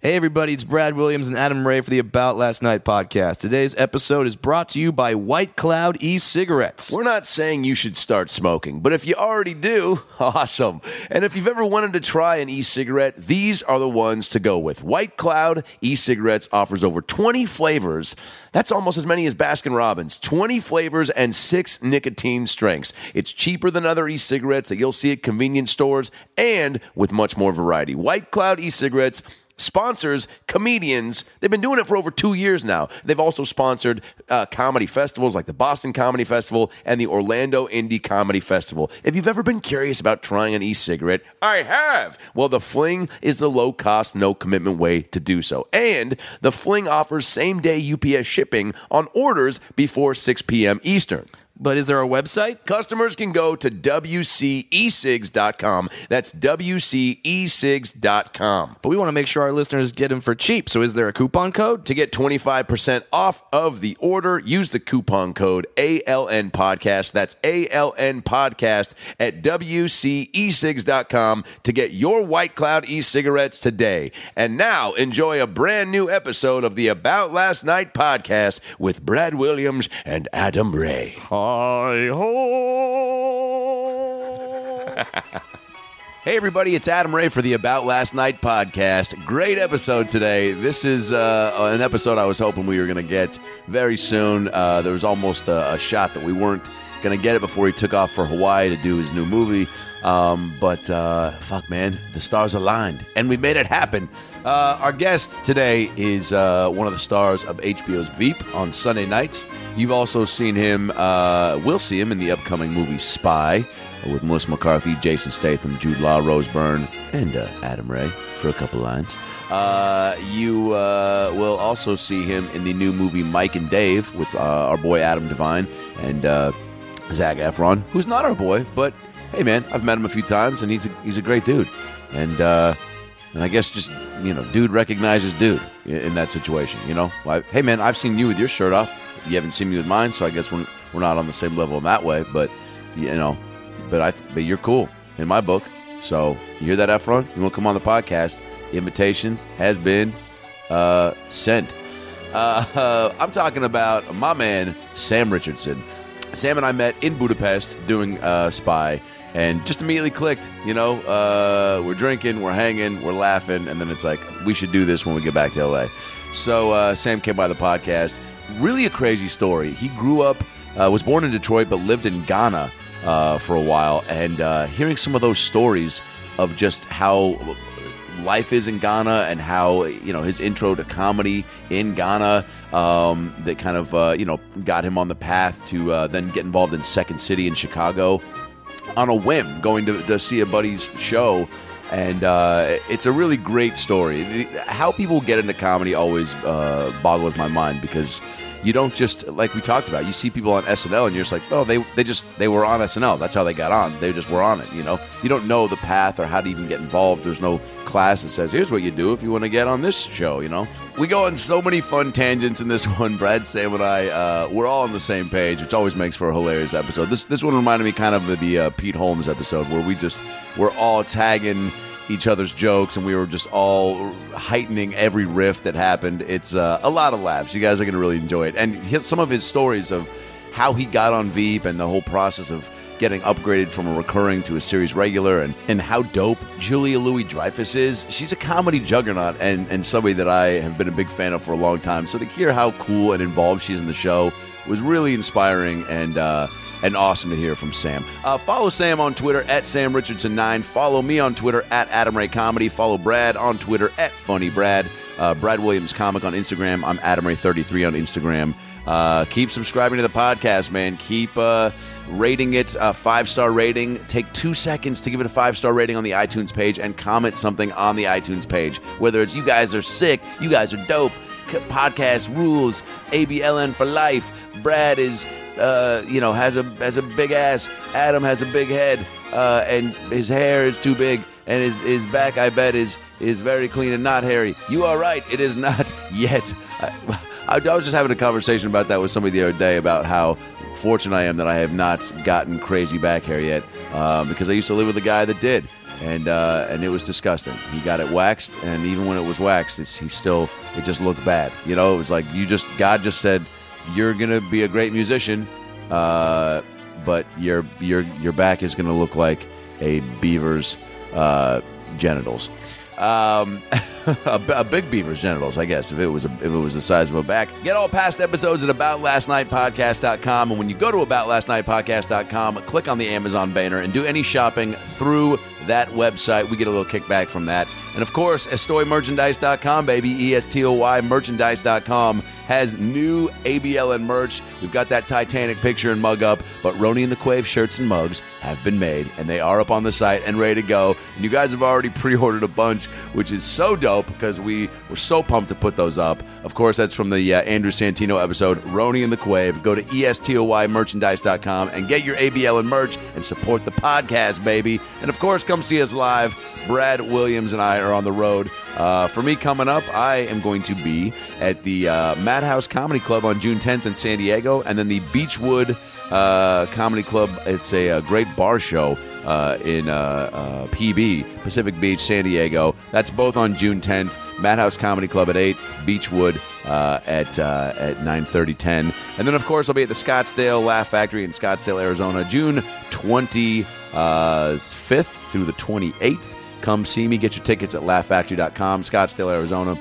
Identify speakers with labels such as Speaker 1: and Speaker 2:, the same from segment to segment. Speaker 1: Hey, everybody, it's Brad Williams and Adam Ray for the About Last Night podcast. Today's episode is brought to you by White Cloud e cigarettes.
Speaker 2: We're not saying you should start smoking, but if you already do, awesome. And if you've ever wanted to try an e cigarette, these are the ones to go with. White Cloud e cigarettes offers over 20 flavors. That's almost as many as Baskin Robbins 20 flavors and six nicotine strengths. It's cheaper than other e cigarettes that you'll see at convenience stores and with much more variety. White Cloud e cigarettes sponsors comedians. They've been doing it for over two years now. They've also sponsored uh, comedy festivals like the Boston Comedy Festival and the Orlando Indie Comedy Festival. If you've ever been curious about trying an e cigarette, I have. Well, the Fling is the low cost, no commitment way to do so. And the Fling offers same day UPS shipping on orders before 6 p.m. Eastern.
Speaker 1: But is there a website?
Speaker 2: Customers can go to E WCESIGS.com. That's E WCESIGS.com.
Speaker 1: But we want to make sure our listeners get them for cheap. So is there a coupon code?
Speaker 2: To get 25% off of the order, use the coupon code ALN Podcast. That's ALN Podcast at E WCESIGS.com to get your White Cloud e cigarettes today. And now enjoy a brand new episode of the About Last Night podcast with Brad Williams and Adam Ray.
Speaker 1: Hi ho!
Speaker 2: Hey, everybody, it's Adam Ray for the About Last Night podcast. Great episode today. This is uh, an episode I was hoping we were going to get very soon. Uh, there was almost a, a shot that we weren't going to get it before he took off for Hawaii to do his new movie. Um, but uh, fuck, man, the stars aligned and we made it happen. Uh, our guest today is uh, one of the stars of HBO's Veep on Sunday nights. You've also seen him, uh, we'll see him in the upcoming movie Spy with Melissa McCarthy, Jason Statham, Jude Law, Rose Byrne, and uh, Adam Ray for a couple lines. Uh, you uh, will also see him in the new movie Mike and Dave with uh, our boy Adam Devine and uh, Zach Efron, who's not our boy, but hey, man, I've met him a few times, and he's a, he's a great dude. And uh, and I guess just you know, dude recognizes dude i- in that situation. You know, like, hey, man, I've seen you with your shirt off. You haven't seen me with mine, so I guess we're we're not on the same level in that way. But you know, but I but you're cool in my book. So you hear that, Efron? You want to come on the podcast? Invitation has been uh, sent. Uh, uh, I'm talking about my man Sam Richardson. Sam and I met in Budapest doing uh, Spy, and just immediately clicked. You know, uh, we're drinking, we're hanging, we're laughing, and then it's like we should do this when we get back to LA. So uh, Sam came by the podcast. Really, a crazy story. He grew up, uh, was born in Detroit, but lived in Ghana uh, for a while, and uh, hearing some of those stories of just how life is in Ghana and how you know his intro to comedy in Ghana um, that kind of uh, you know got him on the path to uh, then get involved in Second City in Chicago on a whim, going to, to see a buddy's show. And uh, it's a really great story. The- How people get into comedy always uh, boggles my mind because you don't just like we talked about. You see people on SNL, and you're just like, oh, they they just they were on SNL. That's how they got on. They just were on it. You know, you don't know the path or how to even get involved. There's no class that says here's what you do if you want to get on this show. You know, we go on so many fun tangents in this one. Brad, Sam, and I, uh, we're all on the same page, which always makes for a hilarious episode. This this one reminded me kind of of the uh, Pete Holmes episode where we just we're all tagging each other's jokes and we were just all heightening every riff that happened. It's uh, a lot of laughs. You guys are going to really enjoy it. And he- some of his stories of how he got on Veep and the whole process of getting upgraded from a recurring to a series regular and, and how dope Julia Louis Dreyfus is. She's a comedy juggernaut and, and somebody that I have been a big fan of for a long time. So to hear how cool and involved she is in the show was really inspiring and uh, and awesome to hear from Sam. Uh, follow Sam on Twitter at Sam Richardson9. Follow me on Twitter at Adam Ray Comedy. Follow Brad on Twitter at Funny Brad. Uh, Brad Williams Comic on Instagram. I'm Adam Ray33 on Instagram. Uh, keep subscribing to the podcast, man. Keep uh, rating it a five star rating. Take two seconds to give it a five star rating on the iTunes page and comment something on the iTunes page. Whether it's you guys are sick, you guys are dope podcast rules, ABLN for life. Brad is, uh, you know, has a has a big ass. Adam has a big head, uh, and his hair is too big, and his his back, I bet, is is very clean and not hairy. You are right. It is not yet. I, I, I was just having a conversation about that with somebody the other day about how fortunate I am that I have not gotten crazy back hair yet, uh, because I used to live with a guy that did and uh, and it was disgusting. He got it waxed, and even when it was waxed, it's, he still it just looked bad. You know, it was like you just God just said you're gonna be a great musician, uh, but your your your back is gonna look like a beaver's uh, genitals. Um, a, b- a big beaver's genitals, I guess, if it was a, if it was the size of a back. Get all past episodes at aboutlastnightpodcast.com. And when you go to aboutlastnightpodcast.com, click on the Amazon banner and do any shopping through that website. We get a little kickback from that. And of course, estoymerchandise.com, baby, E E-S-T-O-Y merchandise.com has new ABLN merch. We've got that Titanic picture and mug up, but Roni and the Quave shirts and mugs have been made, and they are up on the site and ready to go. And you guys have already pre-ordered a bunch, which is so dope because we were so pumped to put those up. Of course, that's from the uh, Andrew Santino episode, Roni and the Quave. Go to E estoymerchandise.com and get your ABLN merch and support the podcast, baby. And of course, come see us live. Brad Williams and I are on the road. Uh, for me, coming up, I am going to be at the uh, Madhouse Comedy Club on June 10th in San Diego, and then the Beechwood uh, Comedy Club. It's a, uh great bar show uh, in uh, uh, PB, Pacific Beach, San Diego. That's both on June 10th. Madhouse Comedy Club at 8, Beechwood uh, at uh, at 9 10. And then, of course, I'll be at the Scottsdale Laugh Factory in Scottsdale, Arizona, June 25th through the 28th. Come see me. Get your tickets at laughfactory.com, Scottsdale, Arizona.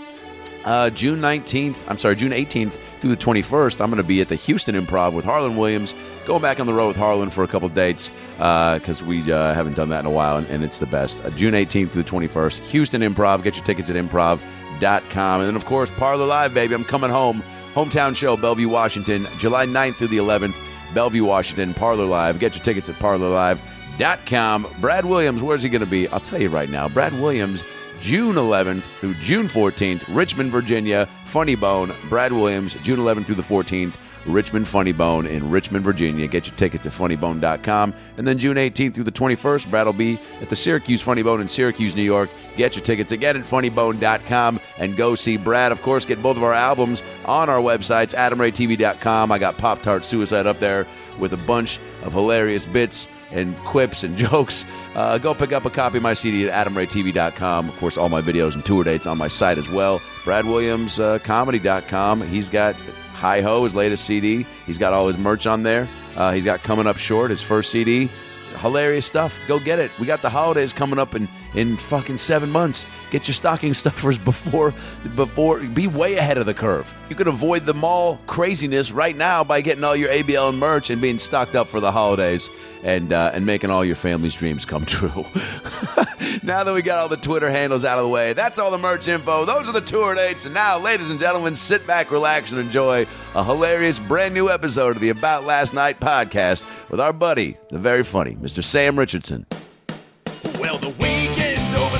Speaker 2: Uh, June 19th, I'm sorry, June 18th through the 21st, I'm going to be at the Houston Improv with Harlan Williams. Going back on the road with Harlan for a couple dates because we uh, haven't done that in a while, and, and it's the best. Uh, June 18th through the 21st, Houston Improv. Get your tickets at improv.com. And then, of course, Parlor Live, baby. I'm coming home. Hometown show, Bellevue, Washington, July 9th through the 11th, Bellevue, Washington, Parlor Live. Get your tickets at parlorlive.com. Brad Williams, where's he going to be? I'll tell you right now. Brad Williams, June 11th through June 14th, Richmond, Virginia, Funny Bone, Brad Williams, June 11th through the 14th, Richmond Funny Bone in Richmond, Virginia. Get your tickets at funnybone.com. And then June 18th through the 21st, Brad will be at the Syracuse Funny Bone in Syracuse, New York. Get your tickets again at funnybone.com and go see Brad. Of course, get both of our albums on our websites, adamraytv.com. I got Pop Tart Suicide up there with a bunch of hilarious bits and quips and jokes, uh, go pick up a copy of my CD at adamraytv.com. Of course, all my videos and tour dates on my site as well. uh, BradWilliamsComedy.com. He's got Hi Ho, his latest CD. He's got all his merch on there. Uh, he's got Coming Up Short, his first CD. Hilarious stuff. Go get it. We got the holidays coming up in, in fucking seven months. Get your stocking stuffers before before be way ahead of the curve. You can avoid the mall craziness right now by getting all your ABL and merch and being stocked up for the holidays and uh, and making all your family's dreams come true. now that we got all the Twitter handles out of the way, that's all the merch info. Those are the tour dates. And now, ladies and gentlemen, sit back, relax, and enjoy a hilarious brand new episode of the About Last Night podcast with our buddy, the very funny Mr. Sam Richardson. Well, the weekend's over,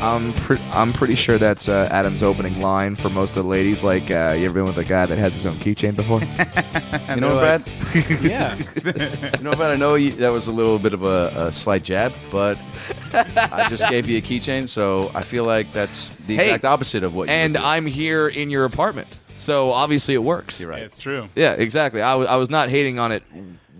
Speaker 1: I'm pre- I'm pretty sure that's uh, Adam's opening line for most of the ladies. Like, uh, you ever been with a guy that has his own keychain before? you know what, Brad?
Speaker 3: Yeah.
Speaker 2: You know, but I know you, that was a little bit of a, a slight jab, but I just gave you a keychain, so I feel like that's the
Speaker 1: Hey,
Speaker 2: exact opposite of what.
Speaker 1: And
Speaker 2: you do.
Speaker 1: I'm here in your apartment, so obviously it works.
Speaker 2: You're right.
Speaker 3: It's true.
Speaker 1: Yeah, exactly. I was I was not hating on it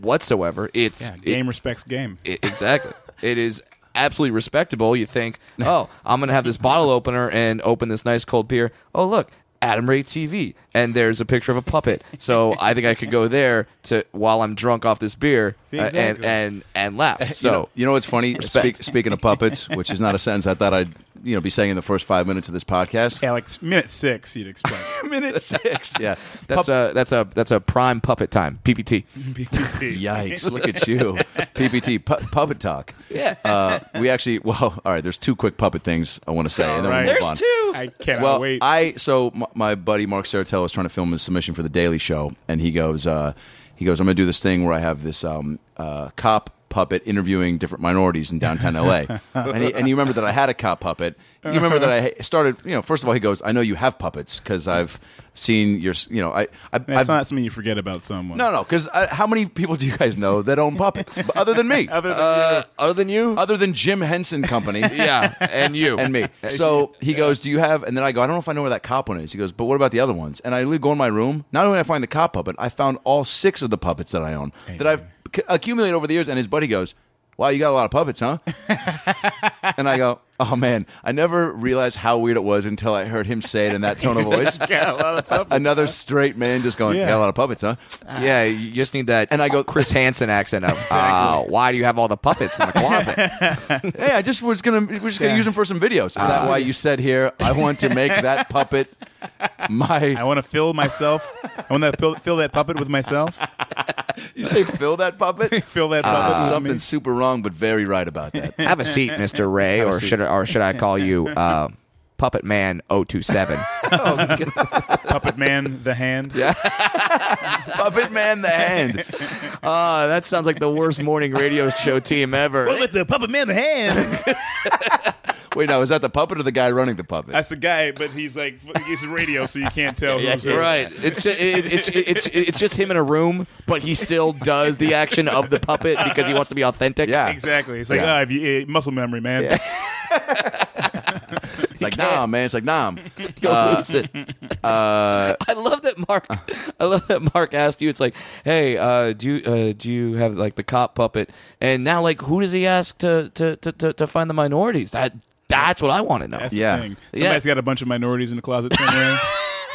Speaker 1: whatsoever. It's
Speaker 3: Yeah,
Speaker 1: it-
Speaker 3: game respects game.
Speaker 1: I- E, exactly. it is absolutely respectable. You think, oh, I'm going to have this bottle opener and open this nice cold beer. Oh, look, Adam Ray TV, and there's a picture of a puppet. So I think I could go there to while I'm drunk off this beer uh, and
Speaker 3: Exactly.
Speaker 1: and and laugh.
Speaker 2: So you
Speaker 1: So
Speaker 2: know, you know what's funny? Speak, speaking of puppets, which is not a sentence I thought I'd you know be saying in the first five minutes of this podcast.
Speaker 3: Yeah, like minute six, you'd expect.
Speaker 2: Minute six. Yeah,
Speaker 1: that's a that's a that's a prime puppet time. PPT.
Speaker 3: BPC.
Speaker 2: Yikes! Look at you, PPT pu- puppet talk.
Speaker 1: Yeah.
Speaker 2: Uh, we actually. Well, all right. There's two quick puppet things I want to say. and then we'll
Speaker 3: All right.
Speaker 2: move
Speaker 3: There's
Speaker 2: on.
Speaker 3: I cannot
Speaker 2: well,
Speaker 3: wait.
Speaker 2: I so my, my buddy Mark Saratella was trying to film his submission for the Daily Show, and he goes, uh, he goes, I'm gonna do this thing where I have this um, uh, cop puppet interviewing different minorities in downtown L.A. and, he, and you remember that I had a cop puppet. You remember that I started. You know, first of all, he goes, "I know you have puppets because I've seen your. s- You know, I, I
Speaker 3: That's
Speaker 2: I've-
Speaker 3: not something you forget about someone.
Speaker 2: no, no, because how many people do you guys know that own puppets other than me?
Speaker 3: Other than
Speaker 1: Uh, other than you,
Speaker 2: other than Jim Henson Company.
Speaker 1: yeah, and you
Speaker 2: and me. So he goes, "Do you have?" And then I go, "I don't know if I know where that cop one is." He goes, "But what about the other ones?" And I literally go in my room. Not only did I find the cop puppet, I found all six of the puppets that I own that I've c- accumulated over the years. And his buddy goes, "Wow, you got a lot of puppets, huh?" and I go, "Oh man, I never realized how weird it was until I heard him say it in that tone of voice."
Speaker 3: Got a lot of puppets.
Speaker 2: Another straight man just going,
Speaker 3: Yeah.
Speaker 2: "You got a lot of puppets, huh?"
Speaker 1: Yeah, you just need that.
Speaker 2: And I go-
Speaker 1: Chris Hansen accent up. Uh, why do you have all the puppets in the closet?
Speaker 2: Hey, I just was gonna we're just gonna
Speaker 3: Yeah. Ah.
Speaker 2: use them for some videos. Is that why you said here? I want to make that puppet my.
Speaker 3: I want to fill myself. I want to fill, fill that puppet with myself.
Speaker 2: you say fill that puppet?
Speaker 3: Fill that puppet with
Speaker 2: Uh, Something
Speaker 3: me.
Speaker 2: super wrong, but very right about that.
Speaker 1: have a seat, Mister Ray, or should I, or should I call you uh, Puppet Man 027? Oh,
Speaker 3: Puppet man, the hand.
Speaker 2: Puppet man, the hand.
Speaker 1: Ah, that sounds like the worst morning radio show team ever.
Speaker 3: With the puppet man, the hand.
Speaker 2: Wait, now is that the puppet or the guy running the puppet?
Speaker 3: That's the guy, but he's like he's radio, so you can't tell. who's who.
Speaker 1: Right, it's just, it, it's it's it's just him in a room, but he still does the action of the puppet because he wants to be authentic.
Speaker 2: Yeah.
Speaker 3: Exactly. It's like
Speaker 2: Yeah.
Speaker 3: ah, if you, eh, muscle memory, man.
Speaker 2: It's like nah, man. It's like nah.
Speaker 1: You'll lose it. I love that Mark. I love that Mark asked you. It's like, hey, uh, do you uh, do you have like the cop puppet? And now, like, who does he ask to to to, to, to find the minorities? That that's what I want to know.
Speaker 3: That's
Speaker 2: Yeah.
Speaker 3: the thing. Somebody's got a bunch of minorities in the closet somewhere.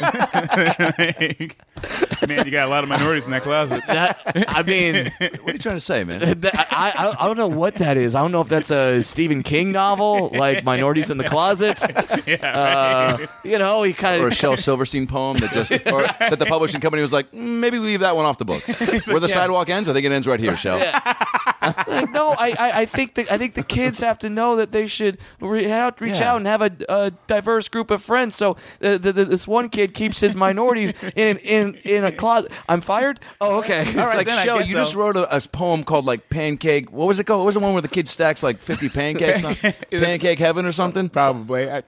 Speaker 3: man, you got a lot of minorities in that closet.
Speaker 1: That- I mean,
Speaker 2: What are you trying to say, man?
Speaker 1: that- I, I I don't know what that is. I don't know if that's a Stephen King novel, like minorities in the closet. Uh, you know, he kind
Speaker 2: Or a
Speaker 1: of
Speaker 2: Shel Silverstein poem that just, or that the publishing company was like, "Mm, maybe we leave that one off the book. Where the sidewalk ends, I think it ends right here, Shel.
Speaker 1: like, no, I, I, I think that I think the kids have to know that they should re- out, reach
Speaker 2: Yeah.
Speaker 1: out and have a, a diverse group of friends. So uh, the, the, this one kid keeps his minorities in in in a closet. I'm fired. Oh, okay.
Speaker 2: All right,
Speaker 3: right, then I
Speaker 2: like, Shel,
Speaker 3: guess
Speaker 2: you
Speaker 3: so.
Speaker 2: just wrote a, a poem called like pancake. What was it called? What was the one where the kid stacks like fifty pancakes? on- pancake heaven or something?
Speaker 3: Probably. I, uh,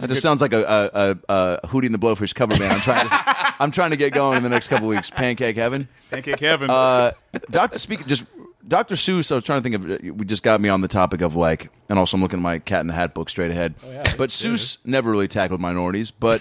Speaker 2: That just sounds like a, a, a, a Hootie and the Blowfish cover band. I'm trying to I'm trying to get going in the next couple weeks. Pancake heaven.
Speaker 3: Pancake Heaven.
Speaker 2: Uh, Doctor speak just Doctor Seuss. I was trying to think of. We just got me on the topic of like, and also I'm looking at my Cat in the Hat book straight ahead.
Speaker 3: Oh,
Speaker 2: but Seuss never really tackled minorities, but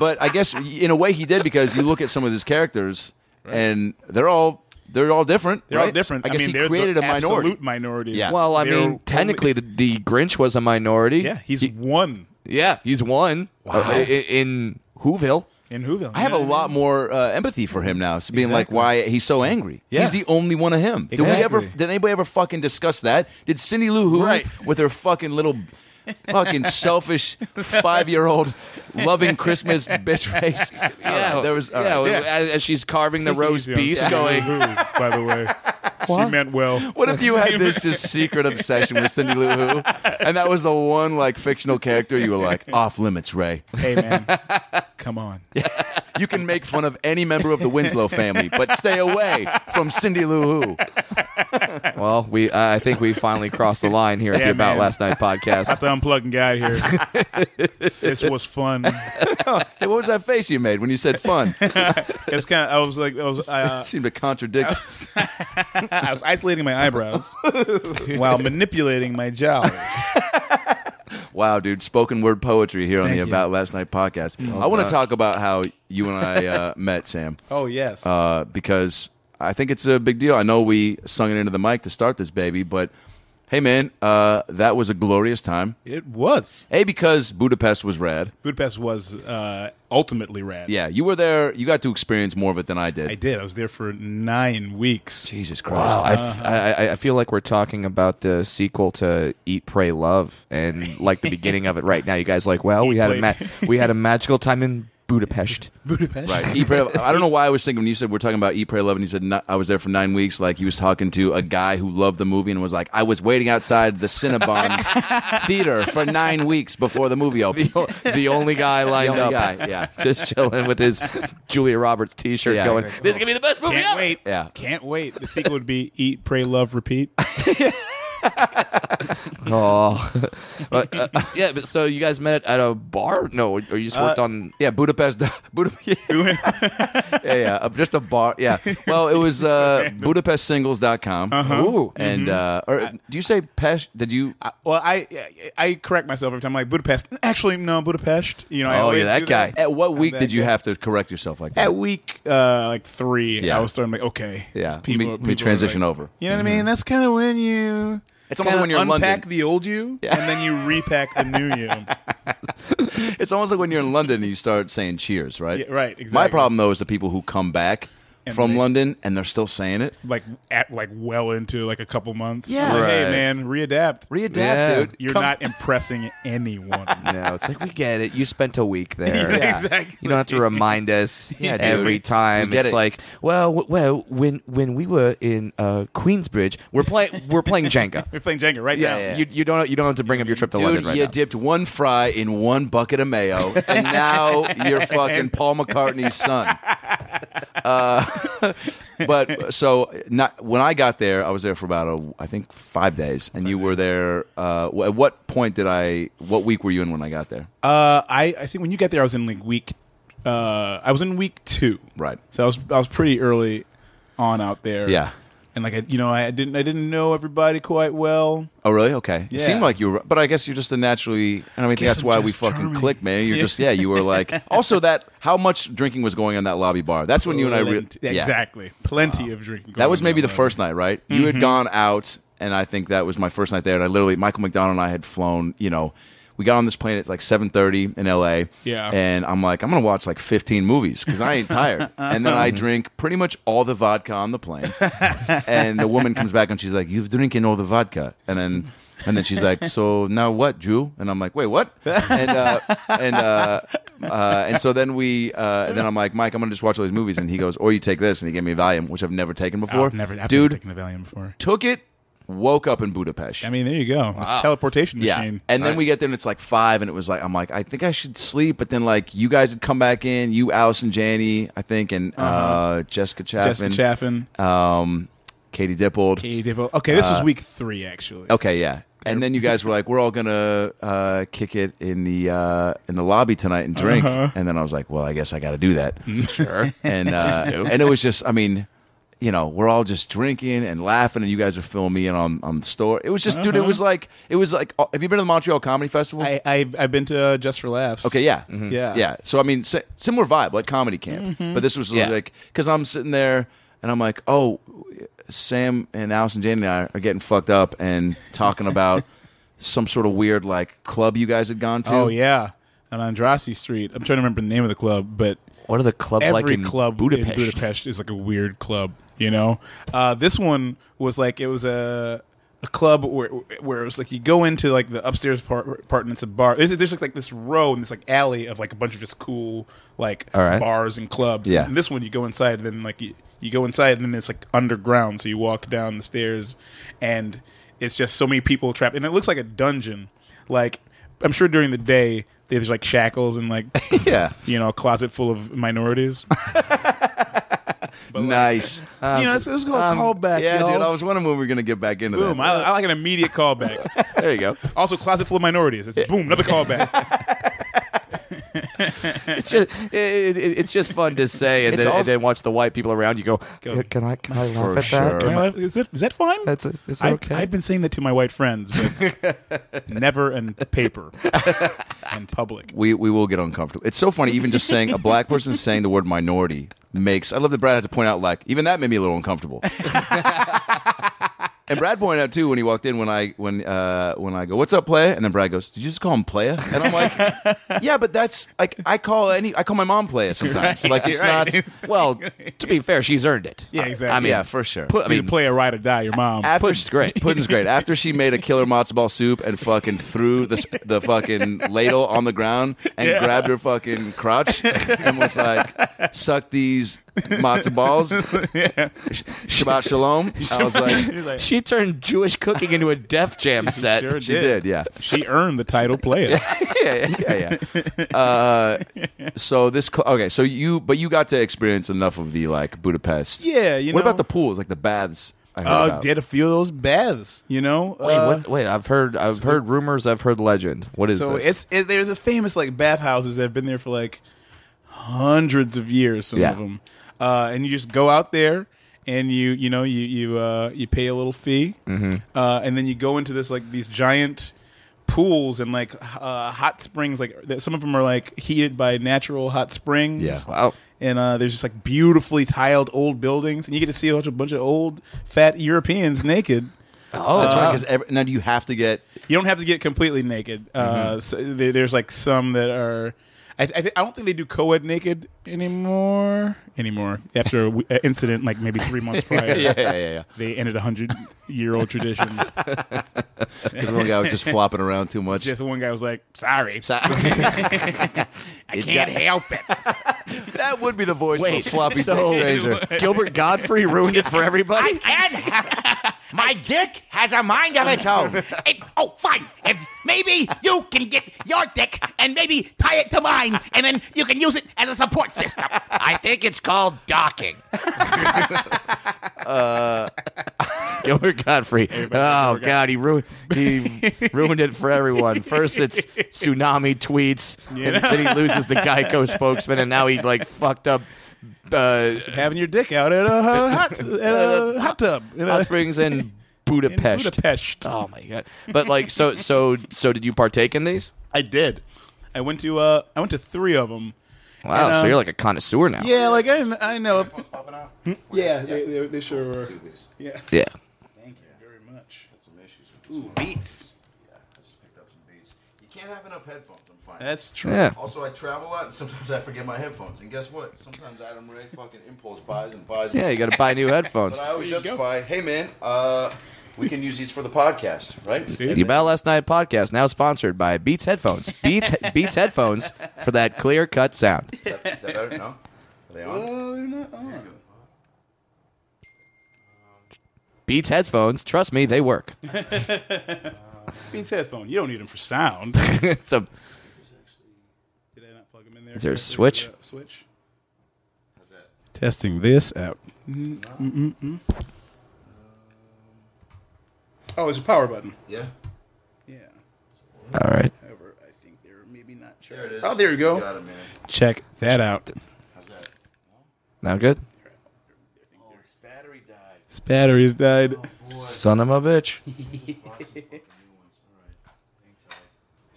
Speaker 2: but I guess in a way he did because you look at some of his characters and they're all they're all different.
Speaker 3: they're all
Speaker 2: right?
Speaker 3: different.
Speaker 2: I guess
Speaker 3: mean,
Speaker 2: he
Speaker 3: they're
Speaker 2: created
Speaker 3: the
Speaker 2: a minority.
Speaker 3: Absolute minorities.
Speaker 2: Yeah.
Speaker 1: Well, I
Speaker 3: They're
Speaker 1: mean, technically, the, the Grinch was a minority.
Speaker 3: yeah, he's one
Speaker 1: yeah, he's one uh, i- in Whoville.
Speaker 3: in Whoville.
Speaker 2: I have a lot more uh, empathy for him now. It's being like,
Speaker 3: Exactly.
Speaker 2: why he's so angry.
Speaker 3: Yeah.
Speaker 2: He's the only one of him. Did we
Speaker 3: Exactly.
Speaker 2: ever? Did anybody ever fucking discuss that? Did Cindy Lou Who
Speaker 1: Right.
Speaker 2: with her fucking little. Fucking selfish five year old loving Christmas bitch face. Oh,
Speaker 1: Yeah,
Speaker 2: there was. all
Speaker 1: yeah,
Speaker 2: right.
Speaker 1: when- As, as she's carving the roast
Speaker 3: Easy on
Speaker 1: beef,
Speaker 3: Cindy
Speaker 1: going,
Speaker 3: Lou Who, by the way, she meant well.
Speaker 2: What if you had this just secret obsession with Cindy Lou Who, and that was the one like fictional character you were like off limits, Ray.
Speaker 3: Hey man, come on.
Speaker 2: You can make fun of any member of the Winslow family, but stay away from Cindy Lou Who.
Speaker 1: "Well, we, uh, I think we finally crossed the line here at the
Speaker 3: Yeah,
Speaker 1: About
Speaker 3: man.
Speaker 1: Last Night podcast."
Speaker 3: Have to unplug and guide here. this was fun.
Speaker 2: Hey, what was that face you made when you said fun?
Speaker 3: It's kind of. I was like, I was. I, uh,
Speaker 2: seemed to contradict.
Speaker 3: I was isolating my eyebrows while manipulating my jowls.
Speaker 2: Wow, dude! Spoken word poetry here on
Speaker 3: Thank
Speaker 2: the
Speaker 3: you.
Speaker 2: About Last Night podcast. I want to talk about how you and I uh, met, Sam,
Speaker 3: Oh yes.
Speaker 2: uh, because I think it's a big deal. I know we sung it into the mic to start this baby, but hey, man, uh, that was a glorious time.
Speaker 3: it was.
Speaker 2: A because Budapest was rad.
Speaker 3: Budapest was uh, ultimately rad.
Speaker 2: Yeah, you were there. You got to experience more of it than I did.
Speaker 3: I did. I was there for nine weeks.
Speaker 2: Jesus Christ!
Speaker 1: Wow, I, f- I- I- I feel like we're talking about the sequel to Eat, Pray, Love, and like the beginning of it right now. You guys are like, well, we
Speaker 3: Eat,
Speaker 1: had a
Speaker 3: pray-
Speaker 1: ma- we had a magical time in Budapest.
Speaker 3: Budapest.
Speaker 2: Right. Eat, Pray, Love. I don't know why I was thinking when you said we're talking about Eat, Pray, Love, and you said "No, I was there for nine weeks. Like he was talking to a guy who loved the movie and was like, I was waiting outside the Cinnabon theater for nine weeks before the movie opened.
Speaker 1: the only guy lined
Speaker 2: only
Speaker 1: up.
Speaker 2: guy, yeah.
Speaker 1: Just chilling with his Julia Roberts t shirt
Speaker 2: Yeah.
Speaker 1: going,
Speaker 2: Right.
Speaker 1: This is going to be the best movie
Speaker 3: Can't
Speaker 1: ever.
Speaker 3: wait.
Speaker 2: Yeah. Uh,
Speaker 3: Can't wait. The sequel would be Eat, Pray, Love, Repeat.
Speaker 1: Oh. But, uh, yeah, but so you guys met at a bar? No, or you just
Speaker 2: Uh,
Speaker 1: worked on.
Speaker 2: Yeah, Budapest. Budapest. yeah, yeah, uh, just a bar. Yeah. Well, it was uh, BudapestSingles.com.
Speaker 1: Uh-huh. Ooh. Mm-hmm.
Speaker 2: And uh, or, do you say Pesh? Did you? oh,
Speaker 3: I- well, I I correct myself every time. I'm like Budapest. Actually, no, Budapest. You know, I
Speaker 2: oh,
Speaker 3: always
Speaker 2: yeah,
Speaker 3: do
Speaker 2: that guy. At what
Speaker 3: I'm
Speaker 2: week
Speaker 3: that
Speaker 2: did you
Speaker 3: guy.
Speaker 2: have to correct yourself like that?
Speaker 3: At week uh, like three,
Speaker 2: Yeah.
Speaker 3: I was starting like, okay,
Speaker 2: Yeah,
Speaker 3: people,
Speaker 2: we- we
Speaker 3: people are
Speaker 2: transition
Speaker 3: like-
Speaker 2: over. Mm-hmm.
Speaker 3: You know what I mean? That's kind of when you.
Speaker 2: It's almost
Speaker 3: kinda
Speaker 2: when you're in
Speaker 3: unpack
Speaker 2: London.
Speaker 3: the old you, and then you repack the new you.
Speaker 2: It's almost like when you're in London and you start saying cheers, right?
Speaker 3: Yeah, right,
Speaker 2: My
Speaker 3: exactly.
Speaker 2: problem though is the people who come back
Speaker 3: And
Speaker 2: from
Speaker 3: they-
Speaker 2: London and they're still saying it.
Speaker 3: Like at like well into like a couple monmonths.
Speaker 2: Yeah.
Speaker 3: Like, Hey
Speaker 2: Right.
Speaker 3: man, readapt.
Speaker 2: Readapt,
Speaker 1: Yeah.
Speaker 2: dude.
Speaker 3: You're
Speaker 2: Come-
Speaker 3: not impressing anyone.
Speaker 1: No, it's like, we get it. You spent a week there.
Speaker 3: Exactly.
Speaker 1: You don't have to remind us
Speaker 2: Yeah, dude.
Speaker 1: every time.
Speaker 2: We get
Speaker 1: It's
Speaker 2: it.
Speaker 1: like, well, w- well, when when we were in uh, Queensbridge, we're playing we're playing Jenga.
Speaker 3: We're playing Jenga right now.
Speaker 2: yeah.
Speaker 1: You, you don't you don't have to bring up your trip to
Speaker 2: Dude,
Speaker 1: London right
Speaker 2: you
Speaker 1: now.
Speaker 2: dipped one fry in one bucket of mayo, and now you're fucking Paul McCartney's son. Uh, but so not when I got there, I was there for about a, I think five days, and you were there. Uh, wh- at what point did I? What week were you in when I got there?
Speaker 3: Uh, I, I think when you got there, I was in like week. Uh, I was in week two.
Speaker 2: Right.
Speaker 3: So I was I was pretty early on out there.
Speaker 2: Yeah.
Speaker 3: And like I, you know, I didn't I didn't know everybody quite well.
Speaker 2: Oh, really? Okay. It
Speaker 3: Yeah.
Speaker 2: seemed like you were, but I guess you're just a naturally. And I mean,
Speaker 3: guess
Speaker 2: that's
Speaker 3: I'm
Speaker 2: why we
Speaker 3: just
Speaker 2: fucking
Speaker 3: charming.
Speaker 2: clicked, man. You're
Speaker 3: Yeah.
Speaker 2: just yeah. You were like also that. How much drinking was going on in that lobby bar? That's when you and I re-
Speaker 3: Plenty-
Speaker 2: yeah.
Speaker 3: exactly Mm-hmm. plenty of drinking.
Speaker 2: That was
Speaker 3: going
Speaker 2: maybe
Speaker 3: on
Speaker 2: the
Speaker 3: there.
Speaker 2: first night, right? You had gone out, and I think that was my first night there. And I literally, Michael McDonald and I had flown. You know, we got on this plane at like seven thirty in L.A.
Speaker 3: Yeah.
Speaker 2: and I'm like, I'm gonna watch like fifteen movies because I ain't tired. and then I drink pretty much all the vodka on the plane. and the woman comes back and she's like, "You've drinking all the vodka," and then. And then she's like, "So now what, Jew?" And I'm like, "Wait, what?" And uh, and uh, uh, and so then we uh, and then I'm like, "Mike, I'm gonna just watch all these movies." And he goes, "Or you take this," and he gave me Valium, which I've never taken before.
Speaker 3: I've never, I've
Speaker 2: Dude,
Speaker 3: never taken a Valium before.
Speaker 2: took it, woke up in Budapest.
Speaker 3: I mean, there you go. It's a teleportation
Speaker 2: yeah.
Speaker 3: machine.
Speaker 2: And then
Speaker 1: Nice.
Speaker 2: we get there and it's like five, and it was like I'm like I think I should sleep, but then like you guys had come back in, you Alice and Janie, I think, and uh Jessica
Speaker 3: Uh-huh. Jessica
Speaker 2: Chapman,
Speaker 3: Chaffin.
Speaker 2: um, Katie Dippold.
Speaker 3: Katie Dippo. Okay, this was week three actually.
Speaker 2: Okay, yeah. And then you guys were like, "We're all gonna uh, kick it in the uh, in the lobby tonight and drink." And then I was like, "Well, I guess I got to do that."
Speaker 1: Sure.
Speaker 2: and uh, and it was just I mean, you know, we're all just drinking and laughing, and you guys are filming me in on on the store. It was just, dude, it was like it was like. oh, Have you been to the Montreal Comedy Festival?
Speaker 3: I I've, I've been to uh, Just for Laughs.
Speaker 2: okay, yeah,
Speaker 3: Yeah.
Speaker 2: yeah. So I mean, si- similar vibe, like comedy camp,
Speaker 3: Mm-hmm.
Speaker 2: but this was
Speaker 1: Yeah.
Speaker 2: like because I'm sitting there and I'm like, oh, Sam and Allison Jane and I are getting fucked up and talking about. Some sort of weird like club you guys had gone to.
Speaker 3: Oh yeah, on Andrassy Street. I'm trying to remember the name of the club, but
Speaker 1: What are the clubs
Speaker 3: every
Speaker 1: like in
Speaker 3: club
Speaker 1: Budapest?
Speaker 3: in Budapest is like a weird club, you know. Uh, this one was like it was a a club where where it was like you go into like the upstairs part, part and it's a bar. There's, there's like, like this row and this like alley of like a bunch of just cool like
Speaker 1: All right.
Speaker 3: bars and clubs.
Speaker 2: Yeah.
Speaker 3: And this one you go inside and then like you, you go inside and then it's like underground. So you walk down the stairs and it's just so many people trapped and it looks like a dungeon. Like I'm sure during the day there's like shackles and like
Speaker 2: yeah,
Speaker 3: you know, a closet full of minorities.
Speaker 2: nice.
Speaker 3: you know, it's, it's called
Speaker 1: Um,
Speaker 3: a callback.
Speaker 2: Um, yeah,
Speaker 3: y'all.
Speaker 2: dude. I was wondering when we were gonna get back into
Speaker 3: boom.
Speaker 2: that.
Speaker 3: I, I like an immediate callback.
Speaker 1: There you go.
Speaker 3: also, closet full of minorities. It's boom, another callback.
Speaker 1: It's just it, it, it's just fun to say, and
Speaker 2: It's
Speaker 1: then,
Speaker 2: all-
Speaker 1: and then watch the white people around you go.
Speaker 3: Go.
Speaker 1: "Yeah, Can I can I
Speaker 2: For
Speaker 1: laugh at
Speaker 2: sure.
Speaker 1: that? Can I-
Speaker 3: is, that, is that fine?
Speaker 1: That's is that
Speaker 3: I,
Speaker 1: okay.
Speaker 3: I've been saying that to my white friends, but never in paper and public.
Speaker 2: we we will get uncomfortable. It's so funny, even just saying a black person saying the word minority makes. I love that Brad had to point out, like, even that made me a little uncomfortable. And Brad pointed out too when he walked in when I when uh, when I go, "What's up, playa?" And then Brad goes, "Did you just call him playa?" And I'm like, "Yeah, but that's like I call any I call my mom playa sometimes.
Speaker 3: Right,
Speaker 2: like it's
Speaker 3: right.
Speaker 2: not
Speaker 1: Well, to be fair, she's earned it.
Speaker 3: Yeah, exactly.
Speaker 1: I mean,
Speaker 2: yeah for sure.
Speaker 1: put, I
Speaker 3: you
Speaker 1: mean,
Speaker 3: can play a ride or die, your mom.
Speaker 2: After-
Speaker 1: Pudding's great.
Speaker 2: Pudding's great. After she made a killer matzo ball soup and fucking threw the sp- the fucking ladle on the ground and
Speaker 3: Yeah.
Speaker 2: grabbed her fucking crotch and was like, "Suck these matzo balls." Sh- Shabbat shalom. I was like,
Speaker 3: He's like,
Speaker 1: she turned Jewish cooking into a Def Jam set.
Speaker 3: sure
Speaker 2: "She did, yeah."
Speaker 3: She earned the title player.
Speaker 2: yeah, yeah, yeah. yeah. Uh, so this cl- okay. So you, but you got to experience enough of the like Budapest.
Speaker 3: Yeah, you
Speaker 2: what
Speaker 3: know.
Speaker 2: about the pools, like the baths? I heard
Speaker 3: Uh,
Speaker 2: about.
Speaker 3: did a few of those baths, you know?
Speaker 1: Wait,
Speaker 3: Uh,
Speaker 1: what, wait, I've heard, I've heard rumors, I've heard legend. What is
Speaker 3: so
Speaker 1: this?
Speaker 3: it's it, there's a famous like bathhouses that have been there for like hundreds of years. Some
Speaker 1: Yeah.
Speaker 3: of them, uh, and you just go out there and you you know you you uh, you pay a little fee,
Speaker 1: Mm-hmm.
Speaker 3: uh, and then you go into this like these giant pools and like h- uh, hot springs. Like that- some of them are like heated by natural hot springs.
Speaker 2: Yeah.
Speaker 1: wow.
Speaker 3: And uh, there's just like beautifully tiled old buildings, and you get to see a bunch of, bunch of old fat Europeans naked.
Speaker 1: Oh, that's
Speaker 2: That's right.
Speaker 1: right.
Speaker 2: Because now do you have to get?
Speaker 3: You don't have to get completely naked.
Speaker 2: Mm-hmm.
Speaker 3: Uh, so there, there's like some that are. I, th- I, th- I don't think they do co-ed naked anymore. Anymore after an incident like maybe three months prior,
Speaker 2: yeah, yeah.
Speaker 3: they ended a hundred-year-old tradition.
Speaker 2: Because one guy was just flopping around too much.
Speaker 3: Just one guy was like, "Sorry, I
Speaker 2: It's
Speaker 3: can't
Speaker 2: got-
Speaker 3: help it.
Speaker 2: that would be the voice
Speaker 1: Wait,
Speaker 2: of a floppy
Speaker 1: so-
Speaker 2: dick stranger.
Speaker 1: Gilbert Godfrey ruined it for everybody.
Speaker 4: And my dick has a mind of its own. It- oh, fine. If maybe you can get your dick and maybe tie it to mine, and then you can use it as a support system. I think it's called docking.
Speaker 1: Gilbert Godfrey. oh God, he ruined he ruined it for everyone. First, it's tsunami tweets, and then he loses the Geico spokesman, and now he like fucked up. Uh,
Speaker 3: Having your dick out at a uh, hot, at a hot tub in,
Speaker 1: Hot
Speaker 3: a,
Speaker 1: Springs in
Speaker 3: in
Speaker 1: Budapest.
Speaker 3: Budapest.
Speaker 1: Oh my god! But like, so so so, did you partake in these?
Speaker 3: I did. I went to uh, I went to three of them.
Speaker 1: Wow!
Speaker 3: And,
Speaker 1: so
Speaker 3: um,
Speaker 1: you're like a connoisseur now.
Speaker 3: Yeah, like I, I know. Hmm? Yeah, they, they, they sure were. Yeah.
Speaker 1: Yeah.
Speaker 3: Thank you very much.
Speaker 2: Ooh, beats. Yeah, I just picked up some beats. You can't have enough headphones. I'm fine.
Speaker 3: That's true.
Speaker 1: Yeah.
Speaker 2: Also, I travel a lot, and sometimes I forget my headphones. And guess what? Sometimes Adam Ray fucking impulse buys and buys.
Speaker 1: Yeah, you got to buy new headphones.
Speaker 2: But I always
Speaker 3: There you
Speaker 2: justify, hey man, uh, we can use these for the podcast, right?
Speaker 1: The About Last Night podcast now sponsored by Beats headphones. Beats Beats headphones for that clear cut sound.
Speaker 2: Is that, is that better? No? Are they on?
Speaker 3: Oh, they're not on.
Speaker 1: Beats headphones. Trust me, they work.
Speaker 3: Beats headphone. You don't need them for sound.
Speaker 1: it's a
Speaker 3: Did I not plug them in there? Is
Speaker 1: there a switch?
Speaker 3: switch.
Speaker 2: How's that?
Speaker 3: Testing this out. Oh, there's a power button.
Speaker 2: Yeah.
Speaker 3: Yeah.
Speaker 1: all right.
Speaker 3: However, I think they're maybe not
Speaker 2: There it is.
Speaker 3: Oh, there you go.
Speaker 2: Got it, man.
Speaker 3: Check that out.
Speaker 2: How's that?
Speaker 1: Now good.
Speaker 2: Oh, his battery died.
Speaker 3: This battery's died.
Speaker 1: Son of a bitch.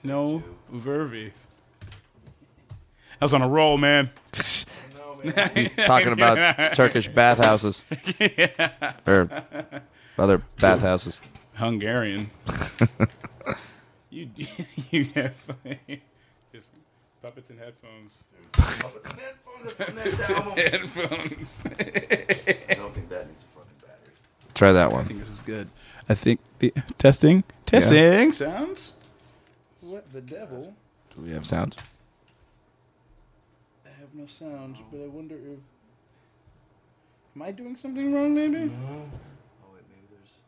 Speaker 3: No vervies. I was on a roll, man.
Speaker 1: Talking about Turkish bathhouses. Or other bathhouses.
Speaker 3: Hungarian. you you have just puppets and headphones. Headphones.
Speaker 2: I don't think that needs a fucking battery.
Speaker 1: Try that one.
Speaker 3: this is good. I think the testing testing sounds. What the devil?
Speaker 1: Do we have sound?
Speaker 3: I have no sound, but I wonder if am I doing something wrong? Maybe.
Speaker 2: Oh, wait, maybe there's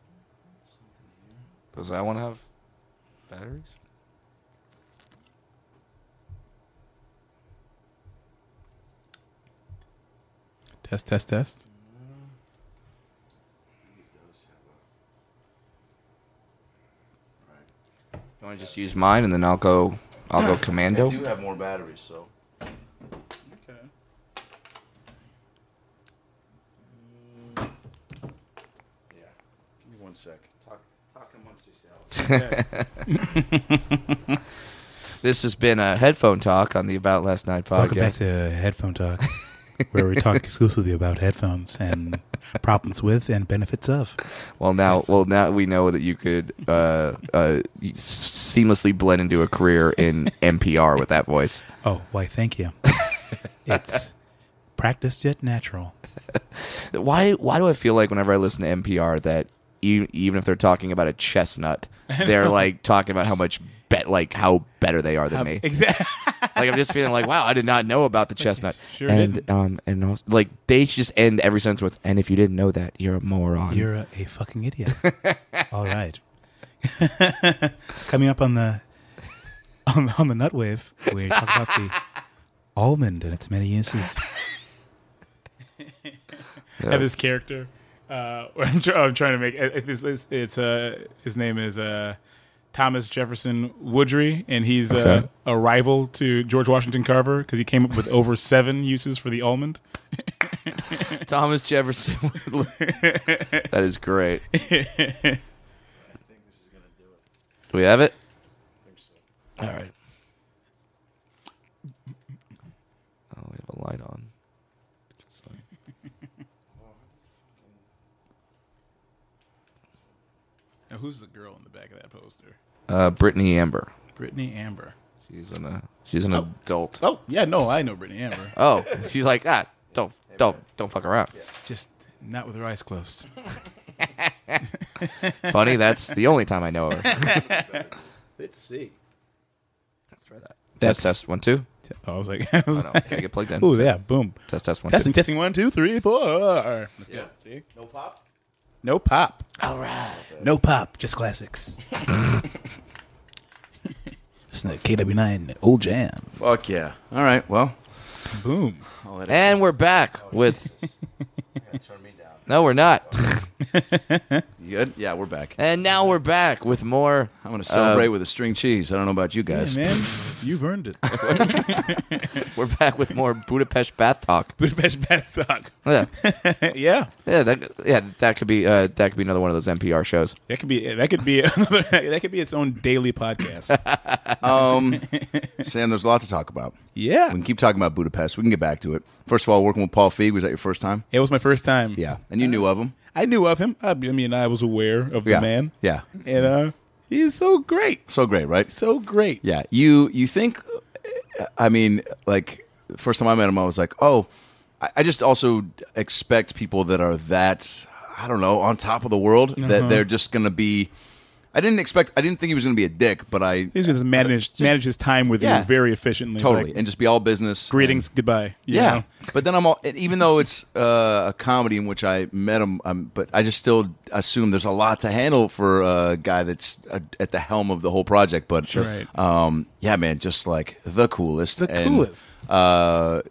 Speaker 2: something here.
Speaker 1: Does that one have batteries?
Speaker 3: Test test test.
Speaker 1: You want to just use mine and then I'll go. I'll go
Speaker 2: They
Speaker 1: commando.
Speaker 2: do have more batteries, so.
Speaker 3: Okay.
Speaker 2: Mm, Yeah. Give me one sec. Talk, talk amongst yourselves.
Speaker 1: This has been a headphone talk on the About Last Night podcast.
Speaker 3: to headphone talk.
Speaker 5: where we talk exclusively about headphones and problems with and benefits of.
Speaker 1: Well, now, well, now we know that you could uh, uh, seamlessly blend into a career in NPR with that voice.
Speaker 5: Oh, why, thank you. It's practiced yet natural.
Speaker 1: Why? Why do I feel like whenever I listen to NPR that e- even if they're talking about a chestnut, they're like talking about how much bet, like how better they are than me.
Speaker 3: Exactly.
Speaker 1: Like I'm just feeling like, wow, I did not know about the chestnut.
Speaker 3: Sure
Speaker 1: and um, and also, like they should just end every sentence with, and if you didn't know that, you're a moron.
Speaker 5: You're a, a fucking idiot. All right. Coming up on the on, on the nut wave, we talk about the almond and its many uses.
Speaker 3: had this character. Uh, where I'm, try- I'm trying to make it- it's, it's, it's uh, his name is uh, Thomas Jefferson Woodry, and he's
Speaker 1: Okay.
Speaker 3: uh, a rival to George Washington Carver because he came up with over seven uses for the almond.
Speaker 1: Thomas Jefferson. would- that is great. Do we have it? All right. Oh, we have a light on. So-
Speaker 3: Now, who's the girl in the back of that poster?
Speaker 1: Uh, Brittany Amber.
Speaker 3: Brittany Amber.
Speaker 1: She's an uh, she's an adult.
Speaker 3: Oh yeah, no, I know Brittany Amber.
Speaker 1: Oh, she's like ah, don't don't don't fuck around.
Speaker 3: Just not with her eyes closed.
Speaker 1: Funny, that's the only time I know her. Let's see. Let's try that.
Speaker 3: That's-
Speaker 1: Test test one two.
Speaker 3: Oh, I was like, I
Speaker 1: Oh,
Speaker 3: was
Speaker 1: no,
Speaker 3: like
Speaker 1: gotta get plugged in.
Speaker 3: oh yeah, boom.
Speaker 1: Test test one
Speaker 3: Testing,
Speaker 1: two.
Speaker 3: testing. One, two, three, four. Let's go. See? No pop. No pop.
Speaker 5: No pop, just classics. Listen to KW9 Old Jam.
Speaker 2: Fuck yeah. All right. Well,
Speaker 3: Boom.
Speaker 1: And we're
Speaker 3: Oh,
Speaker 1: back with. No, we're not.
Speaker 2: you good? Yeah, we're back.
Speaker 1: And now we're back with more.
Speaker 2: I'm going to
Speaker 1: Uh,
Speaker 2: celebrate with a string cheese. I don't know about you guys.
Speaker 3: man, you've earned it.
Speaker 1: We're back with more Budapest bath talk.
Speaker 3: Budapest Bath Talk.
Speaker 1: Yeah,
Speaker 3: yeah,
Speaker 1: yeah, that, yeah, that could be uh, that could be another one of those NPR shows.
Speaker 3: that could be that could be another that could be its own daily podcast.
Speaker 2: Um, Sam, there's a lot to talk about.
Speaker 3: yeah,
Speaker 2: We can keep talking about Budapest. We can get back to it. First of all, working with Paul Feig, was that your first time?
Speaker 3: it was my first time.
Speaker 2: Yeah. And you knew of him?
Speaker 3: I knew of him. I, I mean, I was aware of the
Speaker 2: Yeah.
Speaker 3: man.
Speaker 2: Yeah.
Speaker 3: and uh, he's so great,
Speaker 2: So great, right?
Speaker 3: so great.
Speaker 2: Yeah, you you think? I mean, like first time I met him, I was like, oh, I, I just also expect people that are that I don't know on top of the world
Speaker 3: Uh-huh.
Speaker 2: that they're just gonna be. I didn't expect. I didn't think he was gonna be a dick, but I
Speaker 3: He's going to manage manage his time with
Speaker 2: Uh, Yeah.
Speaker 3: you very efficiently.
Speaker 2: totally
Speaker 3: Like,
Speaker 2: and just be all business.
Speaker 3: greetings,
Speaker 2: and-
Speaker 3: goodbye. you
Speaker 2: yeah,
Speaker 3: know?
Speaker 2: but then I'm all. and Even though it's uh, a comedy in which I met him, um, but I just still assume there's a lot to handle for a guy that's uh at the helm of the whole project. But
Speaker 3: Right.
Speaker 2: um, yeah, man, just like the coolest,
Speaker 3: The
Speaker 2: and,
Speaker 3: coolest.
Speaker 2: Uh,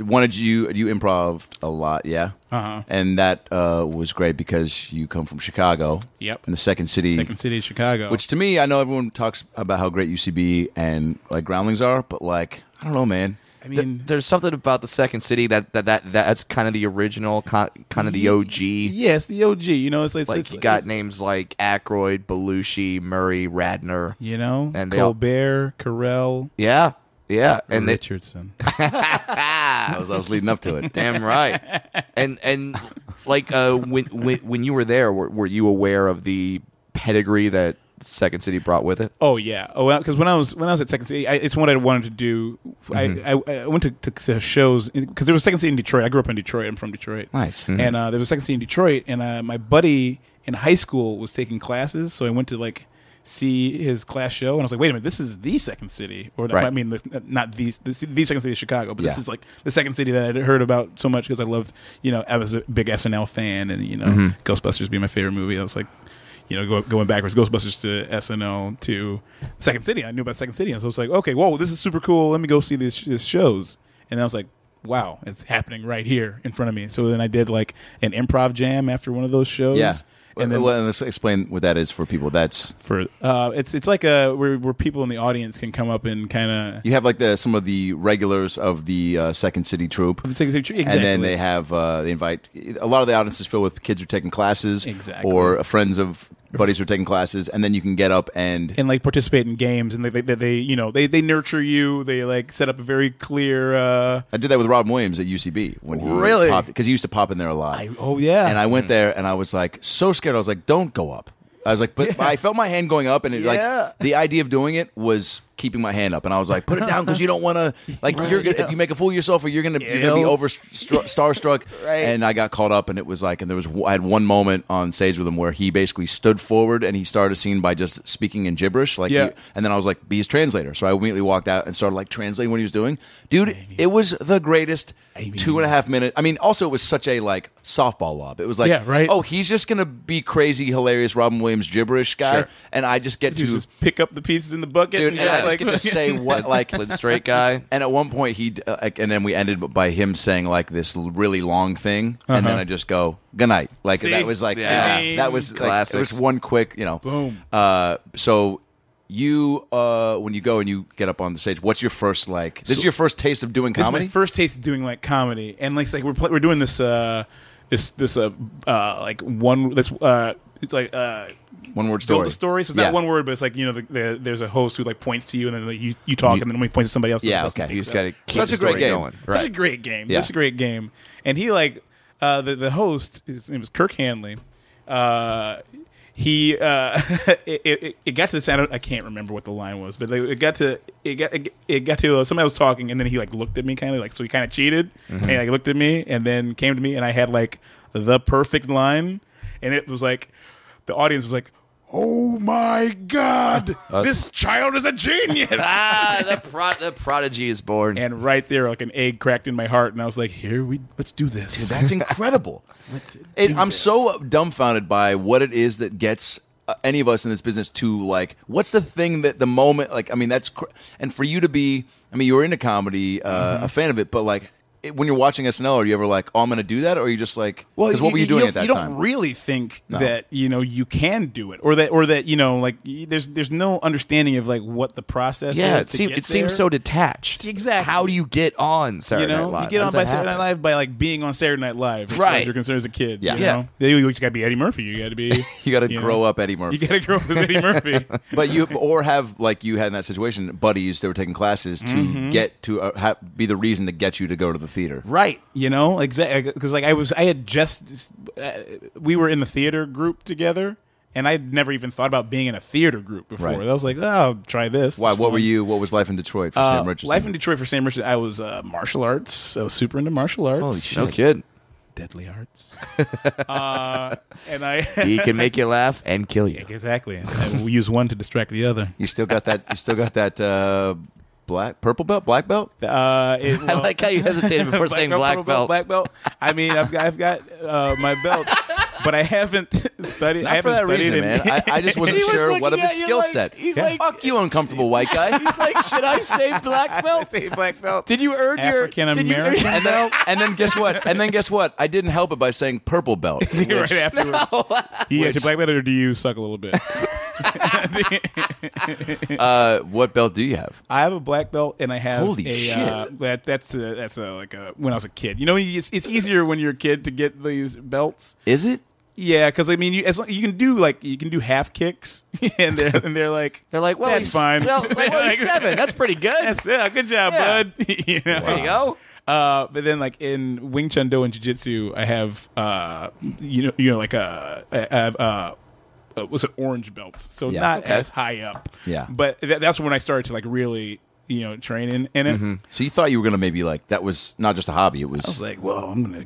Speaker 2: wanted you you improv a lot, yeah,
Speaker 3: Uh-huh.
Speaker 2: and that uh, was great because you come from Chicago,
Speaker 3: Yep.
Speaker 2: and the second city,
Speaker 3: Second City, Chicago.
Speaker 2: which to me, I know everyone talks about how great UCB and like Groundlings are, but like I don't know, man.
Speaker 3: I mean,
Speaker 1: There's something about the second city that that, that that's kind of the original, kind of the OG.
Speaker 3: yes, the OG. You know, it's like,
Speaker 1: Like
Speaker 3: it's,
Speaker 1: you got
Speaker 3: it's-
Speaker 1: names like Aykroyd, Belushi, Murray, Radner.
Speaker 3: you know,
Speaker 1: And they all-
Speaker 3: Colbert, Carell,
Speaker 1: Yeah, yeah, and they,
Speaker 5: Richardson.
Speaker 2: I was, I was leading up to it.
Speaker 1: Damn right. And and like uh, when when when you were there, were, were you aware of the pedigree that Second City brought with it?
Speaker 3: Oh yeah. Oh, because when I was when I was at Second City, I, it's what I wanted to do.
Speaker 2: Mm-hmm.
Speaker 3: I, I I went to, to, to shows because there was Second City in Detroit. I grew up in Detroit. I'm from Detroit.
Speaker 2: Nice. Mm-hmm.
Speaker 3: And uh, there was Second City in Detroit, and uh, my buddy in high school was taking classes, so I went to like see his class show, and I was like, wait a minute, this is the Second City, or
Speaker 1: Right.
Speaker 3: I mean, this- not the the, the Second City of Chicago, but this
Speaker 2: Yeah.
Speaker 3: is like the Second City that I'd heard about so much because I loved, you know, I was a big SNL fan, and you know,
Speaker 2: Mm-hmm.
Speaker 3: Ghostbusters being my favorite movie, I was like. You know, go, going backwards, Ghostbusters to SNL to Second City. I knew about Second City, and so I was like, okay, whoa, this is super cool. Let me go see these, these shows. And I was like, wow, it's happening right here in front of me. So then I did like an improv jam after one of those shows.
Speaker 2: Yeah.
Speaker 3: And then
Speaker 2: well, let's explain what that is for people. That's
Speaker 3: for uh, it's it's like a where where people in the audience can come up and kind of
Speaker 2: you have like the some of the regulars of the uh, Second City troupe,
Speaker 3: exactly
Speaker 2: and then they have uh, they invite a lot of the audiences filled with kids who are taking classes,
Speaker 3: Exactly.
Speaker 2: or friends of buddies who are taking classes, and then you can get up and
Speaker 3: and like participate in games and they, they, they, they you know they, they nurture you they like set up a very clear uh
Speaker 2: I did that with Rob Williams at UCB when he
Speaker 3: Really?
Speaker 2: popped because he used to pop in there a lot.
Speaker 5: I- oh, yeah.
Speaker 2: and I went there and I was like so scared. I was like, "Don't go up." I was like, but I felt my hand going up, and it,
Speaker 5: Yeah.
Speaker 2: like the idea of doing it was keeping my hand up, and I was like, "Put it down," because you don't want to like you're gonna, if you make a fool of yourself, or you're gonna you're gonna be
Speaker 5: Ew.
Speaker 2: over stru- starstruck.
Speaker 5: Right.
Speaker 2: And I got caught up, and it was like, and there was I had one moment on stage with him where he basically stood forward and he started a scene by just speaking in gibberish, like
Speaker 3: Yeah.
Speaker 2: he- and then I was like, be his translator. So I immediately walked out and started like translating what he was doing. Dude, it was the greatest two and a half minute. I mean, also it was such a like softball lob. It was like,
Speaker 3: Yeah, right.
Speaker 2: oh, he's just gonna be crazy, hilarious Robin Williams gibberish guy,
Speaker 1: Sure.
Speaker 2: and I just get to
Speaker 3: you just pick up the pieces in the bucket
Speaker 2: dude, and
Speaker 3: just,
Speaker 2: I just get to say what like
Speaker 1: Flint straight guy.
Speaker 2: and at one point, he uh, like, and then we ended by him saying like this l- really long thing, and
Speaker 3: Uh-huh.
Speaker 2: then I just go good night. Like
Speaker 3: See?
Speaker 2: that was like
Speaker 1: Yeah.
Speaker 2: yeah. that was like, it
Speaker 1: Classics.
Speaker 2: was one quick, you know. Boom. Uh, so you uh, when you go and you get up on the stage, what's your first like? This is your first taste of doing
Speaker 3: This is
Speaker 2: comedy.
Speaker 3: my first taste of doing like comedy, and like, it's like we're pl- we're doing this uh this this uh, uh like one this uh it's like uh
Speaker 2: one word
Speaker 3: build
Speaker 2: story.
Speaker 3: a story. So it's
Speaker 2: Yeah.
Speaker 3: not one word, but it's like you know the, the, there's a host who like points to you, and then like, you you talk,
Speaker 2: You-
Speaker 3: and then we points to somebody else. and
Speaker 2: Yeah,
Speaker 3: the person
Speaker 2: okay.
Speaker 3: takes
Speaker 1: He's
Speaker 3: it.
Speaker 1: got to keep
Speaker 2: Such
Speaker 1: the
Speaker 2: a great
Speaker 1: story
Speaker 2: game.
Speaker 1: going.
Speaker 3: Such a great game.
Speaker 2: Yeah.
Speaker 3: Such a great game. And he like uh, the the host. His name was Kirk Hanley. Uh, he uh, it, it, it got to the sound. I can't remember what the line was, but like, it got to it got it got to uh, somebody was talking, and then he like looked at me kind of like so he kind of cheated, and he, like looked at me, and then came to me, and I had like the perfect line, and it was like the audience was like. Oh my God! this child is a genius.
Speaker 1: Ah, the, pro- the prodigy is born.
Speaker 3: and right there, like an egg cracked in my heart, and I was like, "Here we let's do this."
Speaker 2: That's incredible. It, I'm so dumbfounded by what it is that gets uh, any of us in this business to like. What's the thing that the moment like? I mean, that's cr- and for you to be. I mean, you were into comedy, uh, a fan of it, but like it, when you're watching SNL, are you ever like, "Oh, I'm going to do that," or are you just like, "Because what were you doing
Speaker 3: don't-
Speaker 2: at that
Speaker 3: You don't
Speaker 2: time?"
Speaker 3: really think that you know you can do it, or that, or that you know, like y- there's there's no understanding of like what the process.
Speaker 1: yeah,
Speaker 3: is
Speaker 1: it,
Speaker 3: to
Speaker 1: seem,
Speaker 3: get
Speaker 1: it seems
Speaker 3: there.
Speaker 1: so detached.
Speaker 3: Exactly.
Speaker 1: How do you get on Saturday
Speaker 3: You know,
Speaker 1: Night Live?
Speaker 3: you get
Speaker 1: How
Speaker 3: on
Speaker 1: does
Speaker 3: by
Speaker 1: that
Speaker 3: Saturday Night
Speaker 1: happen?
Speaker 3: Live by like being on Saturday Night Live, as Far
Speaker 1: Right.
Speaker 3: as you're concerned as a kid.
Speaker 2: Yeah.
Speaker 3: You,
Speaker 1: Yeah.
Speaker 3: know? You- you got to be Eddie Murphy. You got to be.
Speaker 2: You gotta
Speaker 3: know,
Speaker 2: grow up Eddie Murphy.
Speaker 3: You got to grow up as Eddie Murphy.
Speaker 2: but you or have like you had in that situation buddies that were taking classes to get to uh, ha- be the reason to get you to go to the theater.
Speaker 3: Mm-hmm. right you know exactly because like i was i had just uh, we were in the theater group together and i'd never even thought about being in a theater group before
Speaker 2: Right.
Speaker 3: i was like oh i'll try this
Speaker 2: Why?
Speaker 3: It's
Speaker 2: What were
Speaker 3: fun.
Speaker 2: you? What was life in Detroit for
Speaker 3: Uh,
Speaker 2: Sam Richardson?
Speaker 3: life in detroit for sam richardson i was uh, martial arts i was super into martial arts
Speaker 1: Holy shit. No kid.
Speaker 3: deadly arts uh, and i
Speaker 1: He can make you laugh and kill you.
Speaker 3: exactly i will use one to distract the other
Speaker 2: You still got that. You still got that uh, black purple belt, black belt.
Speaker 3: uh, it,
Speaker 1: I like how you hesitated before saying black belt.
Speaker 3: black belt. I mean, I've got, I've got uh, my belt, but I haven't studied. I
Speaker 2: Not for
Speaker 3: haven't
Speaker 2: that
Speaker 3: studied
Speaker 2: reason,
Speaker 3: it.
Speaker 2: man. I, I just wasn't
Speaker 1: was
Speaker 2: sure
Speaker 1: looking
Speaker 2: what of his
Speaker 1: at you
Speaker 2: skill
Speaker 1: like-
Speaker 2: set.
Speaker 1: he's
Speaker 3: like-
Speaker 2: Fuck you, uncomfortable white guy.
Speaker 1: He's like, should I say black
Speaker 3: I
Speaker 1: belt?
Speaker 3: say black belt.
Speaker 1: Did you earn your
Speaker 3: African
Speaker 1: did you earn-
Speaker 3: American?
Speaker 2: And then, and then guess what? And then guess what? I didn't help it by saying purple belt.
Speaker 3: right afterwards. Do you get your black belt or do you suck a little bit?
Speaker 2: Uh, what belt do you have?
Speaker 3: I have a black belt and I have
Speaker 2: Holy
Speaker 3: a,
Speaker 2: shit.
Speaker 3: Uh, that, that's a, that's a, like a when I was a kid. You know, it's, it's easier when you're a kid to get these belts.
Speaker 2: Is it?
Speaker 3: Yeah, because I mean, you as long, you can do like you can do half kicks and they're and they're like
Speaker 1: They're like, well,
Speaker 3: that's
Speaker 1: he's,
Speaker 3: fine.
Speaker 1: Well, like, well, he's
Speaker 3: Like,
Speaker 1: seven. That's pretty good.
Speaker 3: That's yeah, good job,
Speaker 1: Yeah.
Speaker 3: bud. You know?
Speaker 1: there you go.
Speaker 3: Uh, but then, like in Wing Chun Do and Jiu Jitsu, I have uh, you know, you know, like uh, I have uh, uh, what's it, orange belts, so
Speaker 2: Yeah.
Speaker 3: not
Speaker 2: Okay.
Speaker 3: as high up.
Speaker 2: Yeah.
Speaker 3: but tha- that's when I started to like really, you know, train in, in it.
Speaker 1: Mm-hmm.
Speaker 2: So you thought you were gonna maybe like that was not just a hobby. It was,
Speaker 3: I was like, well, I'm gonna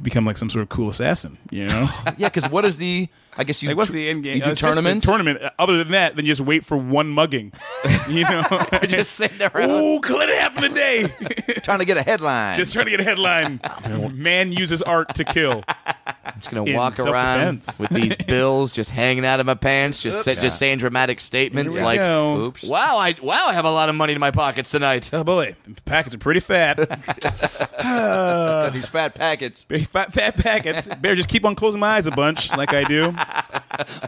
Speaker 3: become like some sort of cool assassin, you know?
Speaker 2: yeah. Because what is the? I guess you.
Speaker 3: like, what's
Speaker 2: tr-
Speaker 3: the end game?
Speaker 2: You do
Speaker 3: Uh, it's just a
Speaker 2: tournaments.
Speaker 3: Tournament. Uh, Other than that, then you just wait for one mugging, you know?
Speaker 1: Just sitting around.
Speaker 3: Ooh, could it happen today?
Speaker 2: Trying to get a headline.
Speaker 3: just trying to get a headline. Man uses art to kill.
Speaker 1: just gonna
Speaker 3: in
Speaker 1: walk around
Speaker 3: self-defense.
Speaker 1: with these bills just hanging out of my pants, just sa- just saying dramatic statements
Speaker 3: Here we
Speaker 1: like,
Speaker 3: go.
Speaker 1: "Oops, wow, I wow, I have a lot of money in my pockets tonight."
Speaker 3: Oh boy, the packets are pretty fat.
Speaker 2: these fat packets.
Speaker 3: Very fat, fat packets. Better just keep on closing my eyes a bunch, like I do.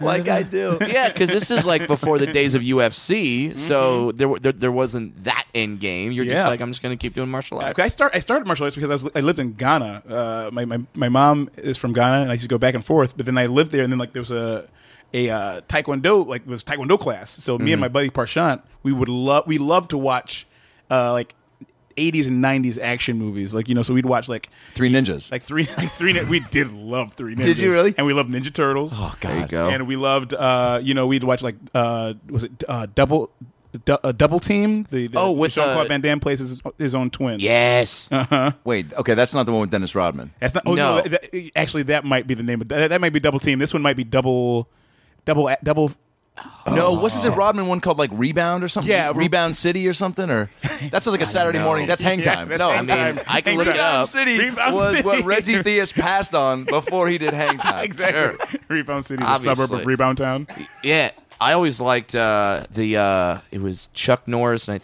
Speaker 2: Like I do.
Speaker 1: yeah, because this is like before the days of UFC, so there, wa- there there wasn't that end game. You're just
Speaker 3: Mm-hmm. Yeah.
Speaker 1: like, I'm just gonna keep doing martial arts.
Speaker 3: I start. I started martial arts because I was. I lived in Ghana. Uh, my, my my mom is from Ghana, and I used to go back and forth. But then I lived there, and then like there was a a uh, taekwondo like was taekwondo class. So me
Speaker 1: Mm-hmm.
Speaker 3: and my buddy Parshant, we would love we love to watch uh, like 80s and 90s action movies. Like you know, so we'd watch like
Speaker 2: Three ninjas.
Speaker 3: like three like three. Nin- We did love three ninjas.
Speaker 2: you really?
Speaker 3: And we loved Ninja Turtles.
Speaker 2: oh God.
Speaker 1: There you go.
Speaker 3: And we loved, uh, you know, we'd watch like, uh, was it uh, double, du- uh, double team? The, the
Speaker 2: Oh, with,
Speaker 3: Jean Claude
Speaker 2: uh,
Speaker 3: Van Damme plays his, his own twin.
Speaker 1: Yes.
Speaker 3: Uh.
Speaker 2: Wait, okay, that's not the one with Dennis Rodman.
Speaker 3: that's not. Oh no,
Speaker 1: No.
Speaker 3: that- that- actually, that might be the name of that. That might be double team. This one might be double, double, double.
Speaker 2: No, wasn't the Rodman one called like Rebound or something?
Speaker 3: Yeah, Re-
Speaker 2: Rebound City or something, or that's like a Saturday
Speaker 1: know.
Speaker 2: morning. That's hang
Speaker 3: Yeah,
Speaker 2: time.
Speaker 3: that's
Speaker 2: no,
Speaker 3: hang
Speaker 2: I mean
Speaker 3: time.
Speaker 2: I can
Speaker 3: Hang
Speaker 2: look it
Speaker 3: time.
Speaker 2: up.
Speaker 3: City Rebound
Speaker 2: was what
Speaker 3: City.
Speaker 2: Reggie Theus passed on before he did hang time.
Speaker 3: Exactly. Rebound City is a
Speaker 1: Obviously.
Speaker 3: suburb of Rebound Town.
Speaker 1: Yeah, I always liked uh, the uh, it was Chuck Norris and I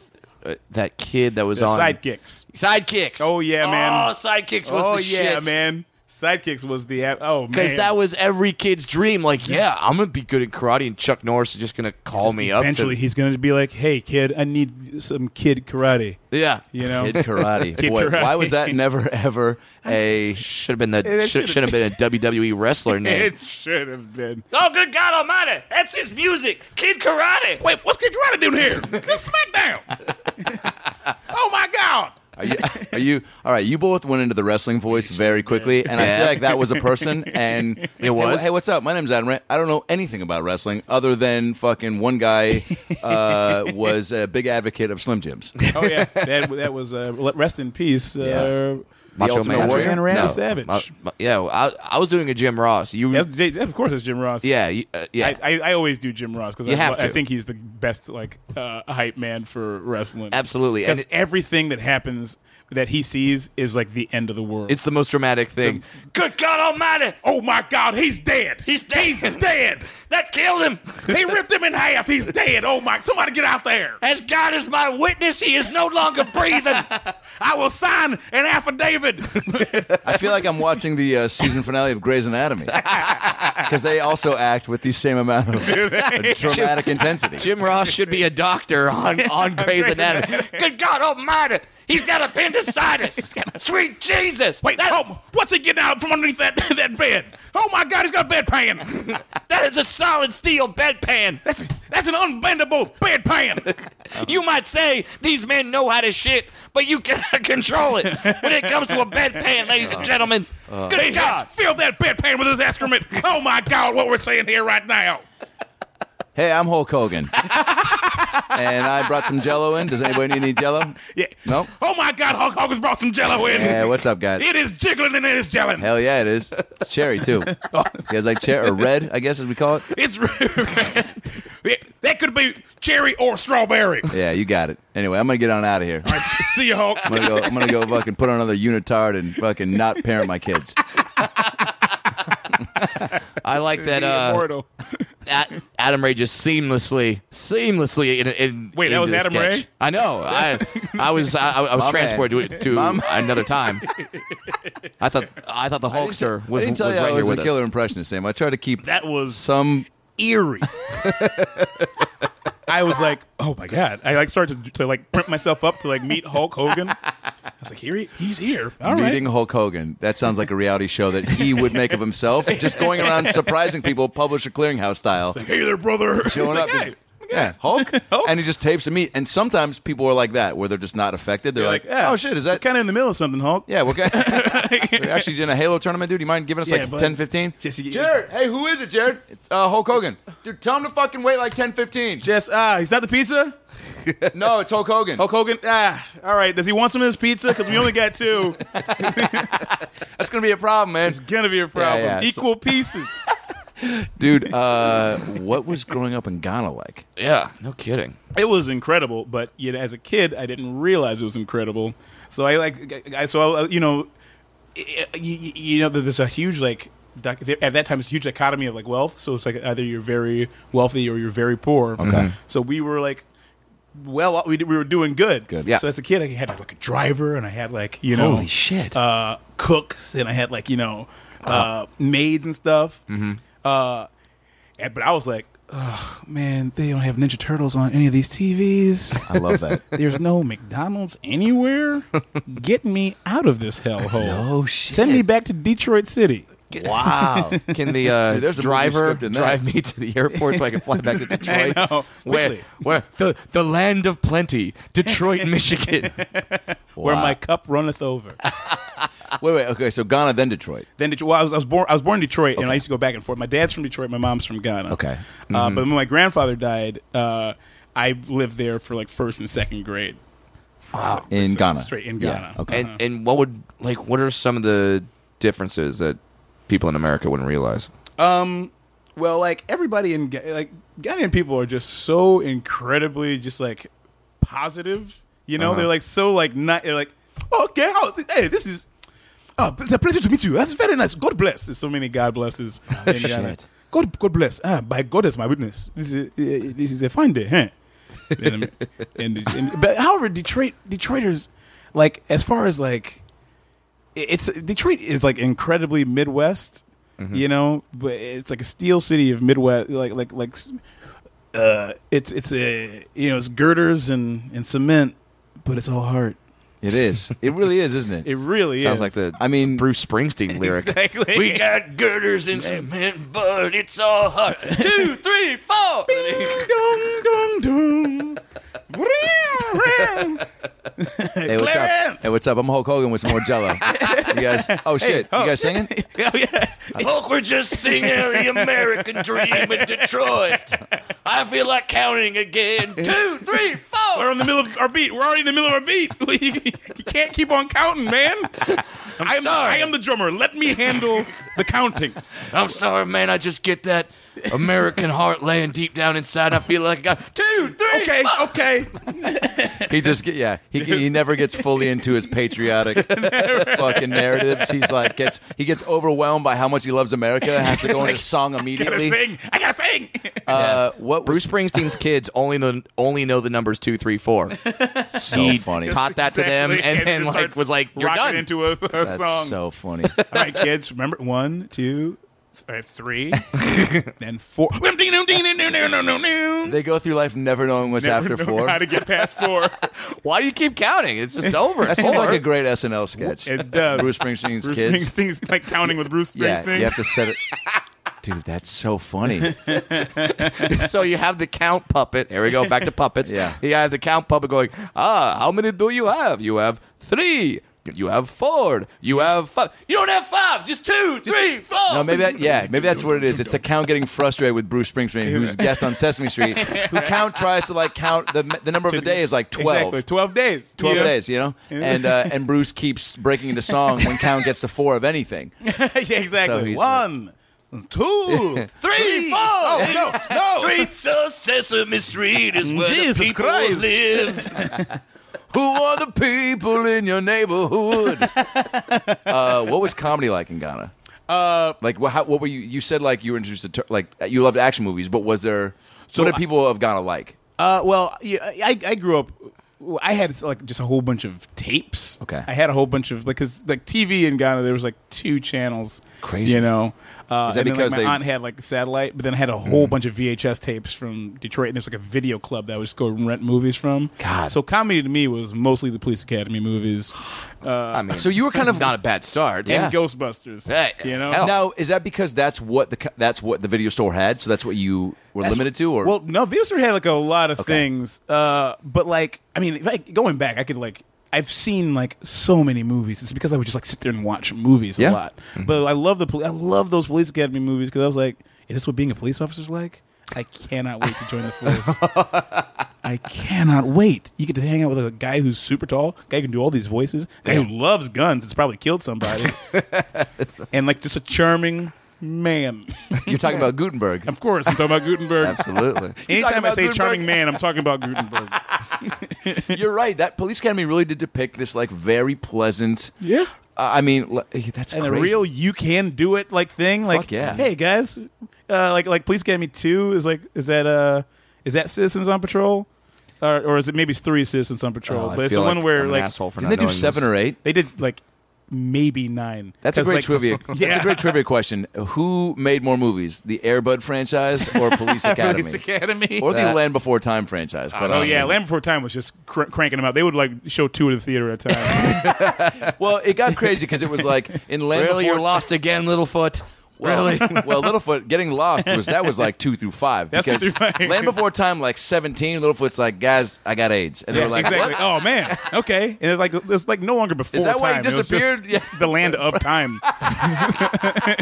Speaker 1: th- uh, that kid that was
Speaker 3: The
Speaker 1: on
Speaker 3: sidekicks.
Speaker 1: sidekicks.
Speaker 3: Oh, yeah, man.
Speaker 1: Oh, sidekicks was
Speaker 3: oh
Speaker 1: the
Speaker 3: yeah,
Speaker 1: shit,
Speaker 3: man. Sidekicks was the app. Oh man.
Speaker 1: Because that was every kid's dream. Like, yeah, I'm gonna be good at karate, and Chuck Norris is just gonna call me up. to-
Speaker 3: Eventually, he's going to be like, "Hey, kid, I need some kid karate."
Speaker 1: yeah,
Speaker 3: You know,
Speaker 2: Kid karate.
Speaker 3: Kid
Speaker 2: Boy,
Speaker 3: karate.
Speaker 2: why was that never ever a?
Speaker 1: should have been the
Speaker 3: that
Speaker 1: should
Speaker 3: should've
Speaker 1: have been a WWE wrestler name.
Speaker 3: It should have been.
Speaker 4: Oh, good God Almighty! That's his music, Kid Karate. Wait, what's Kid Karate doing here? this is SmackDown. oh my God!
Speaker 2: Are you, are you all right? You both went into the wrestling voice very quickly, and I
Speaker 1: Yeah.
Speaker 2: feel like that was a person. And
Speaker 1: It was?
Speaker 2: Hey, what's up? My name's Adam Rant. I don't know anything about wrestling other than fucking one guy uh, was a big advocate of Slim Jims.
Speaker 3: Oh yeah, that, that was uh, rest in peace. Uh,
Speaker 1: Macho
Speaker 2: Ultimate
Speaker 1: Man
Speaker 2: Warrior?
Speaker 1: Randy-
Speaker 3: And Randy
Speaker 1: no,
Speaker 3: Savage.
Speaker 1: Ma- ma- yeah, well, I, I was doing a Jim Ross. You,
Speaker 3: that's J- of course, it's Jim Ross.
Speaker 1: yeah, you- uh, yeah.
Speaker 3: I, I, I always do Jim Ross because
Speaker 1: You
Speaker 3: I,
Speaker 1: have
Speaker 3: I
Speaker 1: to.
Speaker 3: think he's the best like uh, hype man for wrestling.
Speaker 1: Absolutely. And
Speaker 3: because
Speaker 1: it-
Speaker 3: everything that happens that he sees is like the end of the world.
Speaker 1: it's the most dramatic thing.
Speaker 4: Good God Almighty!
Speaker 3: oh my God, he's dead.
Speaker 4: He's dead.
Speaker 3: He's dead.
Speaker 4: That killed him.
Speaker 3: they ripped him in half. He's dead. Oh my! Somebody get out there.
Speaker 4: As God is my witness, he is no longer breathing.
Speaker 3: I will sign an affidavit.
Speaker 2: I feel like I'm watching the uh, season finale of Grey's Anatomy because they also act with the same amount of dramatic intensity.
Speaker 1: Jim Ross should be a doctor on on Grey's Anatomy.
Speaker 4: Good God Almighty! He's got appendicitis. Sweet Jesus!
Speaker 3: Wait,
Speaker 4: that,
Speaker 3: oh, what's he getting out from underneath that, that bed? Oh my God, he's got a bedpan.
Speaker 4: that is a solid steel bedpan.
Speaker 3: That's that's an unbendable bedpan.
Speaker 4: You might say these men know how to shit, but you cannot control it when it comes to a bedpan, ladies and gentlemen.
Speaker 3: Good God, fill that bedpan with his excrement. Oh my God, what we're saying here right now.
Speaker 2: Hey, I'm Hulk Hogan, and I brought some Jello in. Does anybody need any Jello?
Speaker 3: Yeah.
Speaker 2: No.
Speaker 3: Oh my God, Hulk Hogan's brought some Jello in.
Speaker 2: Yeah, what's up, guys?
Speaker 3: It is jiggling and it is gelling.
Speaker 2: Hell yeah, it is. It's cherry too. You guys like cherry or red? I guess as we call it.
Speaker 3: It's it- that could be cherry or strawberry.
Speaker 2: Yeah, you got it. Anyway, I'm gonna get on out of here. I'm
Speaker 3: See you, Hulk.
Speaker 2: gonna go. I'm gonna go fucking put on another unitard and fucking not parent my kids.
Speaker 1: I like that. Uh,
Speaker 3: Immortal.
Speaker 1: A- Adam Ray just seamlessly, seamlessly in. in
Speaker 3: Wait, that
Speaker 1: into
Speaker 3: was
Speaker 1: the
Speaker 3: Adam
Speaker 1: sketch.
Speaker 3: Ray?
Speaker 1: I know. I I was I, I was
Speaker 2: My
Speaker 1: transported to,
Speaker 2: bad.
Speaker 1: to
Speaker 2: My bad.
Speaker 1: another time. I thought I thought the Hulkster was
Speaker 2: I
Speaker 1: was
Speaker 2: didn't tell
Speaker 1: right
Speaker 2: you I
Speaker 1: here
Speaker 2: was
Speaker 1: with
Speaker 2: a
Speaker 1: us.
Speaker 2: killer impressionist, Sam. I tried to keep
Speaker 3: That was
Speaker 2: some.
Speaker 3: eerie. I was like, oh my god! I like started to, to like print myself up to like meet Hulk Hogan. I was like, here he, he's here. All right.
Speaker 2: Meeting Hulk Hogan. That sounds like a reality show that he would make of himself. Just going around surprising people, publisher clearinghouse style.
Speaker 3: Hey there, brother.
Speaker 2: Showing up.
Speaker 3: He's like, "Hey."
Speaker 2: Yeah, Hulk.
Speaker 3: Hulk.
Speaker 2: And he just tapes a meat. And sometimes people are like that, where they're just not affected. They're
Speaker 3: They're
Speaker 2: like, oh shit, is that.
Speaker 3: kind of in the middle of something, Hulk?
Speaker 2: yeah, we're, good. we're actually in a Halo tournament, dude. You mind giving us
Speaker 3: Yeah,
Speaker 2: like
Speaker 3: bud.
Speaker 2: 10, 15?
Speaker 3: Jesse,
Speaker 2: Jared, hey, who is it, Jared? It's uh, Hulk Hogan. Dude, tell him to fucking wait like 10, 15.
Speaker 3: Jess, ah, he's not the pizza.
Speaker 2: No, it's Hulk Hogan.
Speaker 3: Hulk Hogan, ah, all right. Does he want some of his pizza? Because we only got two.
Speaker 2: That's going to be a problem, man.
Speaker 3: It's gonna be a problem.
Speaker 2: yeah.
Speaker 3: Equal pieces.
Speaker 2: Dude, uh, what was growing up in Ghana like?
Speaker 1: Yeah, no kidding.
Speaker 3: it was incredible but you know as a kid i didn't realize it was incredible so i like i so I, you know y- y- you know there's a huge like doc- there- at that time it's a huge dichotomy of like wealth so it's like either you're very wealthy or you're very poor okay so we were like well we, we were doing good good
Speaker 1: yeah.
Speaker 3: so as a kid i had like a driver and i had like you know
Speaker 2: Holy shit.
Speaker 3: uh cooks and i had like you know uh maids and stuff uh and, but i was like oh man they don't have ninja turtles on any of these tvs
Speaker 2: I love that.
Speaker 3: there's no McDonald's anywhere. Get me out of this hellhole.
Speaker 2: No shit.
Speaker 3: Send me back to Detroit City.
Speaker 2: Wow.
Speaker 1: Can the uh,
Speaker 2: Dude, there's a movie
Speaker 1: driver
Speaker 2: script in that.
Speaker 1: drive me to the airport so I can fly back to Detroit?
Speaker 3: know.
Speaker 1: Where,
Speaker 3: Quickly.
Speaker 1: where the the land of plenty, Detroit, Michigan.
Speaker 3: where
Speaker 2: Wow.
Speaker 3: my cup runneth over.
Speaker 2: wait, wait. Okay, so Ghana then Detroit.
Speaker 3: then Detroit. Well, I was, I was born. I was born in Detroit, and I used to go back and forth. My dad's from Detroit. My mom's from Ghana.
Speaker 2: Okay. Mm-hmm.
Speaker 3: Uh, but when my grandfather died, uh, I lived there for like first and second grade.
Speaker 2: In
Speaker 3: So,
Speaker 2: Ghana.
Speaker 3: straight in
Speaker 2: Yeah,
Speaker 3: Ghana.
Speaker 2: okay.
Speaker 1: And and what would like what are some of the differences that people in America wouldn't realize?
Speaker 3: Well, like everybody in Ga- like Ghanaian people are just so incredibly just like positive. You know, they're like so like not they're like okay, how, hey, this is oh, it's a pleasure to meet you. That's very nice. God bless. There's so many God blesses in Ghana.
Speaker 2: shit.
Speaker 3: God, God bless. Ah, by God is my witness. This is a, this is a fine day, huh? and, and, and- but however, Detroit Detroiters like as far as like it's Detroit is like incredibly Midwest, you know, but it's like a steel city of Midwest, like like like, uh, it's it's a you know it's girders and and cement, but it's all heart.
Speaker 2: It is. It really is, isn't it?
Speaker 3: It really
Speaker 1: Sounds
Speaker 3: is.
Speaker 1: like the
Speaker 2: I mean-
Speaker 1: Bruce Springsteen lyric.
Speaker 3: Exactly.
Speaker 1: We got girders and cement, but it's all hard. Two, three, four.
Speaker 3: dum dum dum.
Speaker 2: Hey, what's
Speaker 3: Clarence!
Speaker 2: up? Hey, what's up? I'm Hulk Hogan with some more Jello. you guys? Oh shit!
Speaker 3: oh.
Speaker 2: You guys singing?
Speaker 3: yeah, yeah.
Speaker 1: Folk were just singing the American dream in Detroit. I feel like counting again. Two, three, four.
Speaker 3: We're in the middle of our beat. We're already in the middle of our beat. you, you can't keep on counting, man. I'm I am,
Speaker 1: sorry.
Speaker 3: I am the drummer. Let me handle the counting.
Speaker 1: I'm sorry, man. I just get that American heart laying deep down inside. I feel like I got two, three.
Speaker 3: Okay, okay.
Speaker 2: He just get yeah. He he never gets fully into his patriotic fucking narratives. He's like gets he gets overwhelmed by how much he loves America. Has to go into song
Speaker 3: gotta
Speaker 2: immediately.
Speaker 3: sing. I gotta sing.
Speaker 2: Uh, what
Speaker 1: Bruce
Speaker 2: was
Speaker 1: Springsteen's kids only know, only know the numbers two, three, four.
Speaker 2: so funny?
Speaker 1: Taught that to them,
Speaker 3: Exactly.
Speaker 1: and then
Speaker 3: just
Speaker 1: like
Speaker 3: starts
Speaker 1: was like, "You're
Speaker 3: rocking
Speaker 1: done."
Speaker 3: into a, a
Speaker 2: That's
Speaker 3: song.
Speaker 2: so funny.
Speaker 3: All right, kids, remember one, two, th- all right, three, then four. Never
Speaker 2: They go through life never knowing what's after
Speaker 3: know
Speaker 2: four.
Speaker 3: how to get past four.
Speaker 1: Why do you keep counting? It's just over.
Speaker 2: That
Speaker 1: That's
Speaker 2: seems like a great SNL sketch.
Speaker 3: It does.
Speaker 2: Bruce Springsteen's
Speaker 3: Bruce
Speaker 2: kids.
Speaker 3: Springsteen's like counting with Bruce
Speaker 2: yeah,
Speaker 3: Springsteen.
Speaker 2: you have to set it. Dude, that's so funny.
Speaker 1: so you have the count puppet. Here we go back to puppets.
Speaker 2: Yeah.
Speaker 1: you have the count puppet going. Ah, how many do you have? You have three. You have four. You have five. You don't have five. Just two, three, four.
Speaker 2: No, maybe that, yeah, maybe that's what it is. It's a count getting frustrated with Bruce Springsteen, who's a guest on Sesame Street. Who count tries to like count the the number of the day is like twelve.
Speaker 3: Exactly, twelve days.
Speaker 2: 12
Speaker 3: Yeah.
Speaker 2: days, you know? And uh, and Bruce keeps breaking into song when Count gets to four of anything.
Speaker 3: yeah,
Speaker 2: So
Speaker 3: exactly.
Speaker 2: he's
Speaker 3: One, two,
Speaker 1: Three, four.
Speaker 3: Oh, no, no.
Speaker 1: Streets of Sesame Street is where
Speaker 3: Jesus
Speaker 1: the people
Speaker 3: Christ.
Speaker 1: live.
Speaker 2: Who are the people in your neighborhood? uh, what was comedy like in Ghana? Uh, like, wha- how, what were you? You said like you were interested, to, like you loved action movies, but was there? what did people of Ghana like?
Speaker 3: Uh, well, yeah, I, I grew up. I had like just a whole bunch of tapes.
Speaker 2: Okay.
Speaker 3: I had a whole bunch of because like TV in Ghana there was like two channels.
Speaker 2: Crazy.
Speaker 3: you know. Uh,
Speaker 2: Is that
Speaker 3: and then, like,
Speaker 2: because
Speaker 3: my
Speaker 2: they- Hmm.
Speaker 3: aunt had like the satellite, but then I had a whole bunch of VHS tapes from Detroit, and there's like a video club that I would just go rent movies from.
Speaker 2: God.
Speaker 3: So comedy to me was mostly the Police Academy movies
Speaker 1: I mean,
Speaker 2: So you were kind of
Speaker 1: not a bad start.
Speaker 2: Yeah.
Speaker 3: and Ghostbusters.
Speaker 1: Hey,
Speaker 3: you know.
Speaker 1: hell.
Speaker 2: now. Is that because that's what the co- that's what the video store had? So that's what you were limited to, or
Speaker 3: Well, no, video store had like a lot of things, uh, but like I mean, like going back, I could like I've seen like so many movies. It's because I would just like sit there and watch movies
Speaker 2: Yeah. Mm-hmm.
Speaker 3: a lot. But I love the poli- I love those police academy movies because I was like, is this what being a police officer's like? I cannot wait to join the force. I cannot wait. You get to hang out with a guy who's super tall, guy who can do all these voices, guy who loves guns. It's probably killed somebody, and like just a charming man.
Speaker 2: you're talking about Gutenberg?
Speaker 3: of course, I'm talking about Gutenberg.
Speaker 2: Absolutely. You're
Speaker 3: Anytime
Speaker 2: talking
Speaker 3: I
Speaker 2: about
Speaker 3: say
Speaker 2: Gutenberg?
Speaker 3: charming man, I'm talking about Gutenberg.
Speaker 2: You're right. That police academy really did depict this like very pleasant.
Speaker 3: yeah.
Speaker 2: Uh, I mean, l- that's
Speaker 3: And a
Speaker 2: crazy.
Speaker 3: real you can do it like thing. Like
Speaker 2: Fuck yeah.
Speaker 3: hey guys. Uh, like like Police Academy two is like is that uh is that Citizens on Patrol? Or, or is it maybe it's three Citizens on Patrol?
Speaker 1: Oh, I
Speaker 3: but it's
Speaker 1: feel
Speaker 3: the one
Speaker 1: like
Speaker 3: where
Speaker 1: I'm an
Speaker 3: like
Speaker 1: asshole for not
Speaker 2: Didn't they do
Speaker 1: knowing
Speaker 2: seven
Speaker 1: this.
Speaker 2: or eight?
Speaker 3: they did like maybe nine.
Speaker 2: That's a
Speaker 3: 'Cause,
Speaker 2: great
Speaker 3: like,
Speaker 2: trivia.
Speaker 3: Yeah.
Speaker 2: That's a great trivia question. Who made more movies, the Airbud franchise or Police Academy?
Speaker 4: Police Academy.
Speaker 2: Or the
Speaker 1: That-
Speaker 2: Land Before Time franchise? But
Speaker 3: Oh yeah,
Speaker 2: honestly-
Speaker 3: Land Before Time was just cr- cranking them out. They would like show two at the theater at a time.
Speaker 2: Well, it got crazy because it was like in Land
Speaker 1: Really,
Speaker 2: Before
Speaker 1: you're lost again, Littlefoot.
Speaker 2: Well, well, Littlefoot getting lost was that was like two through five.
Speaker 3: That's
Speaker 2: because
Speaker 3: two through five.
Speaker 2: Land Before Time, like seventeen. Littlefoot's like, guys, I got AIDS, and they're like,
Speaker 3: exactly.
Speaker 2: what?
Speaker 3: Oh man, okay. And it's like it's like no longer before.
Speaker 2: that why he
Speaker 3: time. It was just
Speaker 2: disappeared? Yeah.
Speaker 3: The land of time.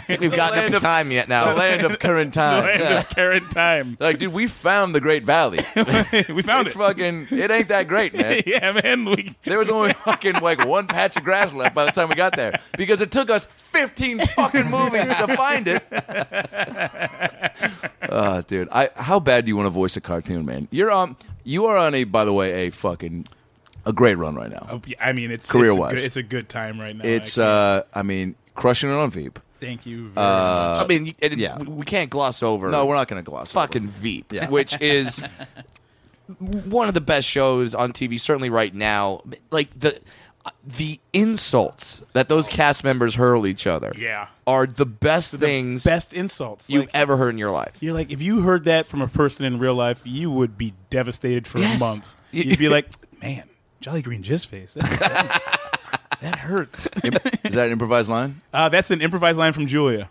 Speaker 1: We've gotten up
Speaker 2: land
Speaker 1: to
Speaker 2: of-
Speaker 1: time yet
Speaker 2: The
Speaker 1: now.
Speaker 2: land of current
Speaker 3: The
Speaker 2: time.
Speaker 3: land
Speaker 2: Yeah.
Speaker 3: of current time.
Speaker 2: Like, dude, we found the Great Valley.
Speaker 3: we found
Speaker 2: It's
Speaker 3: it.
Speaker 2: fucking. It ain't that great, man.
Speaker 3: yeah, man. We,
Speaker 2: There was only fucking like one patch of grass left by the time we got there because it took us 15 fucking movies to find it. Oh, dude, I how bad do you want to voice a cartoon, man? You're um, you are on a by the way a fucking a great run right now.
Speaker 3: I mean, it's it's a,
Speaker 2: Career-wise.
Speaker 3: good, it's a good time right now.
Speaker 2: It's
Speaker 3: Oh, I can't-
Speaker 2: uh, I mean, crushing it on Veep.
Speaker 3: thank you. Very much.
Speaker 2: uh,
Speaker 1: I mean, you- it-
Speaker 2: yeah.
Speaker 1: we- we can't gloss over.
Speaker 2: No, we're not gonna gloss. over it.
Speaker 1: fucking Veep, which is one of the best shows on TV, certainly right now. Like the the insults that those cast members hurl each other,
Speaker 3: Oh. Yeah.
Speaker 1: are the best things
Speaker 3: Best insults.
Speaker 1: you
Speaker 3: Like,
Speaker 1: ever heard in your life.
Speaker 3: you're like, if you heard that from a person in real life, you would be devastated for
Speaker 1: Yes.
Speaker 3: a month.
Speaker 1: You-
Speaker 3: You'd be like,
Speaker 5: Man, Jolly Green Jizz Face. That, that hurts.
Speaker 2: Is that an improvised line?
Speaker 3: uh, that's an improvised line from Julia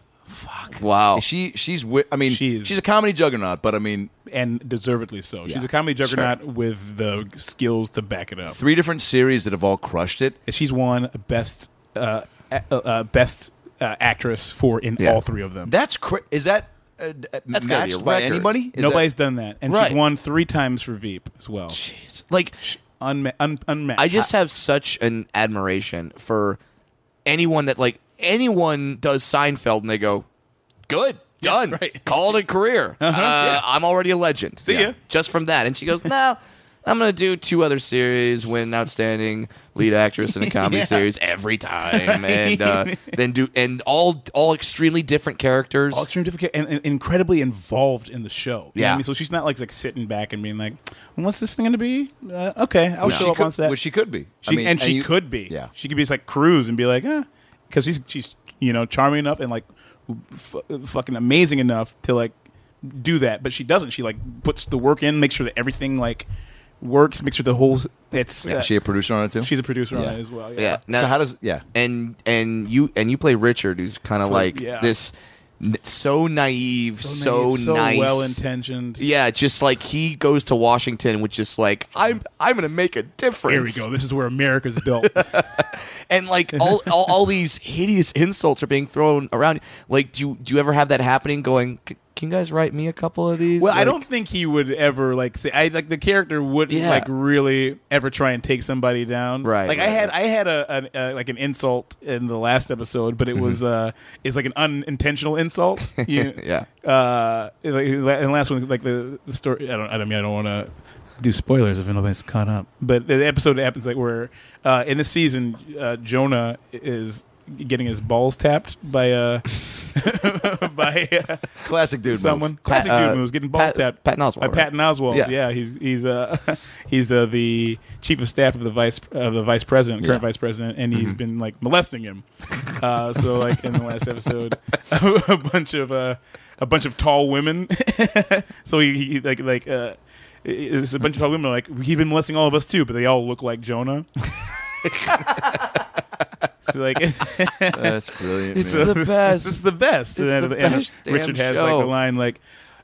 Speaker 1: Wow,
Speaker 2: She she's wi- I mean
Speaker 3: She's-
Speaker 2: she's a comedy juggernaut, but I mean
Speaker 3: and deservedly so.
Speaker 2: Yeah.
Speaker 3: She's a comedy juggernaut with the skills to back it up.
Speaker 2: three different series that have all crushed it.
Speaker 3: She's won a best uh, a- uh, uh, best uh, actress for in
Speaker 1: Yeah.
Speaker 3: all three of them.
Speaker 2: That's cr- is that uh, d-
Speaker 1: That's gotta be a
Speaker 2: matched by
Speaker 1: record.
Speaker 2: anybody? Is
Speaker 3: Nobody's done that, and
Speaker 1: Right.
Speaker 3: she's won three times for Veep as well.
Speaker 1: It's like
Speaker 3: Unma- un- unmatched.
Speaker 1: I just have such an admiration for anyone that like anyone does Seinfeld and they go, good, done,
Speaker 3: right.
Speaker 1: called a career. uh I'm already a legend.
Speaker 3: See ya.
Speaker 1: Just from that, and she goes, no. I'm gonna do two other series, win outstanding lead actress in a comedy series every time, and uh, then do and all all extremely different characters.
Speaker 3: all extremely difficult and, and incredibly involved in the show. You know what
Speaker 1: Yeah.
Speaker 3: I mean, so she's not like like sitting back and being like, "What's this thing going to be? Uh, okay, I'll
Speaker 2: Which
Speaker 3: show
Speaker 2: she
Speaker 3: up
Speaker 2: could,
Speaker 3: on set."
Speaker 2: Which she could be. I
Speaker 3: She-
Speaker 2: mean,
Speaker 3: and she
Speaker 2: you-
Speaker 3: could be.
Speaker 2: Yeah.
Speaker 3: she could be just like Cruise and be like, "Ah," because she's she's you know charming enough and like f- fucking amazing enough to like do that, but she doesn't. She like puts the work in, makes sure that everything like works, makes sure the whole it's.
Speaker 2: Yeah,
Speaker 3: uh,
Speaker 2: Is she a producer on it too?
Speaker 3: she's a producer
Speaker 2: Yeah.
Speaker 3: on it as well.
Speaker 1: yeah. Now-
Speaker 2: so how does yeah?
Speaker 1: and and you and you play Richard, who's kind of like
Speaker 3: yeah.
Speaker 1: this n- so naive, so,
Speaker 3: naive, so
Speaker 1: nice,
Speaker 3: well intentioned.
Speaker 1: Yeah, just like he goes to Washington with just like I'm I'm gonna make a difference.
Speaker 3: Here we go. This is where America's built.
Speaker 1: And like all, all all these hideous insults are being thrown around. Like, do you do you ever have that happening? Going, "C- can you guys write me a couple of these?
Speaker 3: Well, I
Speaker 1: Like-
Speaker 3: don't think he would ever like say. I like the character wouldn't
Speaker 1: Yeah.
Speaker 3: like really ever try and take somebody down.
Speaker 1: Right,
Speaker 3: Like I
Speaker 1: right,
Speaker 3: had, I had a, an uh like an insult in the last episode, but it
Speaker 1: Mm-hmm.
Speaker 3: was uh, it's like an unintentional insult. You-
Speaker 1: Yeah.
Speaker 3: Uh, like, and the last one, like the, the story. I don't. I don't mean I don't want to.
Speaker 5: Do spoilers if anybody's caught up.
Speaker 3: But the episode happens like where uh, in this season, uh, Jonah is getting his balls tapped by uh by uh,
Speaker 2: Classic dude.
Speaker 3: someone.
Speaker 2: Move.
Speaker 3: Classic
Speaker 1: Pat-
Speaker 3: dude
Speaker 1: uh,
Speaker 3: moves, getting balls
Speaker 1: Pat-
Speaker 3: tapped.
Speaker 1: Patton Oswalt,
Speaker 3: By
Speaker 1: right?
Speaker 3: Patton Oswald.
Speaker 1: Yeah.
Speaker 3: Yeah. he's he's uh he's uh, the chief of staff of the vice of the vice president, current
Speaker 2: Yeah.
Speaker 3: vice president, and
Speaker 1: Mm-hmm.
Speaker 3: he's been like molesting him. Uh, so like in the last episode, a bunch of uh, a bunch of tall women. so he, he like like uh. It's a bunch of tall women like he's been molesting all of us too, but they all look like Jonah. so like
Speaker 2: That's brilliant.
Speaker 1: It's
Speaker 2: man.
Speaker 1: the best.
Speaker 3: this is the
Speaker 1: It's
Speaker 3: best. and
Speaker 1: the
Speaker 3: and
Speaker 1: best damn
Speaker 3: Richard has
Speaker 1: show.
Speaker 3: like the line like,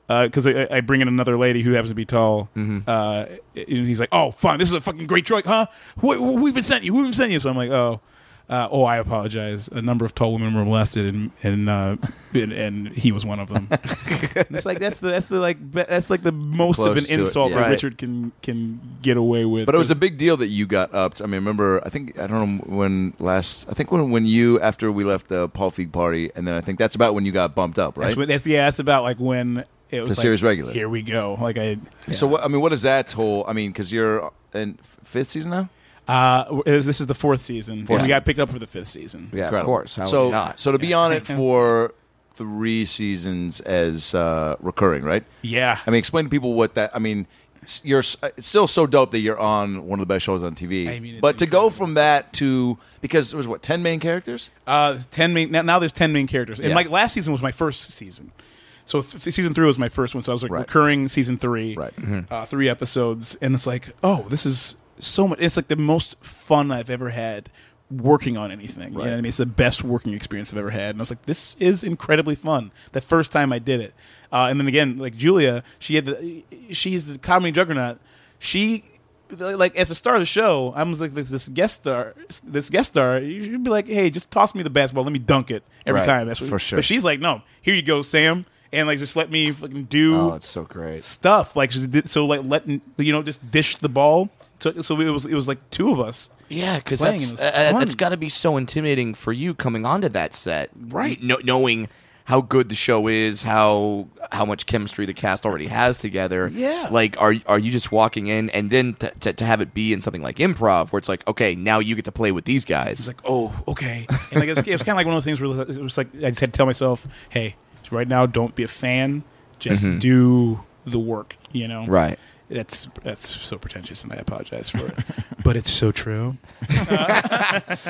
Speaker 3: because I, I bring in another lady who happens to be tall.
Speaker 2: Mm-hmm.
Speaker 3: Uh, and he's like, "Oh, fine, this is a fucking great choice, huh? Who, who who even sent you? Who even sent you?" So I'm like, "Oh." Uh, oh, I apologize. A number of tall women were molested, and and uh, and, and he was one of them. And it's like that's the that's the like be- that's like the most of
Speaker 2: Close
Speaker 3: an
Speaker 2: to it,
Speaker 3: insult
Speaker 2: yeah.
Speaker 3: that
Speaker 1: Right.
Speaker 3: Richard can can get away with.
Speaker 2: But it was a
Speaker 3: There's-
Speaker 2: big deal that you got upped. I mean, remember? I think I don't know when last. I think when when you after we left the Paul Feig party, and then I think that's about when you got bumped up, right?
Speaker 3: That's, when, that's yeah. That's about like when it was
Speaker 2: To
Speaker 3: like,
Speaker 2: series regular.
Speaker 3: Here we go. Like I.
Speaker 2: So what, I mean, what is that whole? I mean, because you're in f- fifth season now.
Speaker 3: Uh, w- is- this is the fourth season.
Speaker 1: Fourth
Speaker 3: We got picked up for the fifth season.
Speaker 1: yeah,
Speaker 2: Incredible.
Speaker 1: of course. How
Speaker 2: so
Speaker 1: would you not?
Speaker 2: so to be on it for three seasons as uh, recurring, right?
Speaker 3: Yeah.
Speaker 2: I mean, explain to people what that. I mean, s- you're s- uh, it's still so dope that you're on one of the best shows on TV.
Speaker 3: I mean, it's
Speaker 2: but to go
Speaker 3: incredible.
Speaker 2: from that to because there was what ten main characters.
Speaker 3: Uh, ten main now, now there's ten main characters, and
Speaker 2: Yeah.
Speaker 3: like last season was my first season, so th- season three was my first one. So I was like
Speaker 2: Right.
Speaker 3: recurring season three,
Speaker 2: Right.
Speaker 3: Uh, three episodes, and it's like, oh, this is so much. It's like the most fun I've ever had working on anything. You know what I mean? It's the best working experience I've ever had, and I was like, this is incredibly fun. The first time I did it, uh, and then again, like Julia, she had the she's the comedy juggernaut. She like as a star of the show, I was like this, this guest star, this guest star. You'd be like, hey, just toss me the basketball, let me dunk it every
Speaker 2: Right,
Speaker 3: time. That's what,
Speaker 2: for sure.
Speaker 3: But she's like, no, here you go, Sam, and like just let me fucking do
Speaker 2: Oh,
Speaker 1: Oh, so great.
Speaker 3: stuff. Like she did- so, like let you know, just dish the ball. So, so it was it was like two of us.
Speaker 1: Yeah, because
Speaker 3: Playing
Speaker 1: that's
Speaker 3: it was
Speaker 1: uh,
Speaker 3: fun.
Speaker 1: that's got to be so intimidating for you coming onto that set,
Speaker 3: Right.
Speaker 1: Kn- knowing how good the show is, how how much chemistry the cast already has together.
Speaker 3: Yeah.
Speaker 1: like are are you just walking in and then t- t- to have it be in something like improv, where it's like, okay, now you get to play with these guys.
Speaker 3: It's like, oh, okay. And like it's, it's kind of like one of the things where it was like I just had to tell myself, hey, right now, don't be a fan, just do the work. You know,
Speaker 1: Mm-hmm. Right.
Speaker 3: That's that's so pretentious, and I apologize for it, but it's so true.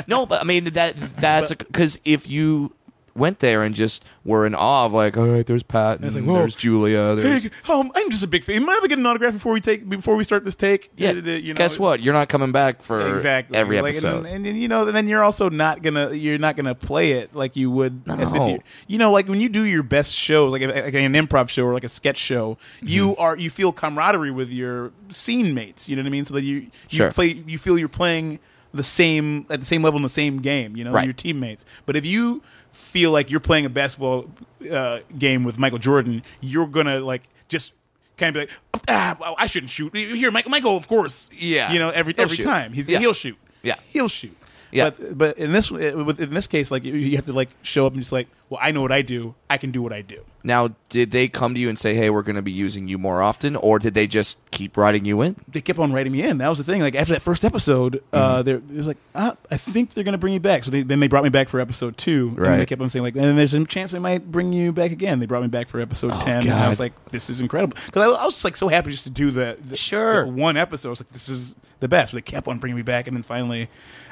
Speaker 1: No, but I mean that that's because if you went there and just were in awe of like, all right, there's Pat, and
Speaker 3: like, whoa.
Speaker 1: there's Julia, there's
Speaker 3: Hey, um, I'm just a big fan. Am I ever getting an autograph before we take before we start this take?
Speaker 1: yeah.
Speaker 3: You know,
Speaker 1: guess what? You're not coming back for
Speaker 3: Exactly.
Speaker 1: every
Speaker 3: Like, and
Speaker 1: episode.
Speaker 3: then- and, then you know, and then you're also not gonna you're not gonna play it like you would as if
Speaker 1: No.
Speaker 3: you you know like when you do your best shows like, like an improv show or like a sketch show
Speaker 1: Mm-hmm.
Speaker 3: you are you feel camaraderie with your scene mates you know what I mean so that you you
Speaker 1: Sure.
Speaker 3: play you feel you're playing the same at the same level in the same game you know
Speaker 1: Right.
Speaker 3: your teammates but if you feel like you're playing a basketball uh, game with Michael Jordan you're gonna like just kind of be like ah, I shouldn't shoot here Michael Michael of course
Speaker 1: Yeah.
Speaker 3: you know every
Speaker 1: He'll
Speaker 3: every
Speaker 1: shoot.
Speaker 3: time he's
Speaker 1: Yeah.
Speaker 3: he'll shoot
Speaker 1: Yeah.
Speaker 3: he'll shoot.
Speaker 1: Yeah.
Speaker 3: But but in this with- in this case, like you- you have to like show up and just like, well, I know what I do. I can do what I do.
Speaker 1: Now, did they come to you and say, "Hey, we're going to be using you more often," or did they just keep writing you in?
Speaker 3: They kept on writing me in. That was the thing. Like after that first episode,
Speaker 1: Mm-hmm.
Speaker 3: uh, they it was like, ah, I think they're gonna bring you back. So they, then they brought me back for episode two. And they
Speaker 1: Right.
Speaker 3: kept on saying like, and there's a chance we might bring you back again. They brought me back for episode ten, and I
Speaker 1: Oh, God.
Speaker 3: was like, this is incredible because I, I was just like so happy just to do the, the
Speaker 1: Sure.
Speaker 3: the one episode. I was like, this is the best. But they kept on bringing me back, and then finally,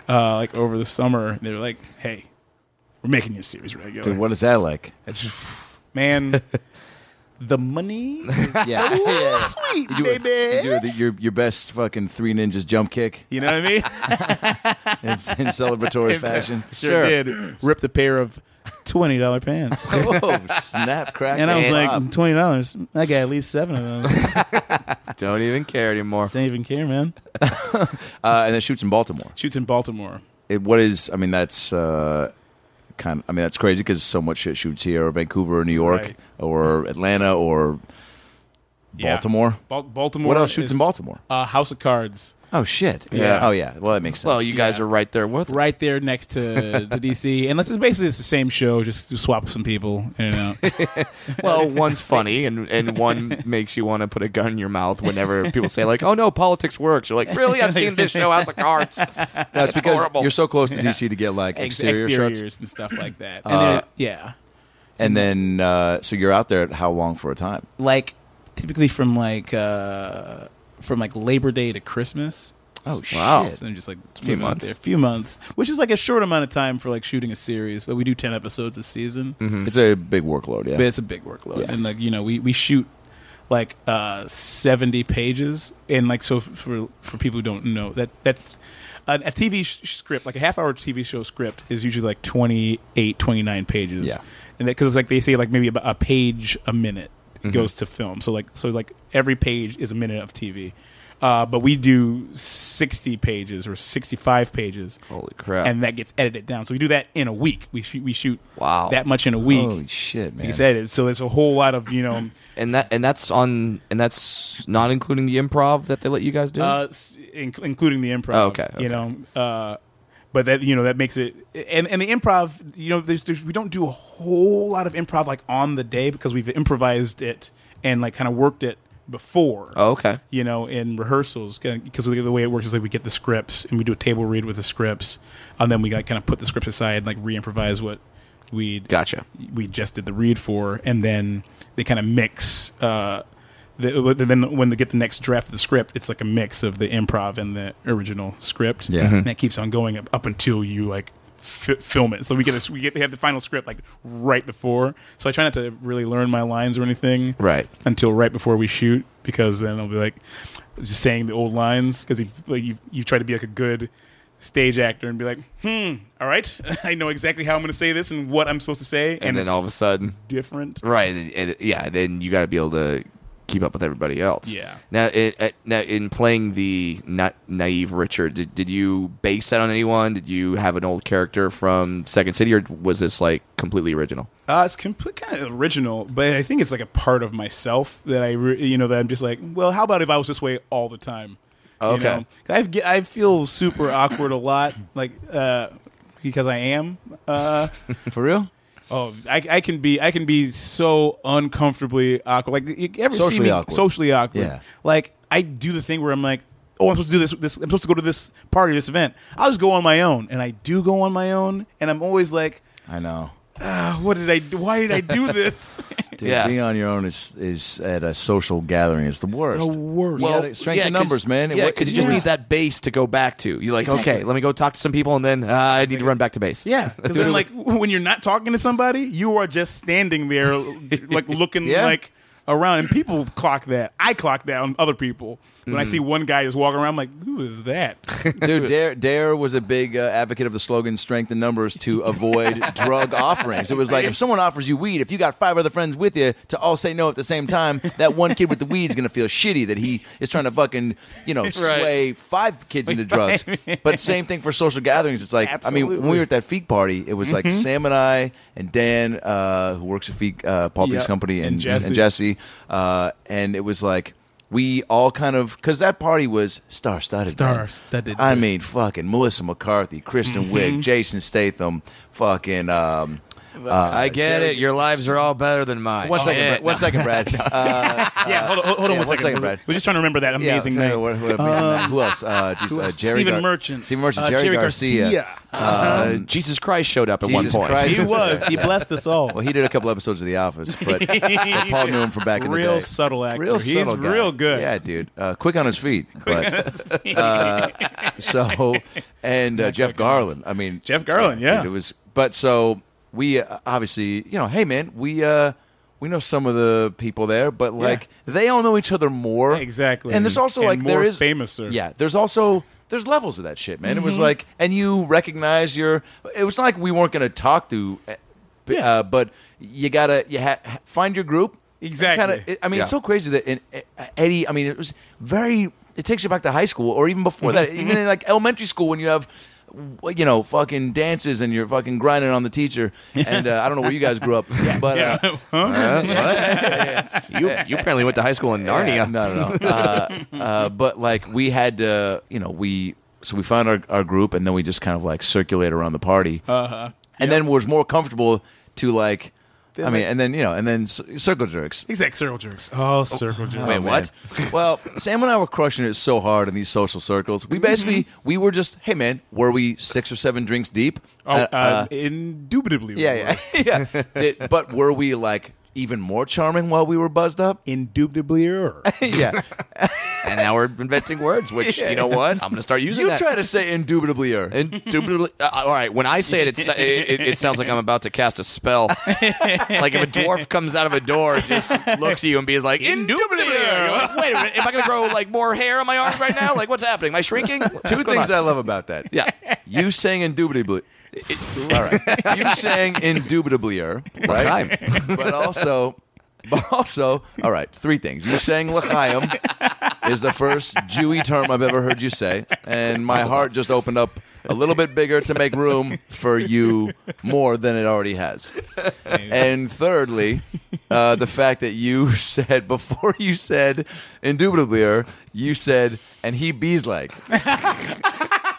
Speaker 3: uh, like over the summer, they were like, hey, we're making you a series regular.
Speaker 2: what is that like?
Speaker 3: It's man, the money.
Speaker 2: Yeah, sweet you do a-
Speaker 3: baby.
Speaker 2: you do the, your your best fucking three ninjas jump kick
Speaker 3: You know what I mean?
Speaker 2: in, in celebratory fashion.
Speaker 1: Sure.
Speaker 3: did. Ripped a pair of twenty dollar pants,
Speaker 2: oh snap! Crack.
Speaker 3: and I was
Speaker 2: it
Speaker 3: like,
Speaker 2: up.
Speaker 3: twenty dollars. I got at least seven of those.
Speaker 1: Don't even care anymore.
Speaker 3: Don't even care, man.
Speaker 2: uh, and then shoots in Baltimore.
Speaker 3: Shoots in Baltimore.
Speaker 2: It, what is? I mean, that's uh, kind. Of, I mean, that's crazy because so much shit shoots here, or Vancouver, or New York,
Speaker 3: Right.
Speaker 2: or Atlanta, or
Speaker 3: Yeah.
Speaker 2: Baltimore.
Speaker 3: Bal- Baltimore.
Speaker 2: What else shoots
Speaker 3: is-
Speaker 2: in Baltimore?
Speaker 3: Uh, House of Cards,
Speaker 2: Oh shit!
Speaker 1: Yeah.
Speaker 2: Oh yeah. Well, that makes sense.
Speaker 1: Well, you guys
Speaker 3: Yeah.
Speaker 1: are right there with.
Speaker 3: right there next to, to DC, and it's basically it's the same show, just swap some people in and out.
Speaker 1: Well, one's funny, and and one makes you want to put a gun in your mouth whenever people say like, "Oh no, politics works." You're like, "Really? I've seen this show House of Cards."
Speaker 2: That's because
Speaker 1: horrible.
Speaker 2: you're so close to DC to get like
Speaker 3: Ex-
Speaker 2: exterior
Speaker 3: exteriors
Speaker 2: shots,
Speaker 3: and stuff like that. And
Speaker 2: Uh,
Speaker 3: they're- yeah,
Speaker 2: and then uh, so you're out there at how long for a time?
Speaker 3: like typically from like uh from like Labor Day to Christmas.
Speaker 2: Oh,
Speaker 1: Wow.
Speaker 2: shit.
Speaker 3: So I'm just like a
Speaker 1: few months.
Speaker 3: there, few months, which is like a short amount of time for like shooting a series, but we do ten episodes a season.
Speaker 2: It's a big workload. Yeah.
Speaker 3: But it's a big workload,
Speaker 2: Yeah.
Speaker 3: and like you know, we we shoot like uh seventy pages, and like so for for people who don't know that that's. A, a TV sh- script, like a half-hour TV show script, is usually like 28, 29 pages.
Speaker 2: Yeah.
Speaker 3: and because like they say, like maybe about a page a minute goes to film. So like, so like every page is a minute of TV. Uh, but we do sixty pages or sixty-five pages,
Speaker 1: Holy crap!
Speaker 3: and that gets edited down. So we do that in a week. We shoot, we shoot
Speaker 1: Wow.
Speaker 3: that much in a week.
Speaker 2: Holy shit, man!
Speaker 3: It's edited, so there's a whole lot of you know.
Speaker 1: and that and that's on and that's not including the improv that they let you guys do.
Speaker 3: uh, s- in- including the improv.
Speaker 1: Oh, okay,
Speaker 3: you know, uh, but that you know that makes it and and the improv. You know, there's, there's we don't do a whole lot of improv like on the day because we've improvised it and like kind of worked it before.
Speaker 1: oh, okay.
Speaker 3: You know, in rehearsals, because the way it works is like we get the scripts and we do a table read with the scripts, and then we like kind of put the scripts aside and like re-improvise what we
Speaker 1: Gotcha.
Speaker 3: we just did the read for, and then they kind of mix uh, The, but then when they get the next draft of the script, it's like a mix of the improv and the original script.
Speaker 2: Yeah. Mhm.
Speaker 3: and that keeps on going up, up until you like f- film it. So we get this, we get we have the final script like right before. So I try not to really learn my lines or anything
Speaker 2: Right.
Speaker 3: until right before we shoot because then I'll be like just saying the old lines because you've, like, you've you've tried to be like a good stage actor and be like, hmm, all right, I know exactly how I'm going to say this and what I'm supposed to say, and,
Speaker 1: and then
Speaker 3: it's
Speaker 1: all of a sudden,
Speaker 3: different.
Speaker 1: right? And, and- yeah, then you got to be able to keep up with everybody else.
Speaker 3: Yeah.
Speaker 1: Now, it, uh, now in playing the na- naive Richard, did, did you base that on anyone? Did you have an old character from Second City, or was this like completely original?
Speaker 3: Uh, it's complete, kind of original, but I think it's like a part of myself that I, re- you know, that I'm just like, well, how about if I was this way all the time? You
Speaker 1: Okay.
Speaker 3: know? I get, I feel super awkward a lot, like uh, because I am. Uh,
Speaker 2: For real?
Speaker 3: oh, I, I can be, I can be so uncomfortably awkward. Like you ever see
Speaker 2: Socially
Speaker 3: me
Speaker 2: awkward.
Speaker 3: socially awkward?
Speaker 2: Yeah.
Speaker 3: Like I do the thing where I'm like, oh, I'm supposed to do this, this. I'm supposed to go to this party, this event. I'll just go on my own, and I do go on my own, and I'm always like,
Speaker 2: I know.
Speaker 3: "Ah, what did I? do? Why did I do this?
Speaker 2: Dude,
Speaker 1: Yeah.
Speaker 2: being on your own is, is at a social gathering is the worst.
Speaker 3: the worst.
Speaker 2: Well,
Speaker 1: Yeah,
Speaker 2: strength
Speaker 1: yeah,
Speaker 2: in
Speaker 1: 'cause-
Speaker 2: numbers, man. It
Speaker 1: Yeah,
Speaker 2: wa-
Speaker 1: because you
Speaker 2: it
Speaker 1: just
Speaker 2: was-
Speaker 1: need that base to go back to. You're like, okay, let me go talk to some people, and then uh, I need to run back to base.
Speaker 3: Yeah, because then like when you're not talking to somebody, you are just standing there, like looking
Speaker 2: Yeah.
Speaker 3: like around, and people clock that. I clock that on other people. When
Speaker 2: Mm.
Speaker 3: I see one guy just walking around, I'm like, who is that?
Speaker 2: Dude, Dare, Dare was a big uh, advocate of the slogan "Strength in numbers" to avoid drug offerings. It was like if someone offers you weed, if you got five other friends with you to all say no at the same time, that one kid with the weed's gonna feel shitty that he is trying to fucking you know sway five kids into drugs. But same thing for social gatherings. It's like I mean, when we
Speaker 3: Absolutely. Mm-hmm.
Speaker 2: were at that Feet party, it was like Sam and I and Dan, uh, who works at Feet uh, Paul Feek's
Speaker 3: Yep.
Speaker 2: company, and,
Speaker 3: And Jesse.
Speaker 2: and Jesse, uh, and it was like. We all kind of because that party was star studded.
Speaker 5: Star-studded,
Speaker 2: I
Speaker 5: dude.
Speaker 2: mean, fucking Melissa McCarthy, Kristen
Speaker 1: Mm-hmm.
Speaker 2: Wiig, Jason Statham, fucking. Um,
Speaker 1: I get it. Your lives are all better than mine.
Speaker 2: one second,
Speaker 1: Yeah.
Speaker 2: Brad, one second, Brad. Uh,
Speaker 3: yeah, hold on, hold on
Speaker 2: yeah,
Speaker 3: one second.
Speaker 2: Brad.
Speaker 3: We're just trying to remember that
Speaker 2: Yeah,
Speaker 3: amazing
Speaker 2: sorry,
Speaker 3: night.
Speaker 2: what- what- who else? Uh, geez,
Speaker 3: Um, Who
Speaker 2: uh,
Speaker 3: else?
Speaker 2: Jerry
Speaker 3: Stephen
Speaker 2: Gar-
Speaker 3: Merchant.
Speaker 2: Stephen Merchant.
Speaker 3: Uh,
Speaker 2: Jerry,
Speaker 3: Jerry
Speaker 2: Garcia.
Speaker 3: Garcia.
Speaker 1: Uh, Jesus Christ showed up at
Speaker 2: Jesus
Speaker 1: one point.
Speaker 2: Christ.
Speaker 3: He was. He blessed us all.
Speaker 2: Well, he did a couple episodes of The Office, but so Paul knew him from back in the day.
Speaker 3: Real subtle actor.
Speaker 2: Real
Speaker 3: He's
Speaker 2: subtle guy.
Speaker 3: real good.
Speaker 2: Yeah, dude. Uh, quick on his feet. but, uh, so and uh, Jeff Garland. I mean,
Speaker 3: Jeff Garland, yeah.
Speaker 2: dude, it was. But so we uh, obviously, you know, hey man, we uh, we know some of the people there, but like they all know each other more
Speaker 3: Exactly.
Speaker 2: And there's also
Speaker 3: And
Speaker 2: like there
Speaker 3: more
Speaker 2: is
Speaker 3: famouser. Mm-hmm.
Speaker 2: Yeah, there's also. There's levels of that shit, man. It was like, and you recognize your. It was not like we weren't going to talk to, uh, b-
Speaker 3: Yeah.
Speaker 2: uh, but you gotta you ha- ha- find your group.
Speaker 3: Exactly.
Speaker 2: Kinda- it- I mean, it's
Speaker 1: Yeah.
Speaker 2: so crazy that in, uh, Eddie. I mean, it was very. It takes you back to high school, or even before that, even in like elementary school when you have, w- you know, fucking dances and you're fucking grinding on the teacher. And uh, I don't know where you guys grew up, but uh,
Speaker 3: Yeah.
Speaker 1: You, you apparently went to high school in Narnia.
Speaker 2: yeah, no, no, no. uh, uh, but like we had to, you know, we so we found our, our group and then we just kind of like circulate around the party. Uh-huh. And then was more comfortable to like, I mean, and then you know, and then c- circle jerks.
Speaker 3: He's like circle jerks. Oh, circle jerks.
Speaker 1: Wait, what?
Speaker 2: well, Sam and I were crushing it so hard in these social circles. We basically we were just, hey man, were we six or seven drinks deep?
Speaker 3: Oh,
Speaker 2: Uh,
Speaker 3: uh,
Speaker 2: uh,
Speaker 3: indubitably. we
Speaker 2: yeah,
Speaker 3: were.
Speaker 2: yeah, yeah. Did- but were we like even more charming while we were buzzed up?
Speaker 3: Indubitably. er.
Speaker 2: yeah.
Speaker 1: and now we're inventing words, which you know what? I'm going to start using
Speaker 2: You
Speaker 1: that.
Speaker 2: try to say indubitably er.
Speaker 1: Indubitably. Uh, all right. When I say it, it, it, it sounds like I'm about to cast a spell. like if a dwarf comes out of a door, and just looks at you and be like, indubitably. You're like, Wait a minute. Am I going to grow like more hair on my arms right now? Like what's happening? Am I shrinking?
Speaker 2: Two things I love about that.
Speaker 1: Yeah.
Speaker 2: You sang indubitably. all right. You sang indubitably, right?
Speaker 1: L'chaim.
Speaker 2: But also, but also, all right. Three things. You sang l'chaim is the first Jewy term I've ever heard you say, and my heart just opened up a little bit bigger to make room for you more than it already has. And thirdly, uh, the fact that you said before you said indubitably, you said and he bees like.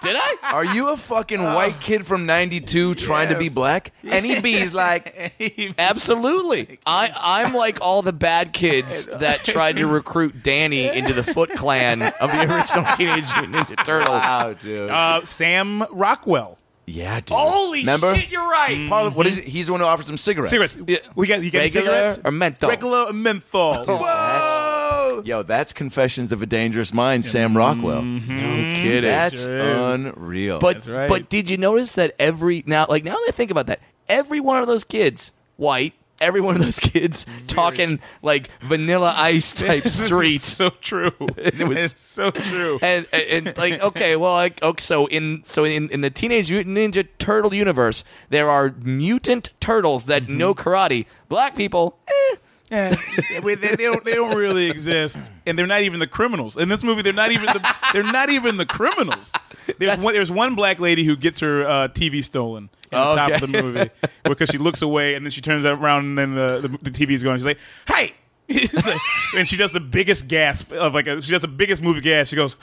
Speaker 1: Did I?
Speaker 2: Are you a fucking white kid from '92 trying to be black? And he bees like,
Speaker 1: Absolutely. I, I'm like all the bad kids that tried to recruit Danny into the Foot Clan of the original Teenage Mutant Ninja Turtles.
Speaker 2: wow, dude.
Speaker 3: Uh, Sam Rockwell.
Speaker 2: yeah, dude.
Speaker 1: Holy
Speaker 2: Remember?
Speaker 1: shit, you're right.
Speaker 2: Parli- what is it? He's the one who offers him cigarettes.
Speaker 3: Cigarettes.
Speaker 1: Yeah.
Speaker 3: We got you got
Speaker 1: Regular
Speaker 3: cigarettes
Speaker 1: or menthol?
Speaker 3: Regular or menthol.
Speaker 2: Whoa!
Speaker 3: Rockwell.
Speaker 2: Yo, that's Confessions of a Dangerous Mind, Sam Rockwell.
Speaker 1: No kidding.
Speaker 2: That's
Speaker 3: Sure is.
Speaker 2: unreal.
Speaker 1: But
Speaker 3: right.
Speaker 1: but did you notice that every now like now that I think about that, every one of those kids, white, every one of those kids talking like vanilla ice type
Speaker 3: This is
Speaker 1: street.
Speaker 3: so true. It
Speaker 1: was-
Speaker 3: it's so true.
Speaker 1: And, and and, like okay, well, like okay, so in so in, in the Teenage Mutant Ninja Turtle universe, there are mutant turtles that know karate. Black people, eh,
Speaker 3: Yeah, they, they don't they don't really exist, and they're not even the criminals in this movie. They're not even the they're not even the criminals. There's one, there's one black lady who gets her uh, TV stolen in the top of the movie because she looks away and then she turns around and then the the, the TV's going. She's like, "Hey." She's like- and she does the biggest gasp of like a, she does the biggest movie gasp. She goes,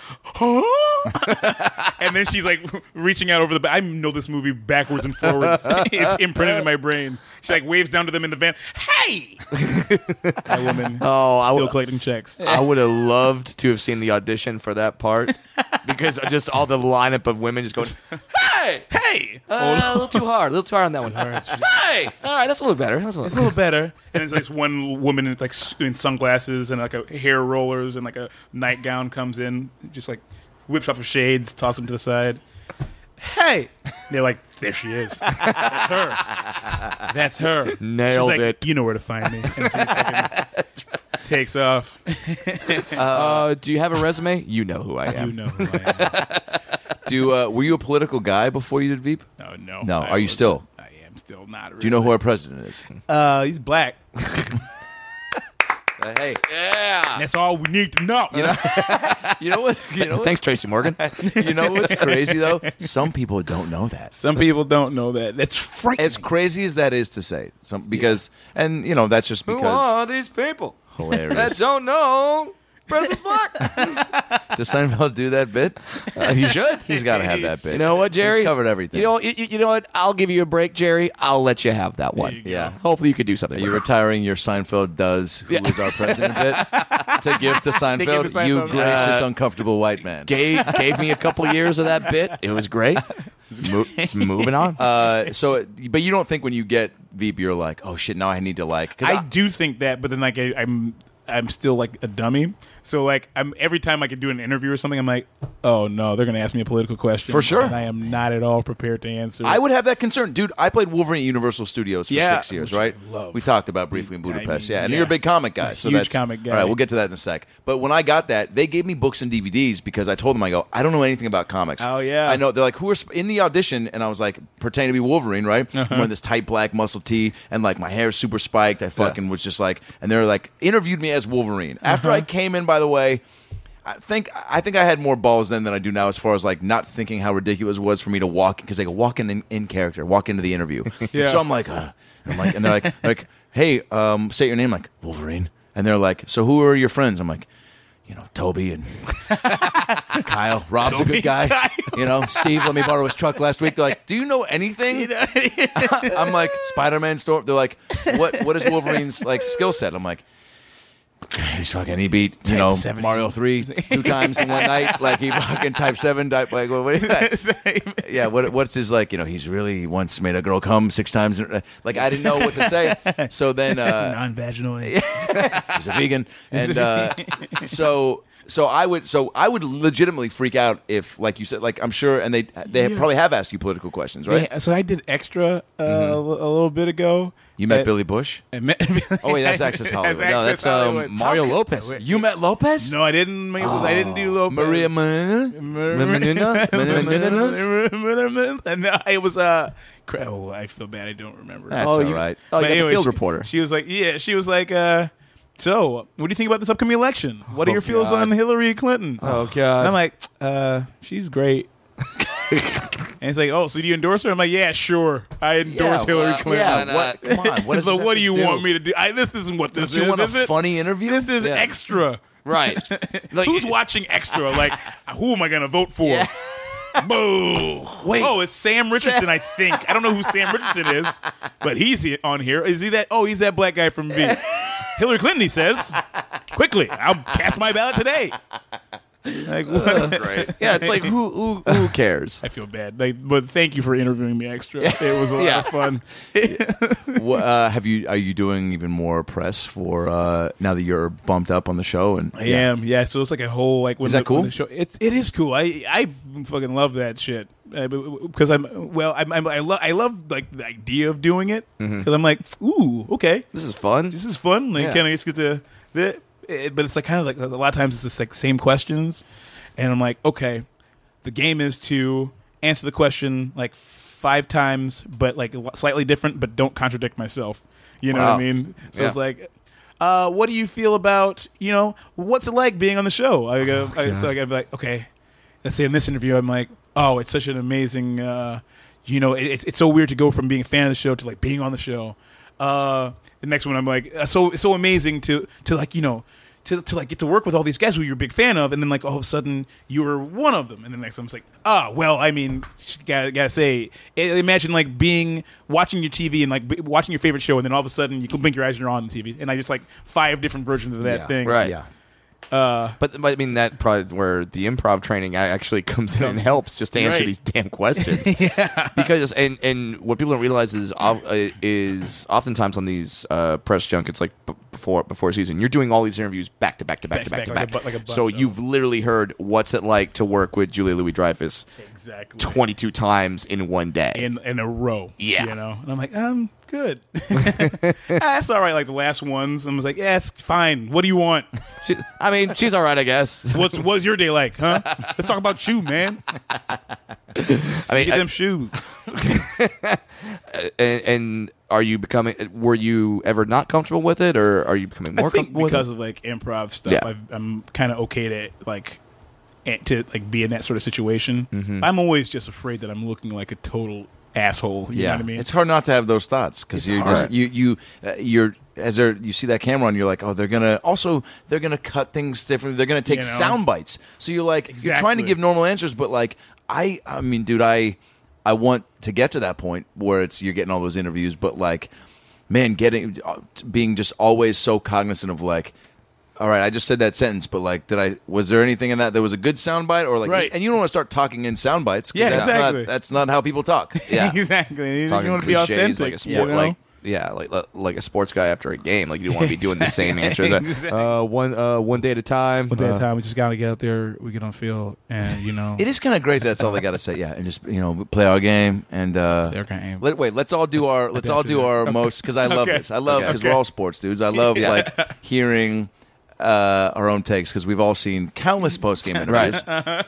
Speaker 3: "Huh?" and then she's like reaching out over the. ba- I know this movie backwards and forwards. it's imprinted in my brain. She like waves down to them in the van. Hey, that woman
Speaker 1: oh, I
Speaker 3: still
Speaker 1: would
Speaker 3: collecting checks.
Speaker 1: I would have loved to have seen the audition for that part because just all the lineup of women just going, hey,
Speaker 3: Hey,
Speaker 1: Uh, a little too hard. A little too hard on that one. Hey, all right, that's a little better. That's a
Speaker 3: it's
Speaker 1: little.
Speaker 3: a little better. And it's like one woman in like s- in sunglasses and like a hair rollers and like a nightgown comes in, just like whips off her shades, toss them to the side. Hey, they're like, there she is. That's her. That's her.
Speaker 1: Nailed
Speaker 3: She's like,
Speaker 1: it.
Speaker 3: You know where to find me. And she fucking takes off.
Speaker 1: Uh, do you have a resume? You know who I am.
Speaker 3: You know who I
Speaker 2: Do uh, were you a political guy before you did Veep?
Speaker 3: am. No, no.
Speaker 2: No,
Speaker 3: I
Speaker 2: are you
Speaker 3: wasn't.
Speaker 2: still?
Speaker 3: I am still not. Really.
Speaker 2: Do you know who our president is?
Speaker 3: Uh, he's black.
Speaker 2: Uh, hey,
Speaker 3: That's all we need to know.
Speaker 2: you know what? You know what?
Speaker 1: Thanks, Tracy Morgan.
Speaker 2: you know what's crazy though? Some people don't know that.
Speaker 3: Some people don't know that. That's frightening.
Speaker 2: As crazy as that is to say, some because and you know that's just
Speaker 1: who
Speaker 2: because
Speaker 1: are these people that
Speaker 2: hilarious.
Speaker 1: don't know President Black?
Speaker 2: Does Seinfeld do that bit?
Speaker 1: Uh, you should.
Speaker 2: He's got to have that bit.
Speaker 1: You know what, Jerry?
Speaker 2: He's covered everything.
Speaker 1: You know, you, you know what? I'll give you a break, Jerry. I'll let you have that one.
Speaker 3: you go.
Speaker 2: yeah.
Speaker 1: Hopefully, you could do something.
Speaker 2: Are you
Speaker 1: with it.
Speaker 2: retiring your Seinfeld does who is
Speaker 1: Yeah.
Speaker 2: our president bit to give to Seinfeld,
Speaker 3: give to
Speaker 2: you
Speaker 3: Seinfeld.
Speaker 2: gracious,
Speaker 1: Uh,
Speaker 2: uncomfortable white man.
Speaker 1: gave gave me a couple years of that bit. It was great. It's, mo- it's moving on.
Speaker 2: Uh, so, but you don't think when you get Veep, you're like, oh shit, now I need to like. 'cause
Speaker 3: I do think that, but then like I, I'm I'm still like a dummy. So like I'm every time I could do an interview or something, I'm like, oh no, they're gonna ask me a political question
Speaker 2: For sure.
Speaker 3: and I am not at all prepared to answer.
Speaker 2: I would have that concern, dude. I played Wolverine at Universal Studios for
Speaker 3: Yeah,
Speaker 2: six years,
Speaker 3: which
Speaker 2: right?
Speaker 3: I love.
Speaker 2: We talked about briefly in Budapest,
Speaker 3: mean,
Speaker 2: yeah. And
Speaker 3: yeah.
Speaker 2: you're a big comic guy,
Speaker 3: a
Speaker 2: so
Speaker 3: huge
Speaker 2: that's
Speaker 3: comic guy.
Speaker 2: All right, we'll get to that in a sec. But when I got that, they gave me books and DVDs because I told them, I go, I don't know anything about comics.
Speaker 3: Oh, yeah.
Speaker 2: I know. They're like, who are sp-? in the audition? And I was like, pertaining to be Wolverine, right?
Speaker 3: Uh-huh.
Speaker 2: I'm wearing this tight black muscle tee, and like my hair's super spiked. I fucking was just like, and they're like, interviewed me as Wolverine. After
Speaker 3: Uh-huh.
Speaker 2: I came in, by the way. I think I think I had more balls then than I do now, as far as like not thinking how ridiculous it was for me to walk because they go walk in, in in character, walk into the interview.
Speaker 3: Yeah.
Speaker 2: So I'm like, uh, I'm like, and they're like, like, hey, um, state your name, like Wolverine, and they're like, so who are your friends? I'm like, you know, Toby and Kyle. Rob's a good guy. You know, Steve let me borrow his truck last week. They're like, do you know anything? I'm like Spider Man Storm. They're like, what what is Wolverine's like skill set? I'm like. He's fucking. He beat you know
Speaker 3: seven.
Speaker 2: Mario three two times in one night. Like he fucking type seven. Type like what, what is that? yeah. What what's his like? You know he's really he once made a girl come six times. in- Like I didn't know what to say. So then uh,
Speaker 5: Non-vaginal.
Speaker 2: he's a vegan and uh, so so i would so i would legitimately freak out if like you said like i'm sure and they they probably have asked you political questions right
Speaker 3: Yeah, so I did extra uh, a li- a little bit ago.
Speaker 2: Mm-hmm. you met
Speaker 3: Uh,
Speaker 2: billy bush
Speaker 3: I met-
Speaker 2: oh wait that's access hollywood no that's um, mario lopez you met lopez
Speaker 3: No, I didn't. Make, I didn't do Lopez.
Speaker 2: Oh, maria
Speaker 1: Uh,
Speaker 2: Menounos? Menounos? Menounos?
Speaker 3: And uh, it was uh, cra- oh, I feel bad. I don't remember.
Speaker 2: That's
Speaker 1: oh,
Speaker 2: all
Speaker 1: you,
Speaker 2: right.
Speaker 1: Oh, you
Speaker 3: But
Speaker 1: got the
Speaker 3: anyway,
Speaker 1: field
Speaker 3: she-
Speaker 1: reporter.
Speaker 3: She was like, yeah, she was like, uh, so what do you think about this upcoming election? What are
Speaker 2: Oh,
Speaker 3: your feels on Hillary Clinton?
Speaker 1: oh God.
Speaker 3: And I'm like, uh, she's great. and he's like, oh, so do you endorse her? I'm like, yeah, sure. I endorse
Speaker 2: Yeah,
Speaker 3: Hillary
Speaker 2: well,
Speaker 3: Clinton.
Speaker 2: yeah,
Speaker 1: Why
Speaker 2: what, come on what, does
Speaker 3: so
Speaker 2: this
Speaker 3: what
Speaker 2: have
Speaker 3: do
Speaker 2: to
Speaker 3: you
Speaker 2: do?
Speaker 3: want me to do? I, this isn't what this
Speaker 2: do you
Speaker 3: is.
Speaker 2: want a
Speaker 3: is it?
Speaker 2: funny interview
Speaker 3: This is
Speaker 1: Yeah.
Speaker 3: extra.
Speaker 1: right. Like,
Speaker 3: Who's watching extra? Like, who am I going to vote for? Boo! Wait. Oh, it's Sam Richardson, I think. I don't know who Sam Richardson is, but he's he- on here. Is he that? Oh, he's that black guy from V. Hillary Clinton, he says. Quickly, I'll cast my ballot today. Like, what?
Speaker 2: Great.
Speaker 1: Yeah, it's like who who, who cares?
Speaker 3: I feel bad. Like, but thank you for interviewing me extra. It was a lot
Speaker 1: Yeah.
Speaker 3: of fun.
Speaker 2: Wha- uh, have you? Are you doing even more press for uh, now that you're bumped up on the show? And
Speaker 3: I am. Yeah. So it's like a whole like. When
Speaker 2: Is that
Speaker 3: the, when
Speaker 2: cool?
Speaker 3: the show, it's it is cool. I I fucking love that shit because I'm well. I'm, I'm I love I love like the idea of doing it
Speaker 2: Mm-hmm.
Speaker 3: because I'm like ooh okay
Speaker 1: This is fun.
Speaker 3: this is fun. Like
Speaker 1: Yeah.
Speaker 3: kind of just get to the it, but it's like kind of like a lot of times it's just like same questions, and I'm like okay, the game is to answer the question like five times, but like slightly different, but don't contradict myself. You know
Speaker 1: Wow.
Speaker 3: what I mean? So it's
Speaker 1: Yeah.
Speaker 3: like. Uh, what do you feel about you know what's it like being on the show? I go, I, so I gotta be like, okay, let's say in this interview, I'm like, oh, it's such an amazing, uh, you know, it, it's- it's so weird to go from being a fan of the show to like being on the show. Uh, the next one, I'm like, uh, so it's so amazing to to like you know. To, to like get to work with all these guys who you're a big fan of, and then like all of a sudden you were one of them, and then next I'm just like, ah, well, I mean, gotta gotta say, i- imagine like being watching your TV and like b- watching your favorite show, and then all of a sudden you can blink your eyes and you're on the TV, and I just like five different versions of that
Speaker 2: Yeah,
Speaker 3: thing,
Speaker 1: right.
Speaker 2: Yeah.
Speaker 3: Uh,
Speaker 1: But, but I mean that probably where the improv training a- actually comes in and helps just to answer
Speaker 3: Right.
Speaker 1: these damn questions. yeah. Because and and what people don't realize is of- uh, is oftentimes on these uh, press junkets like b- before before season you're doing all these interviews back to back to back, to back to back.
Speaker 3: like a bu- like a bunch
Speaker 1: so
Speaker 3: of
Speaker 1: you've literally heard what's it like to work with Julia Louis Dreyfus
Speaker 3: exactly,
Speaker 1: 22 times in one day.
Speaker 3: in in a row.
Speaker 1: Yeah.
Speaker 3: you know, and I'm like, um, good. ah, that's all right. Like the last ones, I was like, yeah, it's fine. What do you want?
Speaker 1: She- I mean, she's all right, I guess.
Speaker 3: What's what's your day like, huh? Let's talk about you, man.
Speaker 1: I mean,
Speaker 3: Get
Speaker 1: I-
Speaker 3: them shoes.
Speaker 1: and, and are you becoming? Were you ever not comfortable with it, or are you becoming more
Speaker 3: I think
Speaker 1: comfortable?
Speaker 3: because
Speaker 1: with
Speaker 3: of like improv stuff,
Speaker 1: Yeah.
Speaker 3: I've, I'm kind of okay to like eh, to like be in that sort of situation.
Speaker 1: Mm-hmm.
Speaker 3: I'm always just afraid that I'm looking like a total asshole. You
Speaker 2: yeah.
Speaker 3: know what I mean?
Speaker 2: It's hard not to have those thoughts because you just
Speaker 1: hard.
Speaker 2: you you uh, you're as they're, you see that camera and you're like, oh, they're gonna also they're gonna cut things differently. They're gonna take
Speaker 3: You know?
Speaker 2: sound bites. So you're like you're trying to
Speaker 3: Exactly.
Speaker 2: give normal answers, but like I I mean, dude, I I want to get to that point where it's you're getting all those interviews, but like man, getting uh, being just always so cognizant of like. All right, I just said that sentence, but like, did I? Was there anything in that that was a good sound bite, or like?
Speaker 3: Right.
Speaker 2: And you don't want to start talking in sound bites. 'cause
Speaker 3: Yeah,
Speaker 2: that's not-
Speaker 3: exactly.
Speaker 2: that's not how people talk. Yeah,
Speaker 3: exactly. You,
Speaker 1: talking
Speaker 3: want to be
Speaker 1: cliches
Speaker 3: authentic,
Speaker 1: like a
Speaker 3: you
Speaker 1: sport,
Speaker 3: know?
Speaker 1: like yeah, like li- like a sports guy after a game. Like you don't want to be doing the same answer.
Speaker 3: Exactly.
Speaker 1: uh, one uh, one day at a time. uh,
Speaker 5: One day at a time, we just gotta get out there. We get on field, and you know,
Speaker 2: It is kind of great. That's all they got to say. Yeah, and just you know, play our game and uh,
Speaker 5: Play our game.
Speaker 2: Let, wait, let's all do our let's all do our most because I love
Speaker 3: Okay.
Speaker 2: this. I love because
Speaker 3: Okay.
Speaker 2: we're all sports dudes. I love
Speaker 1: Yeah.
Speaker 2: like hearing uh, our own takes because we've all seen countless post game interviews,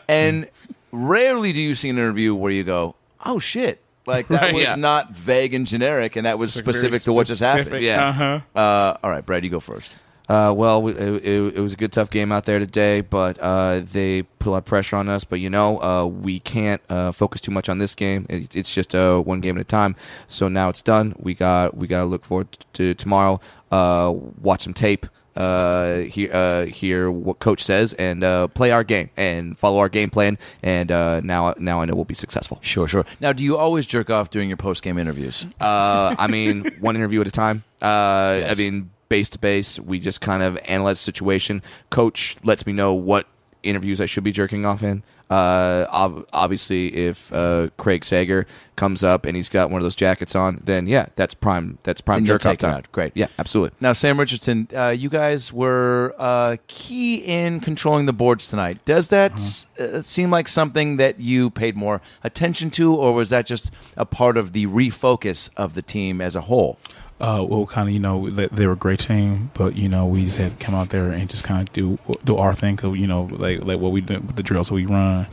Speaker 2: and rarely do you see an interview where you go, "Oh shit." Like that
Speaker 3: Right.
Speaker 2: was
Speaker 1: Yeah.
Speaker 2: not vague and generic, and that was
Speaker 3: Very
Speaker 2: specific to what just happened.
Speaker 3: specific.
Speaker 1: Yeah.
Speaker 3: Uh-huh.
Speaker 2: Uh, all right, Brad, you go first.
Speaker 1: Uh, well, we- it, it, it was a good tough game out there today, but uh, they put a lot of pressure on us. But you know, uh, we can't uh, focus too much on this game. It, it's just uh, one game at a time. So now it's done. We got we got to look forward to tomorrow. Uh, watch some tape. Uh, hear uh, hear what coach says and uh, play our game and follow our game plan. And uh, now now I know we'll be successful.
Speaker 2: Sure, sure. Now, do you always jerk off during your post game interviews?
Speaker 1: Uh, I mean, one interview at a time. Uh, I
Speaker 2: Yes.
Speaker 1: mean, base to base, we just kind of analyze the situation. Coach lets me know what interviews I should be jerking off in. Uh, ob- obviously, if uh, Craig Sager comes up and he's got one of those jackets on, then yeah, that's prime. That's prime
Speaker 2: Then you'll
Speaker 1: jerk off
Speaker 2: take him
Speaker 1: time.
Speaker 2: out. Great.
Speaker 1: Yeah, absolutely.
Speaker 2: Now, Sam Richardson, uh, you guys were uh, key in controlling the boards tonight. Does that
Speaker 5: Uh-huh.
Speaker 2: s- uh, seem like something that you paid more attention to, or was that just a part of the refocus of the team as a whole?
Speaker 5: uh, well, kind of, you know, they, they were a great team, but you know, we just had to come out there and just kind of do do our thing, 'cause, you know, like like what we do, the drills that we run,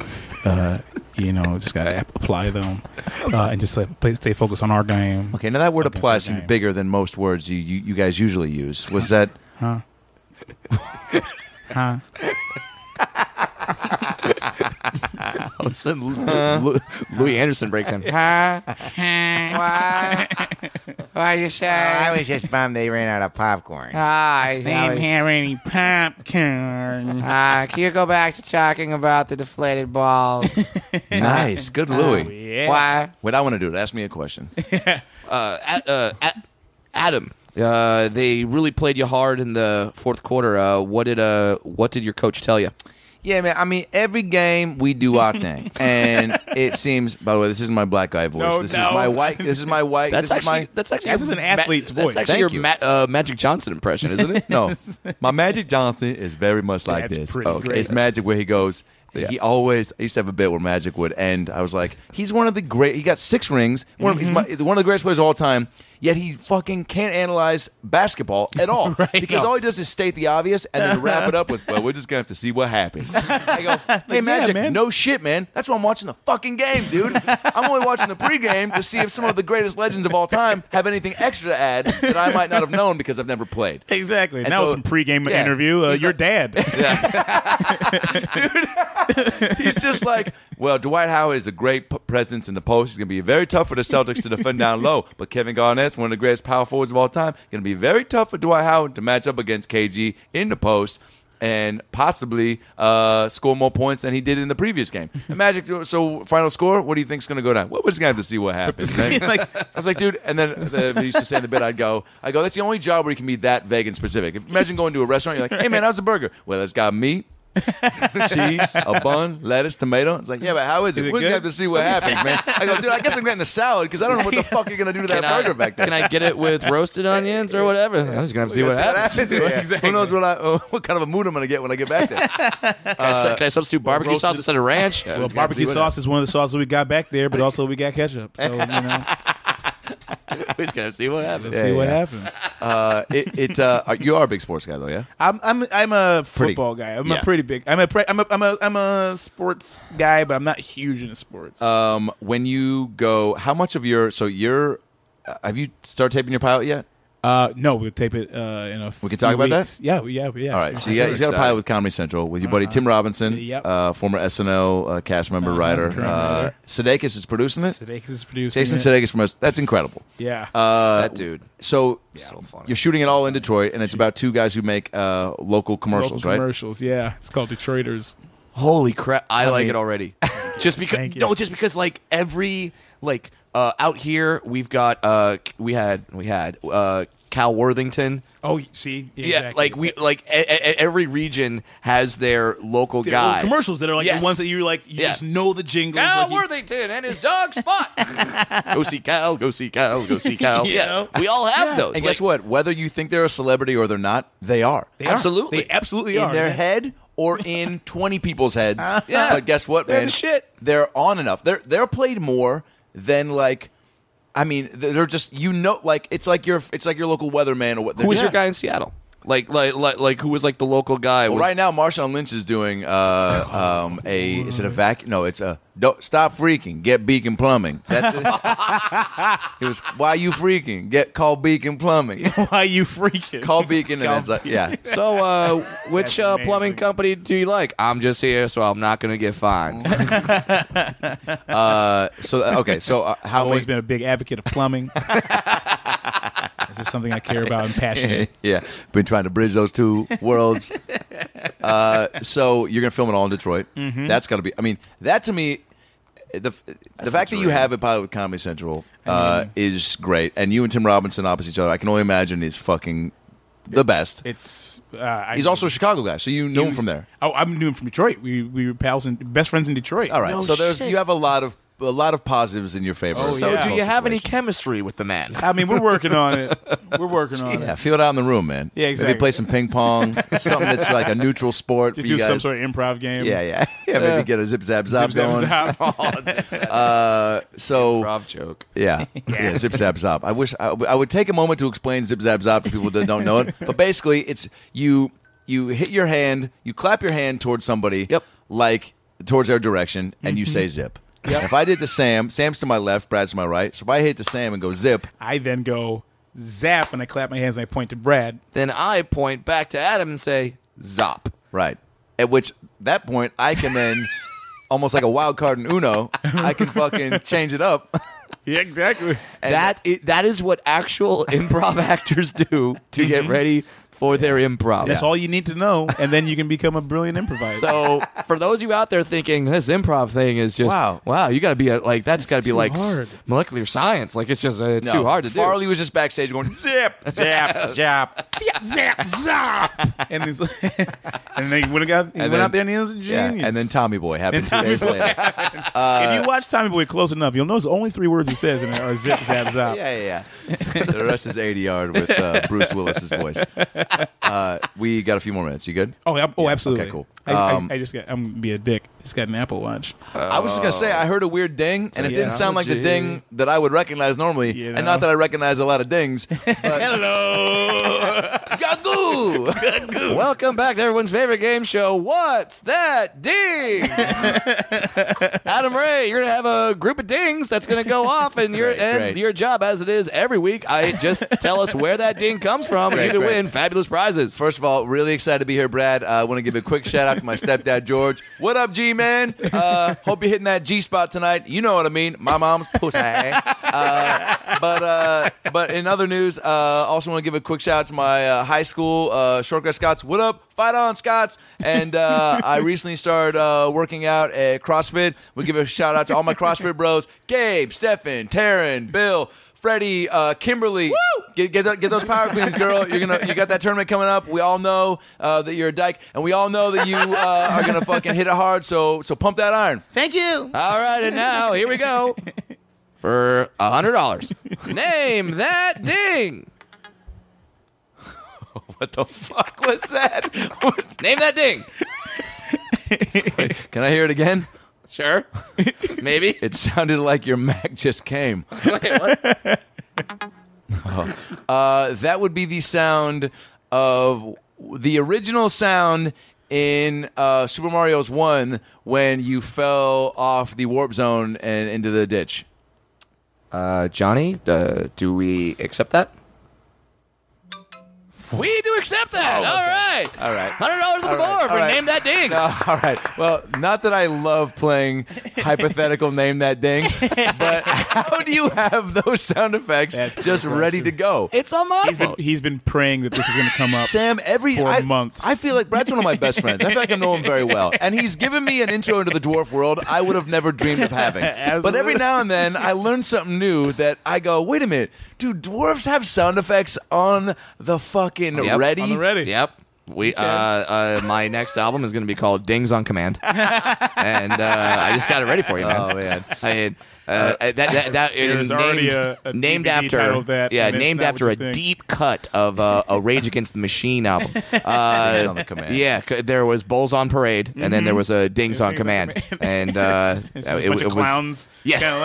Speaker 5: uh, you know, just gotta ap- apply them, uh, and just like play, stay focused on our game.
Speaker 2: Okay, now that word
Speaker 5: Against
Speaker 2: apply
Speaker 5: the
Speaker 2: seemed
Speaker 5: game.
Speaker 2: bigger than most words you, you, you guys usually use. Was that
Speaker 5: Huh?
Speaker 1: Lu- Louis Anderson breaks in.
Speaker 6: Why? Why you say? I was just bummed they ran out of popcorn.
Speaker 7: Hi.
Speaker 6: They didn't have any popcorn. Uh, can you go back to talking about the deflated balls?
Speaker 2: nice? Good,
Speaker 6: Oh,
Speaker 2: Louis.
Speaker 6: Why?
Speaker 2: Wait, I want to do it. Ask me a question.
Speaker 1: at, uh, at, Adam, uh, they really played you hard in the fourth quarter. Uh, what did uh, what did your coach tell you?
Speaker 2: Yeah, man. I mean, every game we do our thing, and it seems. By the way, this isn't my black guy voice.
Speaker 3: No,
Speaker 2: this
Speaker 3: no.
Speaker 2: is my white. This is my white.
Speaker 1: That's
Speaker 2: this
Speaker 1: actually
Speaker 2: Is my,
Speaker 1: that's actually
Speaker 3: This
Speaker 1: your
Speaker 3: is an athlete's voice.
Speaker 1: That's actually
Speaker 2: Thank
Speaker 1: your
Speaker 2: you.
Speaker 1: Ma- uh, Magic Johnson impression, isn't it?
Speaker 2: no, my Magic Johnson is very much like
Speaker 3: That's
Speaker 2: this.
Speaker 3: pretty Okay. great.
Speaker 2: It's Magic where he goes. He always. I used to have a bit where Magic would end. I was like, he's one of the great. He got six rings. One, of,
Speaker 3: Mm-hmm.
Speaker 2: he's my, one of the greatest players of all time. Yet he fucking can't analyze basketball at all because all he does is state the obvious and then wrap it up with, "Well, we're just gonna have to see what happens." I go, "Hey, Magic,
Speaker 3: man.
Speaker 2: no shit, man. That's why I'm watching the fucking game, dude. I'm only watching the pregame to see if some of the greatest legends of all time have anything extra to add that I might not have known because I've never played."
Speaker 3: Exactly. And
Speaker 2: And
Speaker 3: that was
Speaker 2: so-
Speaker 3: some pregame
Speaker 2: yeah.
Speaker 3: interview. Uh,
Speaker 2: He's
Speaker 3: your
Speaker 2: like-
Speaker 3: dad.
Speaker 2: He's just like, well, Dwight Howard is a great p- presence in the post. He's going to be very tough for the Celtics to defend down low. But Kevin Garnett's one of the greatest power forwards of all time. Going to be very tough for Dwight Howard to match up against KG in the post and possibly uh, score more points than he did in the previous game. And Magic, so final score, what do you think's going to go down? Well, we're just going to have to see what happens.
Speaker 3: Like-
Speaker 2: I was like, dude, and then the, they used to say in the bit, I'd go, I go, that's the only job where you can be that vague and specific. If, imagine going to a restaurant, you're like, hey, man, how's the burger? Well, it's got meat, cheese, a bun, lettuce, tomato. It's like, yeah, but how is it?
Speaker 3: it
Speaker 2: We're just
Speaker 3: good?
Speaker 2: gonna have to see what happens, man. I go, dude, I guess I'm getting the salad because I don't know what the fuck you're gonna do to that
Speaker 1: Can I,
Speaker 2: burger back there.
Speaker 1: can I get it with roasted onions or whatever? I'm just gonna have to see what
Speaker 2: That's
Speaker 1: happens.
Speaker 2: happens. Yeah. Who knows what I, what kind of a mood I'm gonna get when I get back there?
Speaker 1: Can I su- can I substitute barbecue sauce instead of ranch?
Speaker 3: well, barbecue sauce is one of the sauces we got back there, but also we got ketchup. So, you know,
Speaker 1: We're just gonna see what happens.
Speaker 3: let's see what
Speaker 2: yeah.
Speaker 3: happens.
Speaker 2: Uh, it, it, uh, you are a big sports guy though, yeah.
Speaker 3: I'm I'm I'm a
Speaker 2: Pretty-
Speaker 3: football guy. I'm
Speaker 2: yeah.
Speaker 3: a pretty big. I'm a, pre, I'm a I'm a I'm a sports guy, but I'm not huge into sports.
Speaker 2: Um, when you go, how much of your so your uh, have you started taping your pilot yet?
Speaker 3: Uh, no, we'll tape it. Uh, in a
Speaker 2: We can talk about that?
Speaker 3: that. Yeah, we- yeah, we- yeah.
Speaker 2: All right, so you got, he's got a pilot with Comedy Central with your buddy Tim Robinson,
Speaker 3: Yep.
Speaker 2: uh, former SNL uh, cast member writer. Uh, Sudeikis is producing it.
Speaker 3: Sudeikis is producing.
Speaker 2: Jason
Speaker 3: it.
Speaker 2: Sudeikis from us. That's incredible.
Speaker 3: Yeah.
Speaker 2: Uh,
Speaker 1: That dude.
Speaker 2: So,
Speaker 1: So funny.
Speaker 2: you're shooting it all in Detroit, and it's about two guys who make uh, local commercials,
Speaker 3: Local
Speaker 2: right?
Speaker 3: commercials. Yeah, it's called Detroiters.
Speaker 1: Holy crap! I, like it already. just because
Speaker 3: Thank you.
Speaker 1: no, just because like every like uh, out here we've got uh we had we had uh Cal Worthington.
Speaker 3: Oh, see,
Speaker 1: Yeah, like we like e- e- e- every region has their local
Speaker 3: They're
Speaker 1: guy.
Speaker 3: little commercials that are like
Speaker 1: Yes.
Speaker 3: the ones that you like. You
Speaker 1: Yeah.
Speaker 3: just know the jingles.
Speaker 1: Cal
Speaker 2: Ah,
Speaker 3: like you-
Speaker 1: Worthington and his dog Spot. go see Cal. Go see Cal. Go see Cal.
Speaker 3: You
Speaker 1: yeah,
Speaker 3: know?
Speaker 1: we all have
Speaker 3: Yeah.
Speaker 1: those.
Speaker 2: And
Speaker 1: Like,
Speaker 2: guess what? Whether you think they're a celebrity or they're not, they are.
Speaker 3: They are.
Speaker 1: Absolutely.
Speaker 3: they absolutely
Speaker 2: in
Speaker 3: are.
Speaker 2: their
Speaker 3: man.
Speaker 2: head or in 20 people's heads.
Speaker 1: Yeah.
Speaker 2: But guess what,
Speaker 1: They're
Speaker 2: man?
Speaker 1: the shit.
Speaker 2: They're on enough. They're they're played more than like I mean, they're they're just you know like it's like your it's like your local weatherman or what
Speaker 1: Who was
Speaker 2: they're-
Speaker 1: your guy in Seattle? Like, like, like, like, who was like the local guy?
Speaker 2: Well,
Speaker 1: Was-
Speaker 2: right now, Marshawn Lynch is doing uh, um, a is it a vacuum? No, it's a don't stop freaking, get Beacon Plumbing. That's it. it was why you freaking get call Beacon Plumbing,
Speaker 3: Why you freaking?
Speaker 2: call Beacon, and it's like yeah.
Speaker 1: So, uh, which uh,
Speaker 3: That's
Speaker 1: plumbing
Speaker 3: amazing.
Speaker 1: company do you like? I'm just here, so I'm not gonna get fined.
Speaker 2: Uh, so uh, okay, so uh, how
Speaker 3: I've always
Speaker 2: many-
Speaker 3: been a big advocate of plumbing. this is something I care about and passionate.
Speaker 2: yeah, been trying to bridge those two worlds. uh, so you're gonna film it all in Detroit.
Speaker 3: Mm-hmm.
Speaker 2: That's gotta be. I mean, that to me, the the fact that you have a pilot with Comedy Central uh, is great, and you and Tim Robinson opposite each other. I can only imagine is fucking the best.
Speaker 3: It's uh, I,
Speaker 2: He's also a Chicago guy, so you know him
Speaker 3: was-
Speaker 2: from there.
Speaker 3: Oh, I'm doing from Detroit. We we were pals and best friends in Detroit.
Speaker 2: All right, so there's you have a lot of a lot of positives in your favor.
Speaker 3: Oh,
Speaker 2: So
Speaker 3: yeah.
Speaker 1: Do you have any
Speaker 2: situation.
Speaker 1: chemistry with the man?
Speaker 3: I mean, we're working on it. We're working on
Speaker 2: Yeah,
Speaker 3: it.
Speaker 2: feel it out in the room, man.
Speaker 3: Yeah, exactly.
Speaker 2: Maybe play some ping pong, something that's like a neutral sport
Speaker 3: Just
Speaker 2: for you
Speaker 3: do
Speaker 2: guys.
Speaker 3: some sort of improv game.
Speaker 2: Yeah, yeah, yeah. Maybe get a zip zap zap
Speaker 3: Zip, zap,
Speaker 2: going.
Speaker 3: zap.
Speaker 2: Uh, so
Speaker 1: Rob joke.
Speaker 2: yeah, yeah, zip zap zap. I wish I, w- I would take a moment to explain zip zap zap to people that don't know it. But basically, it's you you hit your hand, you clap your hand towards somebody,
Speaker 1: Yep.
Speaker 2: like towards their direction, and you say zip. If I did the Sam, Sam's to my left, Brad's to my right. So if I hit the Sam and go zip,
Speaker 3: I then go zap and I clap my hands and I point to Brad.
Speaker 1: Then I point back to Adam and say, "Zop."
Speaker 2: Right. At which that point I can then almost like a wild card in Uno, I can fucking change it up.
Speaker 3: Yeah, exactly.
Speaker 1: Mm-hmm. That is, that is what actual improv actors do to get ready for their improv.
Speaker 3: That's all you need to know, and then you can become a brilliant improviser.
Speaker 1: So for those of you out there thinking this improv thing is just wow,
Speaker 2: Wow.
Speaker 1: you got to be a, like that's got to be
Speaker 3: too
Speaker 1: like s-
Speaker 3: hard.
Speaker 1: molecular science. Like it's just uh, it's
Speaker 2: No,
Speaker 1: too hard to
Speaker 2: Farley
Speaker 1: do.
Speaker 2: was just backstage going zip, zip, zip.
Speaker 8: zap, zap. and he's like, and then he went, out, he went
Speaker 2: then-
Speaker 3: Went
Speaker 2: then-
Speaker 3: out there and he was a genius.
Speaker 2: Yeah, and then Tommy Boy happened
Speaker 3: And
Speaker 2: two
Speaker 3: Tommy
Speaker 2: days
Speaker 3: Boy.
Speaker 2: later. Yeah,
Speaker 3: if you watch Tommy Boy close enough, you'll notice the only three words he says in it are zip, zap, zap.
Speaker 2: yeah, yeah. the rest is 80 yard with uh, Bruce Willis's voice. Uh, we got a few more minutes. You good?
Speaker 3: Oh, ab- oh, absolutely.
Speaker 2: okay, cool.
Speaker 3: I, I-
Speaker 2: Um,
Speaker 3: I, just got. I'm gonna be a dick. It's got an Apple Watch.
Speaker 2: I was just gonna say I heard a weird ding, and it didn't sound like the
Speaker 1: Technology.
Speaker 2: ding that I would recognize normally,
Speaker 3: You
Speaker 2: and
Speaker 3: know.
Speaker 2: not that I recognize a lot of dings.
Speaker 1: Gagoo! Welcome back to everyone's favorite game show. What's that ding? Adam Ray, you're gonna have a group of dings that's gonna go off, and your
Speaker 2: Great,
Speaker 1: and
Speaker 2: great.
Speaker 1: your job as it is every week. I just tell us where that ding comes from, and you
Speaker 2: Great,
Speaker 1: can
Speaker 2: great.
Speaker 1: win fabulous prizes.
Speaker 2: First of all, really excited to be here, Brad. Uh, I want to give a quick shout out to my stepdad, George. What up, G man? Uh, hope you're hitting that G spot tonight. You know what I mean. My mom's pussy. Uh, but uh, but in other news, uh, also want to give a quick shout out to my uh, high school uh, shortgrass Scots. What up? Fight on, Scots! And uh, I recently started uh, working out at CrossFit. We give a shout out to all my CrossFit bros: Gabe, Stefan, Taryn, Bill. Freddie, uh, Kimberly, get get, tho- get those power queens, girl. You're gonna you got that tournament coming up. We all know uh, that you're a dyke, and we all know that you uh, are gonna fucking hit it hard. So so pump that iron.
Speaker 9: Thank you.
Speaker 1: All right, and now here we go for a hundred dollars. Name that ding.
Speaker 2: What the fuck was that?
Speaker 1: Name that ding.
Speaker 2: Can I hear it again?
Speaker 1: Sure. Maybe.
Speaker 2: It sounded like your Mac just came.
Speaker 1: Wait, what?
Speaker 2: Uh, that would be the sound of the original sound in uh, Super Mario's one when you fell off the warp zone and into the ditch.
Speaker 1: Uh, Johnny, uh, do we accept that? We do accept
Speaker 2: Oh,
Speaker 1: that. All right.
Speaker 2: All right.
Speaker 1: Hundred dollars on the
Speaker 2: All right,
Speaker 1: board.
Speaker 2: all
Speaker 1: for
Speaker 2: right.
Speaker 1: Name that ding.
Speaker 2: Uh, all right. Well, not that I love playing hypothetical name that ding, but how do you have those sound effects
Speaker 3: That's the
Speaker 2: just ready to
Speaker 3: question.
Speaker 2: go?
Speaker 1: It's on my
Speaker 3: He's been, he's been praying that this is gonna come up.
Speaker 2: Sam, every
Speaker 3: For
Speaker 2: I,
Speaker 3: months.
Speaker 2: I feel like Brad's one of my best friends. I feel like I know him very well, and he's given me an intro into the dwarf world I would have never dreamed of having. But every now and then, I learn something new that I go, "Oh, "Wait a minute, do dwarves have sound effects on the fucking
Speaker 1: Yep,
Speaker 2: ready?"
Speaker 3: on the ready.
Speaker 1: Yep. We uh, uh, my next album is going to be called Dings on Command, and uh, I just got it ready for you, man. Oh man, I mean, uh, that that, that is
Speaker 3: There's
Speaker 1: named,
Speaker 3: already a- a
Speaker 1: named
Speaker 3: DVD
Speaker 1: after
Speaker 3: titled that,
Speaker 1: yeah
Speaker 3: and it's
Speaker 1: named
Speaker 3: not
Speaker 1: after
Speaker 3: what
Speaker 1: a
Speaker 3: you think.
Speaker 1: deep cut of uh, a Rage Against the Machine album. Uh,
Speaker 2: Dings on the Command.
Speaker 1: Yeah, c- there was Bulls on Parade, and then there was a Dings on
Speaker 3: Mm-hmm. Dings on
Speaker 1: Command,
Speaker 3: Command.
Speaker 1: and uh,
Speaker 3: It's just a
Speaker 1: it,
Speaker 3: bunch
Speaker 1: it
Speaker 3: of clowns.
Speaker 1: Yes.
Speaker 3: Kind of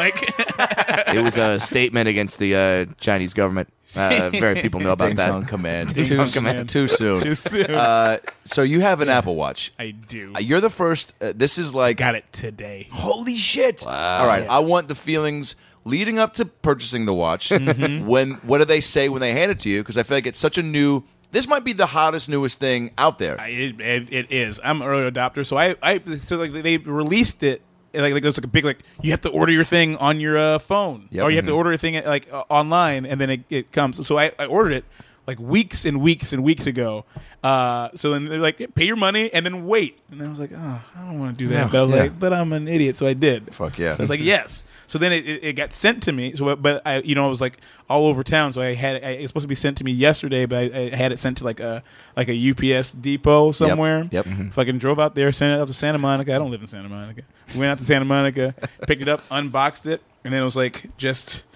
Speaker 3: like
Speaker 1: was it was a statement against the uh, Chinese government. Uh, very few people know about
Speaker 2: Dings
Speaker 1: that.
Speaker 2: on command.
Speaker 1: Dings on Command.
Speaker 2: Too soon.
Speaker 3: too soon.
Speaker 2: Uh, so you have an Apple Watch.
Speaker 3: I do.
Speaker 2: Uh,
Speaker 3: I
Speaker 2: You're the first. Uh, this is like
Speaker 3: got it today.
Speaker 2: holy shit. All right, I want the feelings leading up to purchasing the watch. When what do they say when they hand it to you? Because I feel like it's such a new. This might be the hottest, newest thing out there.
Speaker 3: I, it, it, it is. I'm an early adopter, so I, I so like they released it. and, Like, like there's like a big like you have to order your thing on your uh, phone,
Speaker 2: Yep. Mm-hmm.
Speaker 3: or you have to order your thing like uh, online, and then it, it comes. So I, I ordered it like weeks and weeks and weeks ago. Uh, so then they're like, pay your money and then wait. And I was like, oh, I don't want to do that. but I was
Speaker 2: yeah.
Speaker 3: like, but I'm an idiot, so I did.
Speaker 2: Fuck yeah.
Speaker 3: So I was like, yes. So then it, it, it got sent to me. So but I you know I was like all over town. So I had I, it was supposed to be sent to me yesterday, but I, I had it sent to like a like a UPS depot somewhere. Mm-hmm.
Speaker 2: Yep. Mhm.
Speaker 3: Fucking drove out there, sent it up to Santa Monica. I don't live in Santa Monica. Went out to Santa Monica, picked it up, unboxed it, and then it was like just.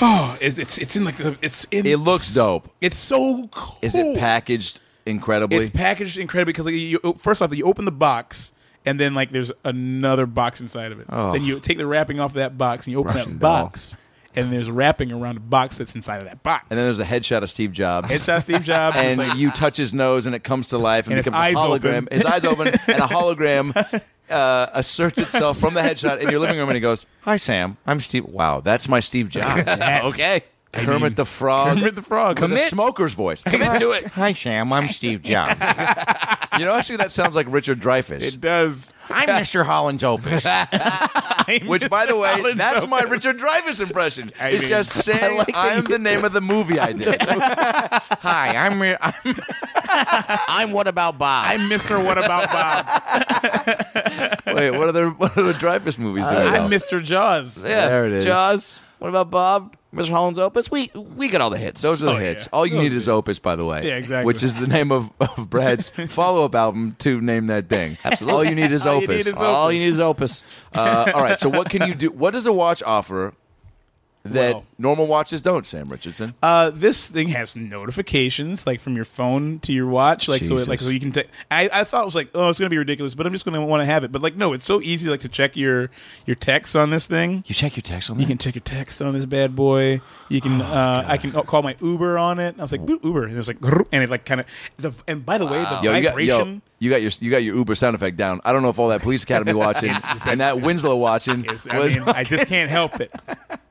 Speaker 3: Oh, it's it's, it's in like the it's in
Speaker 2: It looks dope.
Speaker 3: It's so cool.
Speaker 2: Is it packaged incredibly?
Speaker 3: It's packaged incredibly because like you, first off, you open the box and then like there's another box inside of it. Then you take the wrapping off that box and you open
Speaker 2: Oh. Russian
Speaker 3: that
Speaker 2: doll.
Speaker 3: box and there's wrapping around a box that's inside of that box.
Speaker 2: and then there's a headshot of Steve Jobs.
Speaker 3: it's shot Steve Jobs
Speaker 2: and
Speaker 3: and like,
Speaker 2: you touch his nose, and it comes to life, and,
Speaker 3: And his
Speaker 2: becomes a
Speaker 3: eyes
Speaker 2: hologram.
Speaker 3: open.
Speaker 2: His eyes open, and a hologram uh, asserts itself from the headshot in your living room, and he goes, "Hi, Sam. I'm Steve. Wow, that's my Steve Jobs,
Speaker 3: that's
Speaker 1: Okay,
Speaker 2: Kermit the Frog,
Speaker 3: Kermit the Frog.
Speaker 2: with a
Speaker 1: Commit.
Speaker 2: smoker's voice.
Speaker 1: commit to it.
Speaker 2: Hi, Sam. I'm Steve Jobs. You know, actually, that sounds like Richard Dreyfuss.
Speaker 3: It does.
Speaker 10: I'm Mr. Holland's Opus.
Speaker 2: Which, by the way,
Speaker 3: Alan
Speaker 2: that's my
Speaker 3: Jones.
Speaker 2: Richard Dreyfuss impression.
Speaker 3: I
Speaker 2: it's
Speaker 3: mean-
Speaker 2: just saying I, am the name of the movie I did.
Speaker 10: Hi, I'm re- I'm I'm what about Bob?
Speaker 3: I'm Mr. What About Bob.
Speaker 2: Wait, what are the what are the Dreyfuss movies? that I know?
Speaker 3: Uh, I'm Mr. Jaws.
Speaker 1: Yeah,
Speaker 2: There it is.
Speaker 1: Jaws. What about Bob? Mr. Holland's Opus. We we got all the hits.
Speaker 2: Those are the
Speaker 3: Oh,
Speaker 2: hits.
Speaker 3: yeah.
Speaker 2: All you
Speaker 3: Those
Speaker 2: need is Opus, by the way.
Speaker 3: Yeah, exactly.
Speaker 2: Which is the name of, of Brad's follow up album to name that thing. Absolutely. All you need is
Speaker 3: All you
Speaker 2: Opus.
Speaker 3: need is
Speaker 1: all you need is Opus.
Speaker 2: Uh, all right. So what can you do? What does a watch offer that
Speaker 3: Well-
Speaker 2: normal watches don't, Sam Richardson?
Speaker 3: Uh, this thing has notifications, like from your phone to your watch, like so, it, like
Speaker 2: Jesus.
Speaker 3: so you can. T- I I thought it was like, oh, it's gonna be ridiculous, but I'm just gonna want to have it. But like, no, it's so easy, like to check your your texts on this thing.
Speaker 2: you check your text on
Speaker 3: You can check your text on this bad boy. You
Speaker 2: Oh,
Speaker 3: can. uh, I can call my Uber on it. I was like "Boop, Uber, and it was like, "Grrr," and it like kind of the. And by the way, the
Speaker 2: Yo, you got,
Speaker 3: vibration.
Speaker 2: yo, you got your you got your Uber sound effect down. I don't know if all that Police Academy watching and that Winslow watching
Speaker 3: is- I
Speaker 2: was
Speaker 3: mean, I just can't help it.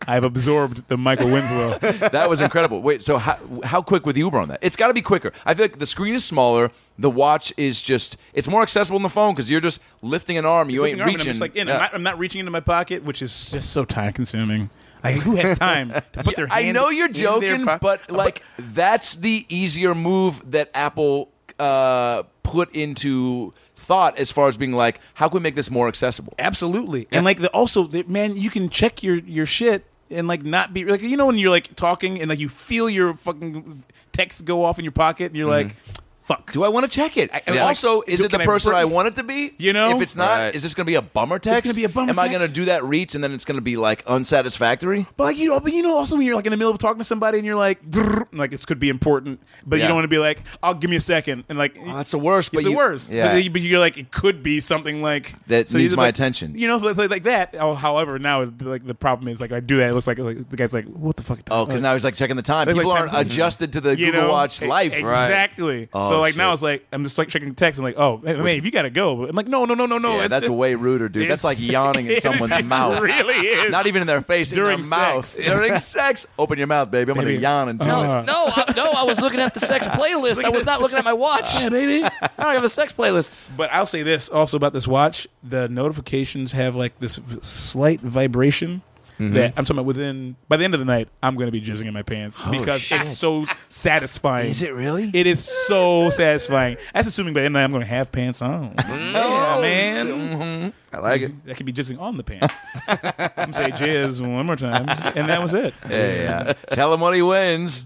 Speaker 3: I've absorbed the Michael Winslow.
Speaker 2: that was incredible. Wait, so how, how quick with the Uber on that? It's got to be quicker. I feel like the screen is smaller. The watch is just it's more accessible than the phone because you're just lifting an arm. You
Speaker 3: Flipping
Speaker 2: ain't
Speaker 3: arm, and
Speaker 2: reaching.
Speaker 3: I'm just like, in.
Speaker 2: Yeah.
Speaker 3: I'm, not, I'm not reaching into my pocket, which is just so time consuming. Like, who has time to put their? Hand
Speaker 2: I know you're
Speaker 3: in their
Speaker 2: joking,
Speaker 3: po-
Speaker 2: but like that's the easier move that Apple uh, put into thought as far as being like, how can we make this more accessible?
Speaker 3: absolutely. And like the also, the, man, you can check your your shit and like not be like you know when you're like talking and like you feel your fucking text go off in your pocket and you're like,
Speaker 2: Mm-hmm.
Speaker 3: fuck.
Speaker 2: Do I want to check it?
Speaker 3: I-
Speaker 2: and
Speaker 3: like,
Speaker 2: also, is
Speaker 3: do-
Speaker 2: it the
Speaker 3: can I
Speaker 2: person
Speaker 3: bring-
Speaker 2: I want it to be?
Speaker 3: You know?
Speaker 2: if it's not,
Speaker 1: Right.
Speaker 2: is this going to be a bummer text?
Speaker 3: gonna be a bummer
Speaker 2: Am I going to
Speaker 3: text.
Speaker 2: do that reach and then it's going to be like unsatisfactory?
Speaker 3: But like you know, but you know, also when you're like in the middle of talking to somebody and you're like, "Brrr," like this could be important, but you
Speaker 2: Yeah. Oh,
Speaker 3: don't want to be like, "I'll give me a second. and like
Speaker 2: that's the worst, but
Speaker 3: It's the
Speaker 2: you-
Speaker 3: worst.
Speaker 2: yeah.
Speaker 3: But, you- but you're like, it could be something like
Speaker 2: That needs
Speaker 3: either,
Speaker 2: my
Speaker 3: like,
Speaker 2: attention.
Speaker 3: You know, like, like, like that. Oh, however, now it- like the problem is like I do that. It looks like, like the guy's like, "What the fuck?"
Speaker 2: Oh, because now he's like checking the time.
Speaker 3: Like,
Speaker 2: People
Speaker 3: like,
Speaker 2: aren't
Speaker 3: time-
Speaker 2: adjusted to the
Speaker 3: you
Speaker 2: Google
Speaker 3: know?
Speaker 2: Watch
Speaker 3: E-
Speaker 2: life. Oh,
Speaker 3: exactly. so like now
Speaker 2: shit.
Speaker 3: it's like I'm just like checking the text. I'm like, "Oh, hey, man, if you gotta go," I'm like, "No, no, no, no, no."
Speaker 2: Yeah,
Speaker 3: it's
Speaker 2: that's
Speaker 3: just-
Speaker 2: way ruder, dude. That's
Speaker 3: it's-
Speaker 2: like yawning in
Speaker 3: it
Speaker 2: someone's mouth.
Speaker 3: Really is.
Speaker 2: Not even in their face, in
Speaker 3: During
Speaker 2: their mouth.
Speaker 3: sex.
Speaker 2: During sex, open your mouth, baby. I'm going to
Speaker 3: Baby.
Speaker 2: yawn and
Speaker 1: No,
Speaker 2: tell
Speaker 3: Uh.
Speaker 1: no, I, no! I was looking at the sex playlist. I was not looking at my watch.
Speaker 3: yeah, baby.
Speaker 1: I don't have a sex playlist.
Speaker 3: But I'll say this also about this watch: the notifications have like this v- slight vibration.
Speaker 2: Mm-hmm.
Speaker 3: That I'm talking about. Within by the end of the night, I'm going to be jizzing in my pants
Speaker 2: Oh,
Speaker 3: because it's so satisfying. Is it really? It is so satisfying. That's assuming by the end of the night I'm going to have pants on. yeah, man,
Speaker 2: Oh, mm-hmm. I like it.
Speaker 3: that could be jizzing on the pants. I'm saying jizz one more time, and that was it.
Speaker 2: Yeah, yeah. Tell him what he wins.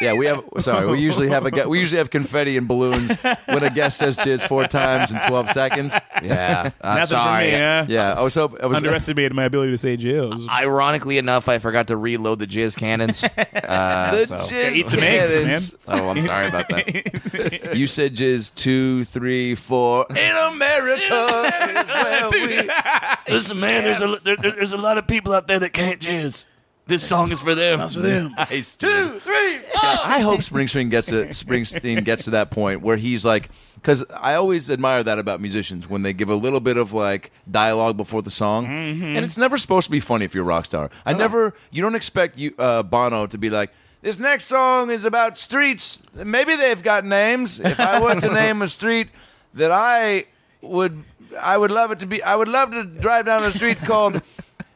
Speaker 2: yeah, we have. Sorry, we usually have a. gu- We usually have confetti and balloons when a guest says jizz four times in twelve seconds.
Speaker 1: Yeah,
Speaker 2: uh,
Speaker 1: I'm
Speaker 3: Nothing
Speaker 1: sorry.
Speaker 3: for me. Huh?
Speaker 2: Yeah, Oh, I was hoping. I was.
Speaker 3: Underestimated my ability to say jizz.
Speaker 1: Ironically enough, I forgot to reload the jizz cannons. Uh,
Speaker 2: The
Speaker 1: so-
Speaker 2: jizz
Speaker 3: Eat some eggs,
Speaker 2: cannons.
Speaker 1: Oh, I'm sorry about that.
Speaker 2: You said jizz two, three, four. In America, is where we-
Speaker 1: Listen, man, there's a there, there- there's a lot of people out there that can't jizz. This song is for them. That's for them.
Speaker 2: Nice, two, three, four. I hope Springsteen gets to Springsteen gets to that point where he's like, because I always admire that about musicians when they give a little bit of like dialogue before the song, and it's never supposed to be funny if you're a rock star. I never, you don't expect you uh, Bono to be like. This next song is about streets. Maybe they've got names. If I were to name a street that I would, I would love it to be. I would love to drive down a street called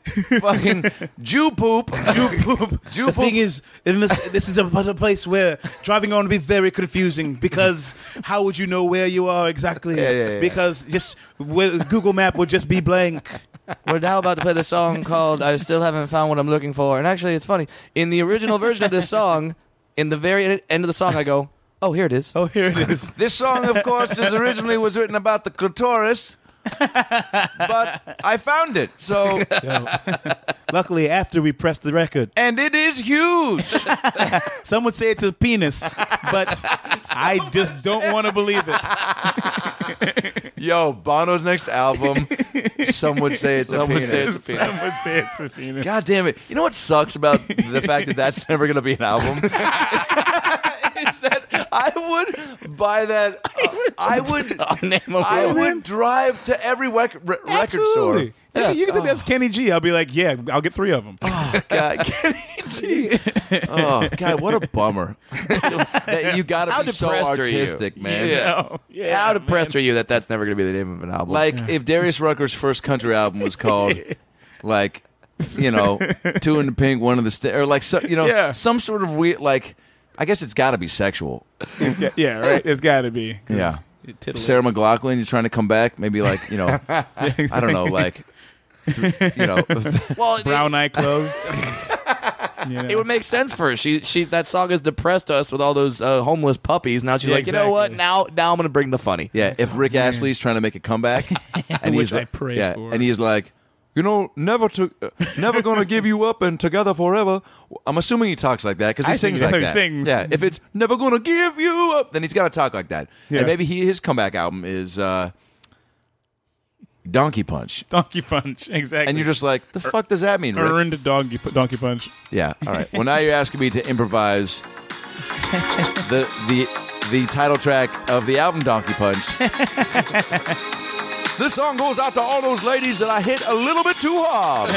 Speaker 2: fucking Jew poop. Jew poop. Jew poop.
Speaker 3: is, in this this is a, a place where driving on would be very confusing because how would you know where you are exactly?
Speaker 2: yeah, yeah.
Speaker 3: Because just well, Google Map would just be blank.
Speaker 1: We're now about to play the song called "I Still Haven't Found What I'm Looking For." And actually, it's funny. In the original version of this song, in the very end of the song, I go, "Oh, here it is."
Speaker 3: Oh, here it is.
Speaker 2: This song, of course, is originally was written about the clitoris, but I found it. So,
Speaker 3: So, luckily, after we pressed the record,
Speaker 2: and it is huge.
Speaker 3: some would say it's a penis, but I just don't want to believe it.
Speaker 2: Yo, Bono's next album. Some would say it's a
Speaker 1: Some would
Speaker 2: penis.
Speaker 1: say it's a penis.
Speaker 3: Some would say it's a penis.
Speaker 2: God damn it! You know what sucks about the fact that that's never going to be an album? Is that I would buy that. I would.
Speaker 4: name of
Speaker 2: I
Speaker 4: it.
Speaker 2: would drive to every rec- re- record
Speaker 3: Absolutely.
Speaker 2: store.
Speaker 3: You can- You can think that's Kenny G. I'll be like, yeah, I'll get three of them.
Speaker 2: Oh, God, Kenny G. Oh God, what a bummer! that you got
Speaker 1: How
Speaker 2: to be so
Speaker 1: depressed are you?
Speaker 2: artistic, man.
Speaker 1: Yeah. How depressed are you that that's never going to be the name of an album?
Speaker 2: Like if Darius Rucker's first country album was called, like, you know, Two in the Pink, One of the Sta or like, so, you know,
Speaker 3: Yeah.
Speaker 2: some sort of weird, like, I guess it's got to be sexual.
Speaker 3: Yeah, yeah, right. It's got to be.
Speaker 2: Yeah. Sarah McLaughlin, you're trying to come back, maybe like, you know, I don't know, like, you know,
Speaker 1: well, it-
Speaker 3: Brown eye closed. You know?
Speaker 1: It would make sense for her. She she that song has depressed us with all those uh, homeless puppies. Now she's
Speaker 3: Yeah,
Speaker 1: like, you know what?
Speaker 3: exactly.
Speaker 1: Now now I'm gonna bring the funny.
Speaker 2: yeah, if Rick Astley's trying to make a comeback, and
Speaker 3: Oh, Which
Speaker 2: he's
Speaker 3: I
Speaker 2: like,
Speaker 3: pray
Speaker 2: yeah,
Speaker 3: for.
Speaker 2: and he's like,
Speaker 7: You know, never to, uh, never gonna give you up and together forever. I'm assuming he talks like that because he
Speaker 3: I think
Speaker 7: sings
Speaker 3: that's
Speaker 7: like
Speaker 3: how he
Speaker 7: that.
Speaker 3: sings.
Speaker 7: Yeah, if it's never gonna give you up,
Speaker 2: then he's got to talk like that.
Speaker 3: Yeah.
Speaker 2: And maybe he, his comeback album is uh, Donkey Punch.
Speaker 3: donkey punch. Exactly.
Speaker 2: And you're just like,
Speaker 3: Er,
Speaker 2: the fuck does that mean, Rick?
Speaker 3: earned donkey donkey punch.
Speaker 2: Yeah. All right. Well, now you're asking me to improvise the the the title track of the album Donkey Punch. this song goes out to all those ladies that I hit a little bit too hard.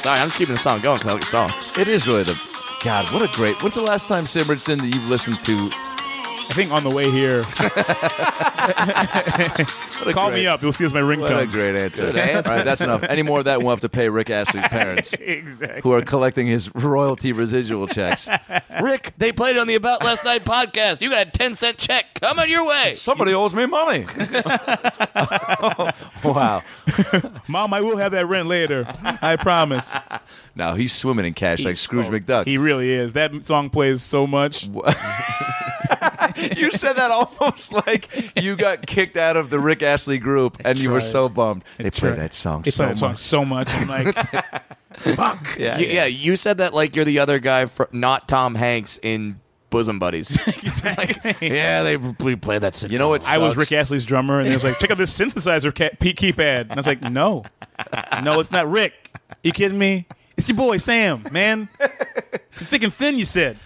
Speaker 1: Sorry, I'm just keeping the song going 'cause I like the song.
Speaker 2: it is really the God. What a great. When's the last time Simmerson that you've listened to?
Speaker 3: I think on the way here, call me up. You'll see as my
Speaker 2: What a
Speaker 3: ringtone.
Speaker 2: great answer. All right, that's enough. Any more of that, we'll have to pay Rick Astley's parents,
Speaker 3: exactly.
Speaker 2: who are collecting his royalty residual checks.
Speaker 1: Rick, they played it on the About Last Night podcast. You got a ten cent check coming your way.
Speaker 7: somebody owes me money.
Speaker 2: Wow.
Speaker 3: Mom, I will have that rent later. I promise. Oh,
Speaker 2: Now he's swimming in cash like Scrooge McDuck.
Speaker 3: He really is. That song plays so much.
Speaker 2: you said that almost like you got kicked out of the Rick Astley group and you were
Speaker 3: tried.
Speaker 2: so bummed.
Speaker 3: I
Speaker 2: They play
Speaker 3: tried.
Speaker 2: that song
Speaker 3: They
Speaker 2: so
Speaker 3: play that song
Speaker 2: much.
Speaker 3: so much. I'm like, fuck.
Speaker 1: Yeah, yeah, you said that like you're the other guy, fr not Tom Hanks in Bosom Buddies.
Speaker 3: Exactly.
Speaker 1: yeah, they we played that. Sitcom.
Speaker 2: You know what?
Speaker 3: I was
Speaker 2: sucks?
Speaker 3: Rick Astley's drummer, and they was like, check out this synthesizer ca- pe- keypad. And I was like, no, no, it's not Rick. You kidding me? It's your boy Sam, man. From thick and thin, you said.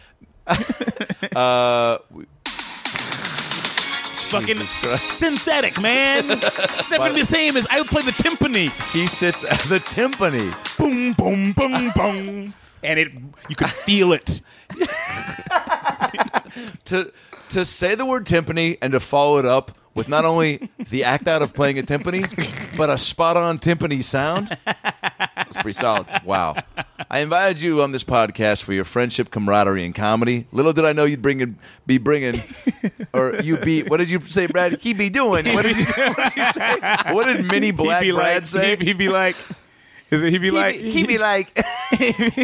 Speaker 3: Fucking synthetic, man. It's never gonna be the same as I would play the timpani.
Speaker 2: He sits at the timpani.
Speaker 3: Boom, boom, boom, boom, and it you could feel it.
Speaker 2: To to say the word timpani and to follow it up with not only the act out of playing a timpani, but a spot on timpani sound. It's pretty solid. Wow. I invited you on this podcast for your friendship, camaraderie, and comedy. Little did I know you'd bring in, be bringing, or you be, what did you say, Brad? He be doing. What did you, what did you say? What did Mini Black
Speaker 3: he'd be
Speaker 2: Brad
Speaker 3: like,
Speaker 2: say?
Speaker 3: He'd, he'd be like, is it, he'd be like,
Speaker 2: be like,
Speaker 1: I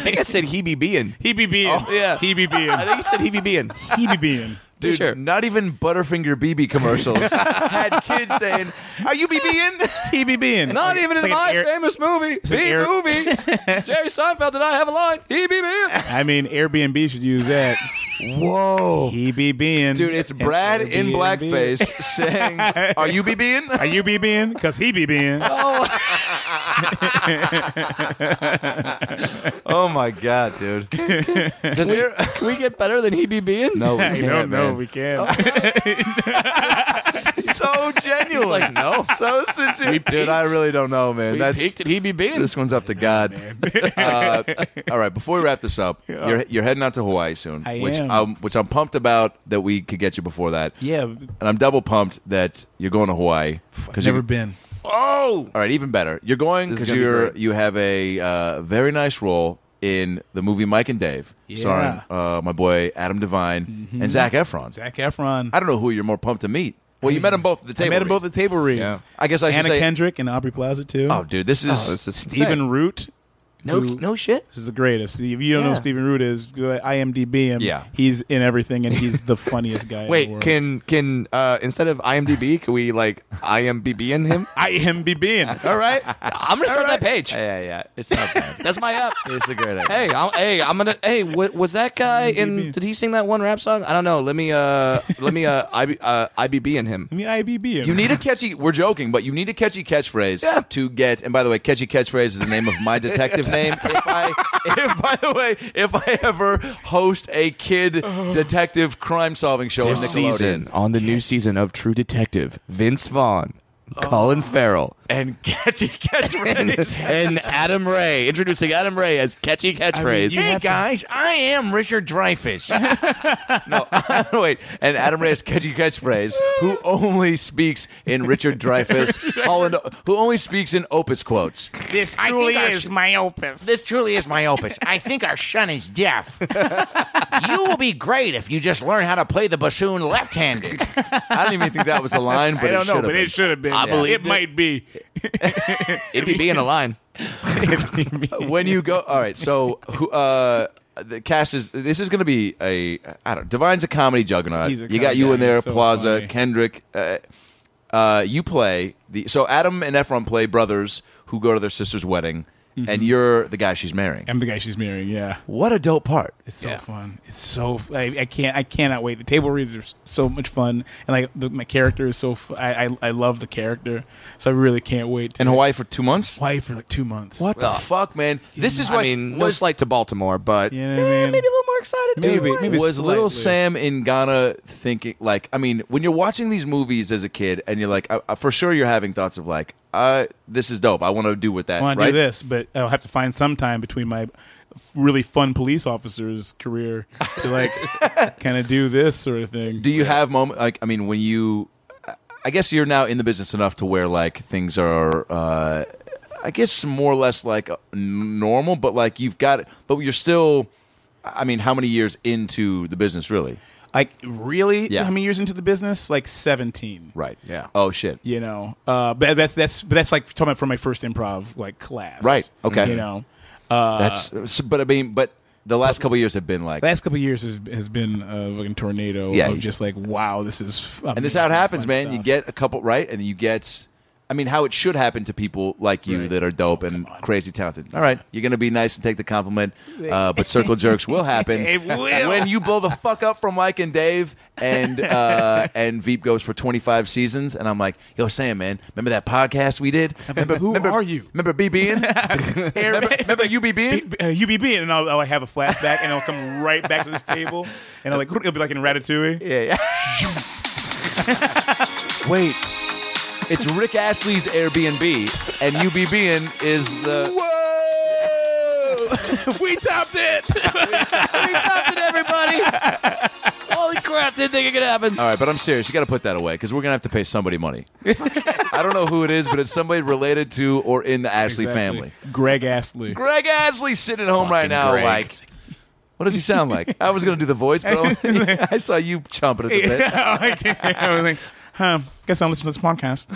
Speaker 1: think I said he be being.
Speaker 3: he be being,
Speaker 1: yeah.
Speaker 3: he be being,
Speaker 1: I think he said he be being.
Speaker 3: he be being.
Speaker 2: dude,
Speaker 1: Sure.
Speaker 2: not even Butterfinger BB commercials had kids saying, "Are you BBing?"
Speaker 3: He be being.
Speaker 1: Not even
Speaker 3: It's
Speaker 1: in
Speaker 3: like an
Speaker 1: my
Speaker 3: air-
Speaker 1: famous movie,
Speaker 3: an
Speaker 1: B
Speaker 3: air-
Speaker 1: movie. Jerry Seinfeld did I have a line? He be being.
Speaker 3: I mean, Airbnb should use that. Whoa. He be being.
Speaker 2: Dude, it's Brad in blackface saying, "Are you BBing?"
Speaker 3: Are you be being? Because he be being.
Speaker 2: Oh my god, dude!
Speaker 1: Does we, can we get better than he be being?
Speaker 2: No, we
Speaker 3: I
Speaker 2: can't,
Speaker 3: don't know.
Speaker 2: man. Oh.
Speaker 3: We can.
Speaker 2: so genuine,
Speaker 1: like, no.
Speaker 2: so sincere, dude.
Speaker 1: peaked.
Speaker 2: I really don't know, man.
Speaker 1: We
Speaker 2: That's
Speaker 1: peaked at he be being.
Speaker 2: this one's up to God. uh, all right, before we wrap this up, you're you're heading out to Hawaii soon,
Speaker 3: I
Speaker 2: which
Speaker 3: am.
Speaker 2: I'm which I'm pumped about that we could get you before that.
Speaker 3: Yeah.
Speaker 2: and I'm double pumped that you're going to Hawaii
Speaker 3: I've
Speaker 2: because
Speaker 3: never been.
Speaker 2: All right, even better. You're going
Speaker 1: This is gonna
Speaker 2: because
Speaker 1: be
Speaker 2: you're
Speaker 1: great.
Speaker 2: you have a uh, very nice role in the movie Mike and Dave, starring uh, my boy Adam Devine
Speaker 3: Mm-hmm.
Speaker 2: and Zach Efron.
Speaker 3: Zac Efron.
Speaker 2: I don't know who you're more pumped to meet. Well, you met them both at the
Speaker 3: I
Speaker 2: table.
Speaker 3: met
Speaker 2: read.
Speaker 3: them both at the table read.
Speaker 1: Yeah.
Speaker 2: I guess I should
Speaker 3: Anna
Speaker 2: say.
Speaker 3: Kendrick and Aubrey Plaza, too.
Speaker 2: oh, dude, this is.
Speaker 1: this is
Speaker 3: Stephen
Speaker 1: insane.
Speaker 3: Root.
Speaker 1: No,
Speaker 3: who-
Speaker 1: no shit.
Speaker 3: This is the greatest. If you don't know who
Speaker 1: Yeah.
Speaker 3: Stephen Root is, go to IMDb him.
Speaker 2: Yeah.
Speaker 3: He's in everything, and he's the funniest guy. in the
Speaker 1: Wait,
Speaker 3: world.
Speaker 1: can can uh, instead of IMDb, can we like IMDb in him?
Speaker 3: IMDb? All right.
Speaker 1: I'm gonna start that page.
Speaker 2: yeah, yeah, it's not bad.
Speaker 1: That's my app.
Speaker 2: it's a great idea.
Speaker 1: Hey, I'm, hey, I'm gonna. Hey, wa- was that guy in? Did he sing that one rap song? I don't know. Let me, uh, let me, uh, IB, uh IBB in him.
Speaker 3: Let me IMDb him.
Speaker 2: You need a catchy. We're joking, but you need a catchy catchphrase
Speaker 1: Yeah.
Speaker 2: to get. And by the way, catchy catchphrase is the name of my detective name. If I, if by the way, if I ever host a kid detective crime solving show on
Speaker 1: This
Speaker 2: Nickelodeon,
Speaker 1: season, on the new season of True Detective, Vince Vaughn, Colin Farrell,
Speaker 2: Oh. and catchy catchphrase.
Speaker 1: and Adam Ray, introducing Adam Ray as catchy catchphrase.
Speaker 2: Hey guys, I am Richard Dreyfus. no, wait, and Adam Reyes catchy catchphrase, who only speaks in Richard Dreyfus, Holland, who only speaks in Opus quotes.
Speaker 11: This
Speaker 12: I
Speaker 11: truly
Speaker 12: think our
Speaker 11: is
Speaker 12: sh-
Speaker 11: my opus. This truly is my opus. I think our son is deaf. you will be great if you just learn how to play the bassoon left-handed.
Speaker 2: I don't even think that was a line, but
Speaker 4: I don't
Speaker 2: it
Speaker 4: know,
Speaker 2: should
Speaker 4: but it should have been.
Speaker 1: I believe it.
Speaker 4: it might be.
Speaker 1: It'd be being a line.
Speaker 2: when you go all right so who uh the cast is this is going to be a i don't divine's a comedy juggernaut
Speaker 4: He's a
Speaker 2: you got you
Speaker 4: comedy
Speaker 2: in there
Speaker 4: guy, so
Speaker 2: plaza
Speaker 4: funny.
Speaker 2: kendrick uh, uh you play the so adam and ephron play brothers who go to their sister's wedding
Speaker 4: Mm-hmm.
Speaker 2: and you're the guy she's marrying
Speaker 3: I'm the guy she's marrying. Yeah,
Speaker 2: what a dope part
Speaker 3: it's so fun. It's so I, I can't I cannot wait. The table reads are s- so much fun, and like the, my character is so f- I, I I love the character, so I really can't wait. To
Speaker 2: in hawaii for two months
Speaker 3: Hawaii for like two months.
Speaker 2: what the fuck man this is
Speaker 1: I
Speaker 2: what
Speaker 1: mean, no
Speaker 2: was
Speaker 1: slight to Baltimore, but
Speaker 3: You know what I mean?
Speaker 2: maybe a little more excited.
Speaker 3: Maybe,
Speaker 2: too.
Speaker 3: maybe
Speaker 2: was little
Speaker 3: slightly.
Speaker 2: Sam in Ghana thinking like? I mean, when you're watching these movies as a kid, and you're like, I, I- for sure, you're having thoughts of like, uh, this is dope. I want to do with that.
Speaker 3: I want
Speaker 2: right?
Speaker 3: to do this, but I'll have to find some time between my really fun police officer's career to like kind of do this sort of thing.
Speaker 2: Do you have moment like? I mean, when you, I guess you're now in the business enough to where like things are. uh I guess more or less like uh, n- normal, but like you've got, but you're still. I mean, how many years into the business, really?
Speaker 3: Like really?
Speaker 2: Yeah.
Speaker 3: How many years into the business? Like seventeen.
Speaker 2: Right.
Speaker 1: Yeah.
Speaker 2: Oh shit.
Speaker 3: You know, uh, but that's that's but that's like talking about from my first improv like class.
Speaker 2: Right. Okay.
Speaker 3: You know,
Speaker 2: That's. so- But I mean, Uh, but the last couple of years have been like.
Speaker 3: last couple of years has, has been a fucking tornado
Speaker 2: Yeah.
Speaker 3: of just like wow, this is
Speaker 2: and this is how it happens,
Speaker 3: fun
Speaker 2: man. You
Speaker 3: stuff.
Speaker 2: get a couple right, and you get. I mean, how it should happen to people like you that are dope and crazy talented. All right, you're gonna be nice and take the compliment, uh, but circle jerks will happen
Speaker 11: It will.
Speaker 2: when you blow the fuck up from Mike and Dave, and uh, and Veep goes for 25 seasons, and I'm like, Yo, Sam, man, remember that podcast we did? Remember,
Speaker 3: Who
Speaker 2: remember-
Speaker 3: are you?
Speaker 2: Remember BBing? remember, remember you BBing?
Speaker 3: uh, UBB, and I'll, I'll have a flashback, and I'll come right back to this table, and I'll like it'll be like in Ratatouille.
Speaker 2: Wait. It's Rick Ashley's Airbnb, and UBBN is the. Whoa! we topped it!
Speaker 1: holy crap, didn't think it could happen.
Speaker 2: All right, but I'm serious. You got to put that away because we're going to have to pay somebody money. I don't know who it is, but it's somebody related to or in the Ashley
Speaker 3: Exactly.
Speaker 2: family.
Speaker 3: Greg Astley.
Speaker 2: Greg Ashley's sitting at home right now,
Speaker 1: Greg.
Speaker 2: like. What does he sound like? I was going to do the voice, but I- I saw you chomping at the bit.
Speaker 3: I can't- I was like, huh, guess I'll listen to this podcast.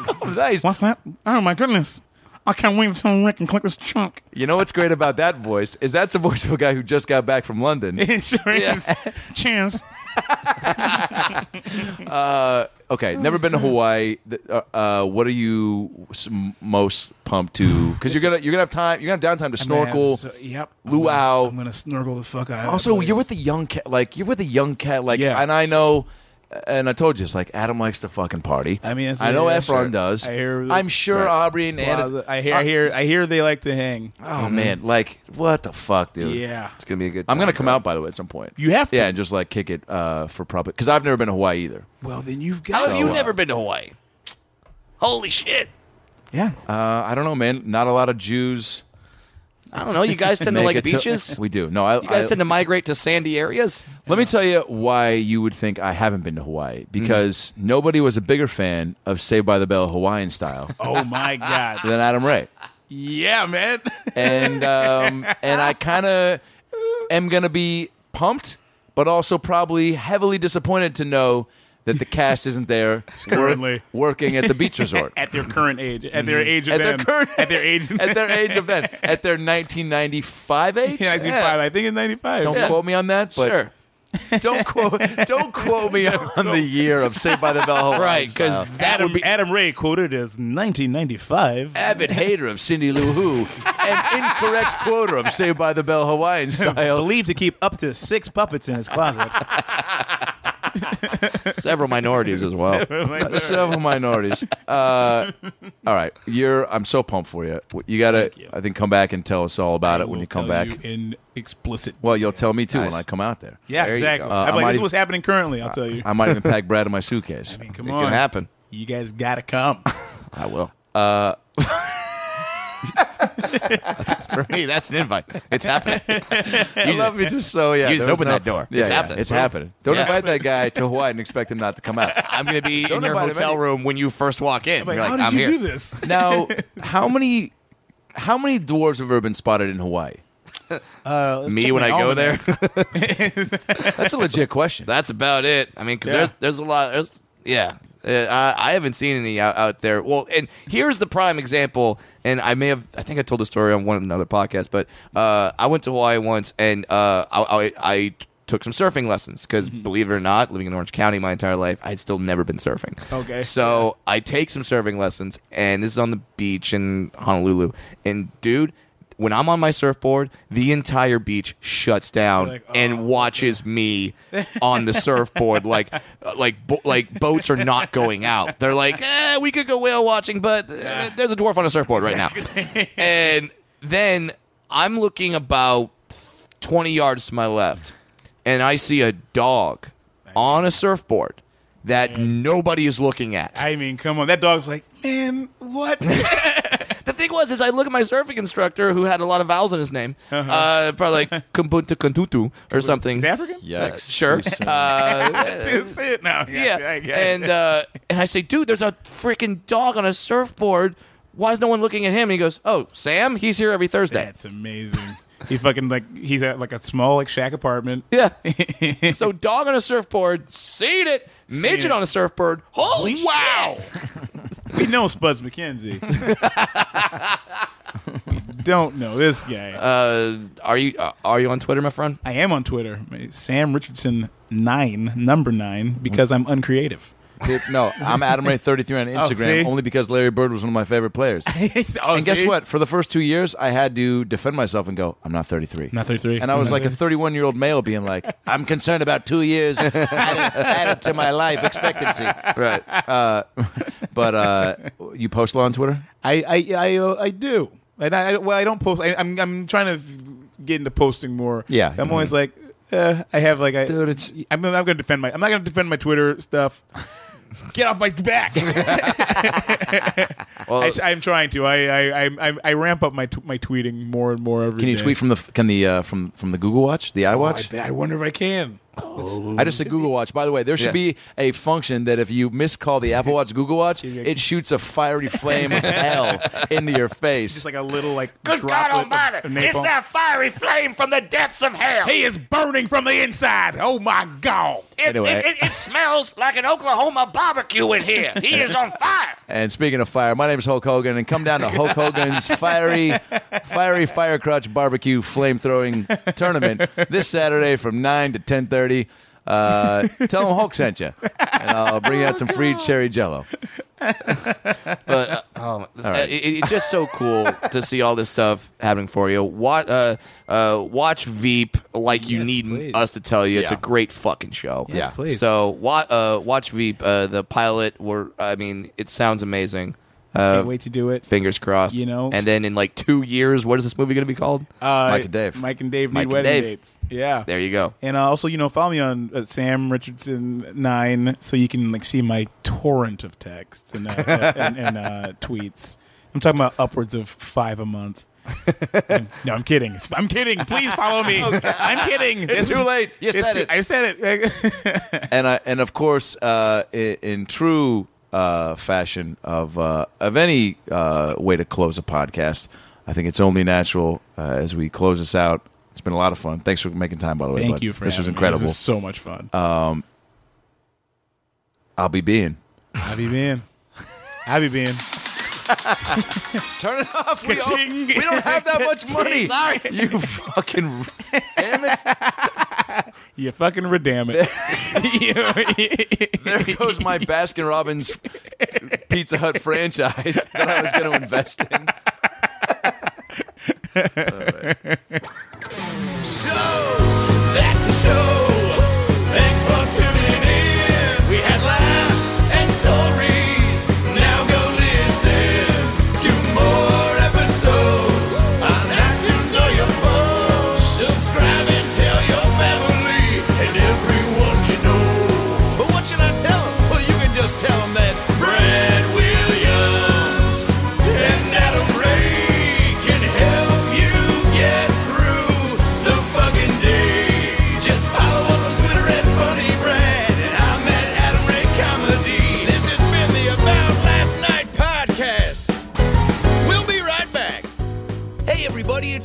Speaker 2: Nice.
Speaker 3: What's that? Oh my goodness. I can't wait until Rick can click this chunk.
Speaker 2: You know what's great about that voice is that's the voice of a guy who just got back from London.
Speaker 3: It sure is. Cheers.
Speaker 2: Okay, never been to Hawaii. Th- Uh, uh, what are you s- most pumped to? Because you're gonna you're gonna have time. You're gonna have downtime to snorkel.
Speaker 3: So- yep.
Speaker 2: Luau.
Speaker 3: I'm gonna snorkel the fuck out. of
Speaker 2: also,
Speaker 3: place.
Speaker 2: you're with the young cat. Like you're with a young cat. Like,
Speaker 3: Yeah.
Speaker 2: and I know. And I told you, it's like Adam likes to fucking party.
Speaker 3: I mean, that's-
Speaker 2: I know
Speaker 3: yeah,
Speaker 2: Efron
Speaker 3: sure.
Speaker 2: does.
Speaker 3: I hear-
Speaker 2: I'm sure
Speaker 3: Right.
Speaker 2: Aubrey and uh, Anna.
Speaker 3: Plaza. I hear, I hear, I hear they like to hang.
Speaker 2: Oh man, like what the fuck, dude?
Speaker 3: Yeah.
Speaker 1: It's gonna be a good.
Speaker 2: I'm gonna
Speaker 1: time,
Speaker 2: come
Speaker 1: bro.
Speaker 2: out by the way at some point.
Speaker 3: You have to.
Speaker 2: yeah, and just like kick it uh, for probably because I've never been to Hawaii either.
Speaker 3: Well, then you've
Speaker 1: How
Speaker 3: got.
Speaker 1: have
Speaker 2: So,
Speaker 1: you
Speaker 2: uh,
Speaker 1: never been to Hawaii? Holy shit!
Speaker 3: yeah.
Speaker 2: Uh, I don't know, man. Not a lot of Jews.
Speaker 1: I don't know. You guys tend to
Speaker 2: make
Speaker 1: like
Speaker 2: it to-
Speaker 1: beaches.
Speaker 2: we do. No, I,
Speaker 1: you guys
Speaker 2: I,
Speaker 1: tend to migrate to sandy areas.
Speaker 2: Let me tell you why you would think I haven't been to Hawaii
Speaker 1: Mm-hmm.
Speaker 2: because nobody was a bigger fan of Saved by the Bell Hawaiian style
Speaker 3: oh my god.
Speaker 2: than Adam Ray,
Speaker 3: yeah, man.
Speaker 2: and um, and I kind of am gonna be pumped, but also probably heavily disappointed to know that the cast isn't there
Speaker 3: Currently.
Speaker 2: working at the beach resort.
Speaker 3: at their current age, at their age of
Speaker 2: At their
Speaker 3: then,
Speaker 2: current-
Speaker 3: at their age,
Speaker 2: at their age of then, at their 1995 age.
Speaker 3: yeah, 95, I think in '95.
Speaker 2: Don't quote me on that, but
Speaker 1: sure,
Speaker 2: don't quote don't quote me on the year of Saved by the Bell. Hawaiian
Speaker 1: right?
Speaker 2: style.
Speaker 1: Because that
Speaker 3: Adam,
Speaker 1: would be
Speaker 3: Adam Ray quoted as 1995.
Speaker 2: avid hater of Cindy Lou Who, and incorrect quoter of Saved by the Bell Hawaiian style.
Speaker 3: Believed to keep up to six puppets in his closet.
Speaker 1: Several minorities as well.
Speaker 2: Uh, Several minorities. Uh, all right, you're. I'm so pumped for you. You gotta. I think come back and tell us all about it when
Speaker 13: We'll
Speaker 2: you come
Speaker 13: tell
Speaker 2: back.
Speaker 13: you in explicit.
Speaker 2: well, you'll tell me too when
Speaker 1: Nice.
Speaker 2: I come out there.
Speaker 3: yeah,
Speaker 1: There you
Speaker 3: exactly.
Speaker 1: go.
Speaker 3: I'm
Speaker 2: I
Speaker 3: like,
Speaker 2: might
Speaker 3: this is
Speaker 2: e-
Speaker 3: what's happening currently. I'll tell you.
Speaker 2: I might even pack Brad in my suitcase.
Speaker 13: I mean, come
Speaker 1: It
Speaker 13: on,
Speaker 1: can happen.
Speaker 13: you guys gotta come.
Speaker 1: I will. Uh, for me, that's an invite. It's happening.
Speaker 2: You love me just so yeah.
Speaker 1: You just
Speaker 2: there was
Speaker 1: open that door.
Speaker 2: Yeah,
Speaker 1: It's
Speaker 2: yeah,
Speaker 1: happening.
Speaker 2: It's happening. Don't
Speaker 1: Yeah.
Speaker 2: invite that guy to Hawaii and expect him not to come out.
Speaker 1: I'm going to be in your
Speaker 2: invite him
Speaker 1: hotel
Speaker 2: any-
Speaker 1: room when you first walk in.
Speaker 13: Like,
Speaker 1: You're like,
Speaker 13: how did
Speaker 1: I'm
Speaker 13: you
Speaker 1: here.
Speaker 13: do this?
Speaker 2: Now, how many how many dwarves have ever been spotted in Hawaii?
Speaker 1: Me when I go there.
Speaker 2: That's a legit question.
Speaker 1: That's about it. I mean, because
Speaker 3: Yeah.
Speaker 1: there, there's a lot. There's yeah. Uh, I, I haven't seen any out, out there. Well, and here's the prime example. And I may have, I think I told the story on one another podcast, but uh, I went to Hawaii once and uh, I, I, I took some surfing lessons because, believe it or not, living in Orange County my entire life, I'd still never been surfing.
Speaker 3: Okay.
Speaker 1: So I take some surfing lessons, and this is on the beach in Honolulu. And dude, when I'm on my surfboard, the entire beach shuts down
Speaker 13: Like,
Speaker 1: and watches me on the surfboard. like, uh, like, bo- like boats are not going out. They're like, eh, we could go whale watching, but uh, there's a dwarf on a surfboard right now. and then I'm looking about 20 yards to my left, and I see a dog on a surfboard that nobody is looking at.
Speaker 13: I mean,
Speaker 3: Come on, that dog's like, man, what?
Speaker 1: the thing was, is I look at my surfing instructor who had a lot of vowels in his name, uh probably like Kumbunta Kuntutu or something.
Speaker 3: He's African?
Speaker 1: Uh, sure. Uh,
Speaker 3: That's it now.
Speaker 1: yeah.
Speaker 3: I get it.
Speaker 1: And uh, and I say, dude, there's a freaking dog on a surfboard. Why is no one looking at him? And he goes, oh, Sam, he's here every Thursday.
Speaker 13: that's amazing.
Speaker 3: he fucking like he's at like a small like shack apartment.
Speaker 1: yeah. so dog on a surfboard, seen it. Midget
Speaker 3: it.
Speaker 1: on a surfboard. Holy wow.
Speaker 3: We know Spuds McKenzie. we don't know this guy.
Speaker 1: Uh, are you uh, are you on Twitter, my friend?
Speaker 3: I am on Twitter, Sam Richardson nine, number nine, because I'm uncreative.
Speaker 2: No, I'm Adam Ray 33 on Instagram
Speaker 3: see?
Speaker 2: only because Larry Bird was one of my favorite players. and guess what? For the first two years, I had to defend myself and go, I'm not 33.
Speaker 13: Not 33.
Speaker 2: And I was
Speaker 13: Not
Speaker 2: like a 31 year old male being like, I'm concerned about two years added, added to my life expectancy.
Speaker 1: Right.
Speaker 2: But uh, you post a lot on Twitter?
Speaker 3: I I I, uh, I do, and I, I- well I don't post. I, I'm I'm trying to get into posting more.
Speaker 2: Yeah.
Speaker 3: I'm always like. Uh, I have like I,
Speaker 2: Dude, it's-
Speaker 3: I'm, I'm gonna defend my. I'm not gonna defend my Twitter stuff. Get off my back!
Speaker 1: Well,
Speaker 3: I, I'm trying to. I I, I I I ramp up my t- my tweeting more and more every
Speaker 2: Can you
Speaker 3: day.
Speaker 2: tweet from the can the uh, from from the Google Watch, the iWatch?
Speaker 3: I wonder if I can.
Speaker 2: I just said Google Watch. By the way, there should
Speaker 1: Yeah.
Speaker 2: be a function that if you miscall the Apple Watch Google Watch, it shoots a fiery flame of hell into your face.
Speaker 3: Just like a little like.
Speaker 14: Good God
Speaker 3: droplet of-
Speaker 14: Almighty!
Speaker 3: of
Speaker 14: It's
Speaker 3: napalm.
Speaker 14: that fiery flame from the depths of hell.
Speaker 3: He is burning from the inside. Oh my god!
Speaker 14: It,
Speaker 2: Anyway.
Speaker 14: it, it, it smells like an Oklahoma barbecue in here. He is on fire.
Speaker 2: and speaking of fire, my name is Hulk Hogan, and come down to Hulk Hogan's fiery, fiery firecrotch barbecue flame throwing tournament this Saturday from nine to ten thirty. Uh, tell them Hulk sent you, and I'll bring out some free cherry jello.
Speaker 1: but uh, oh, it, it- it's just so cool to see all this stuff happening for you. Watch, uh, uh, watch Veep like you need
Speaker 13: please.
Speaker 1: us to tell you. It's a
Speaker 2: Yeah.
Speaker 1: great fucking show.
Speaker 13: Yes, Yeah. please.
Speaker 1: So wa- uh, watch Veep. Uh, the pilot. Were I mean, it sounds amazing.
Speaker 13: can't
Speaker 1: Uh,
Speaker 13: wait to do it.
Speaker 1: fingers crossed.
Speaker 13: You know-
Speaker 1: And then in like two years, what is this movie going to be called?
Speaker 3: Uh,
Speaker 2: Mike and Dave.
Speaker 3: Mike and Dave
Speaker 1: Mike
Speaker 3: need
Speaker 1: and
Speaker 3: wedding
Speaker 1: Dave.
Speaker 3: dates. Yeah.
Speaker 1: there you go.
Speaker 3: And uh, also, you know, follow me on uh, Sam Richardson nine, so you can like see my torrent of texts and uh, and, and uh, tweets. I'm talking about upwards of five a month. no, I'm kidding. I'm kidding. Please follow me. I'm kidding. It's,
Speaker 2: too late. You
Speaker 3: it's
Speaker 2: said
Speaker 3: too-
Speaker 2: it.
Speaker 3: I said it.
Speaker 2: and I, and of course, uh, in, in true uh, fashion of uh, of any uh, way to close a podcast, I think it's only natural uh, as we close this out. It's been a lot of fun. Thanks for making time, by the way.
Speaker 13: Thank
Speaker 2: bud.
Speaker 13: you for
Speaker 2: this was
Speaker 13: having me.
Speaker 2: incredible. Uh.
Speaker 13: This is so much fun.
Speaker 2: I'll be being.
Speaker 3: I be being. I be being.
Speaker 2: Turn it off. We,
Speaker 3: Ka-ching.
Speaker 2: Oh, we don't have that much money. Sorry. You fucking. Damn it.
Speaker 3: You fucking redam it.
Speaker 2: There goes my Baskin Robbins Pizza Hut franchise that I was going to invest in.
Speaker 4: That's the show. Thanks for tuning in.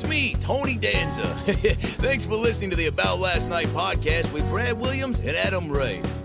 Speaker 2: me, Tony Danza. Thanks for listening to the About Last Night podcast with Brad Williams and Adam Ray.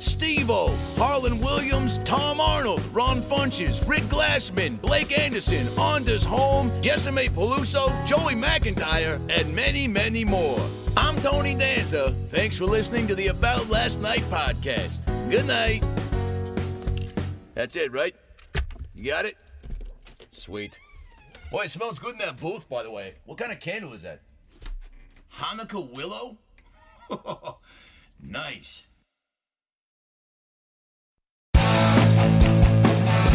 Speaker 2: Steve O, Harlan Williams, Tom Arnold, Ron Funches, Rick Glassman, Blake Anderson, Anders Holm, Jessime Peluso, Joey McIntyre, and many, many more. I'm Tony Danza. Thanks for listening to the About Last Night podcast. Good night. That's it, right? You got it? Sweet. Boy, it smells good in that booth, by the way. What kind of candle is that? Hanukkah willow? nice.
Speaker 15: If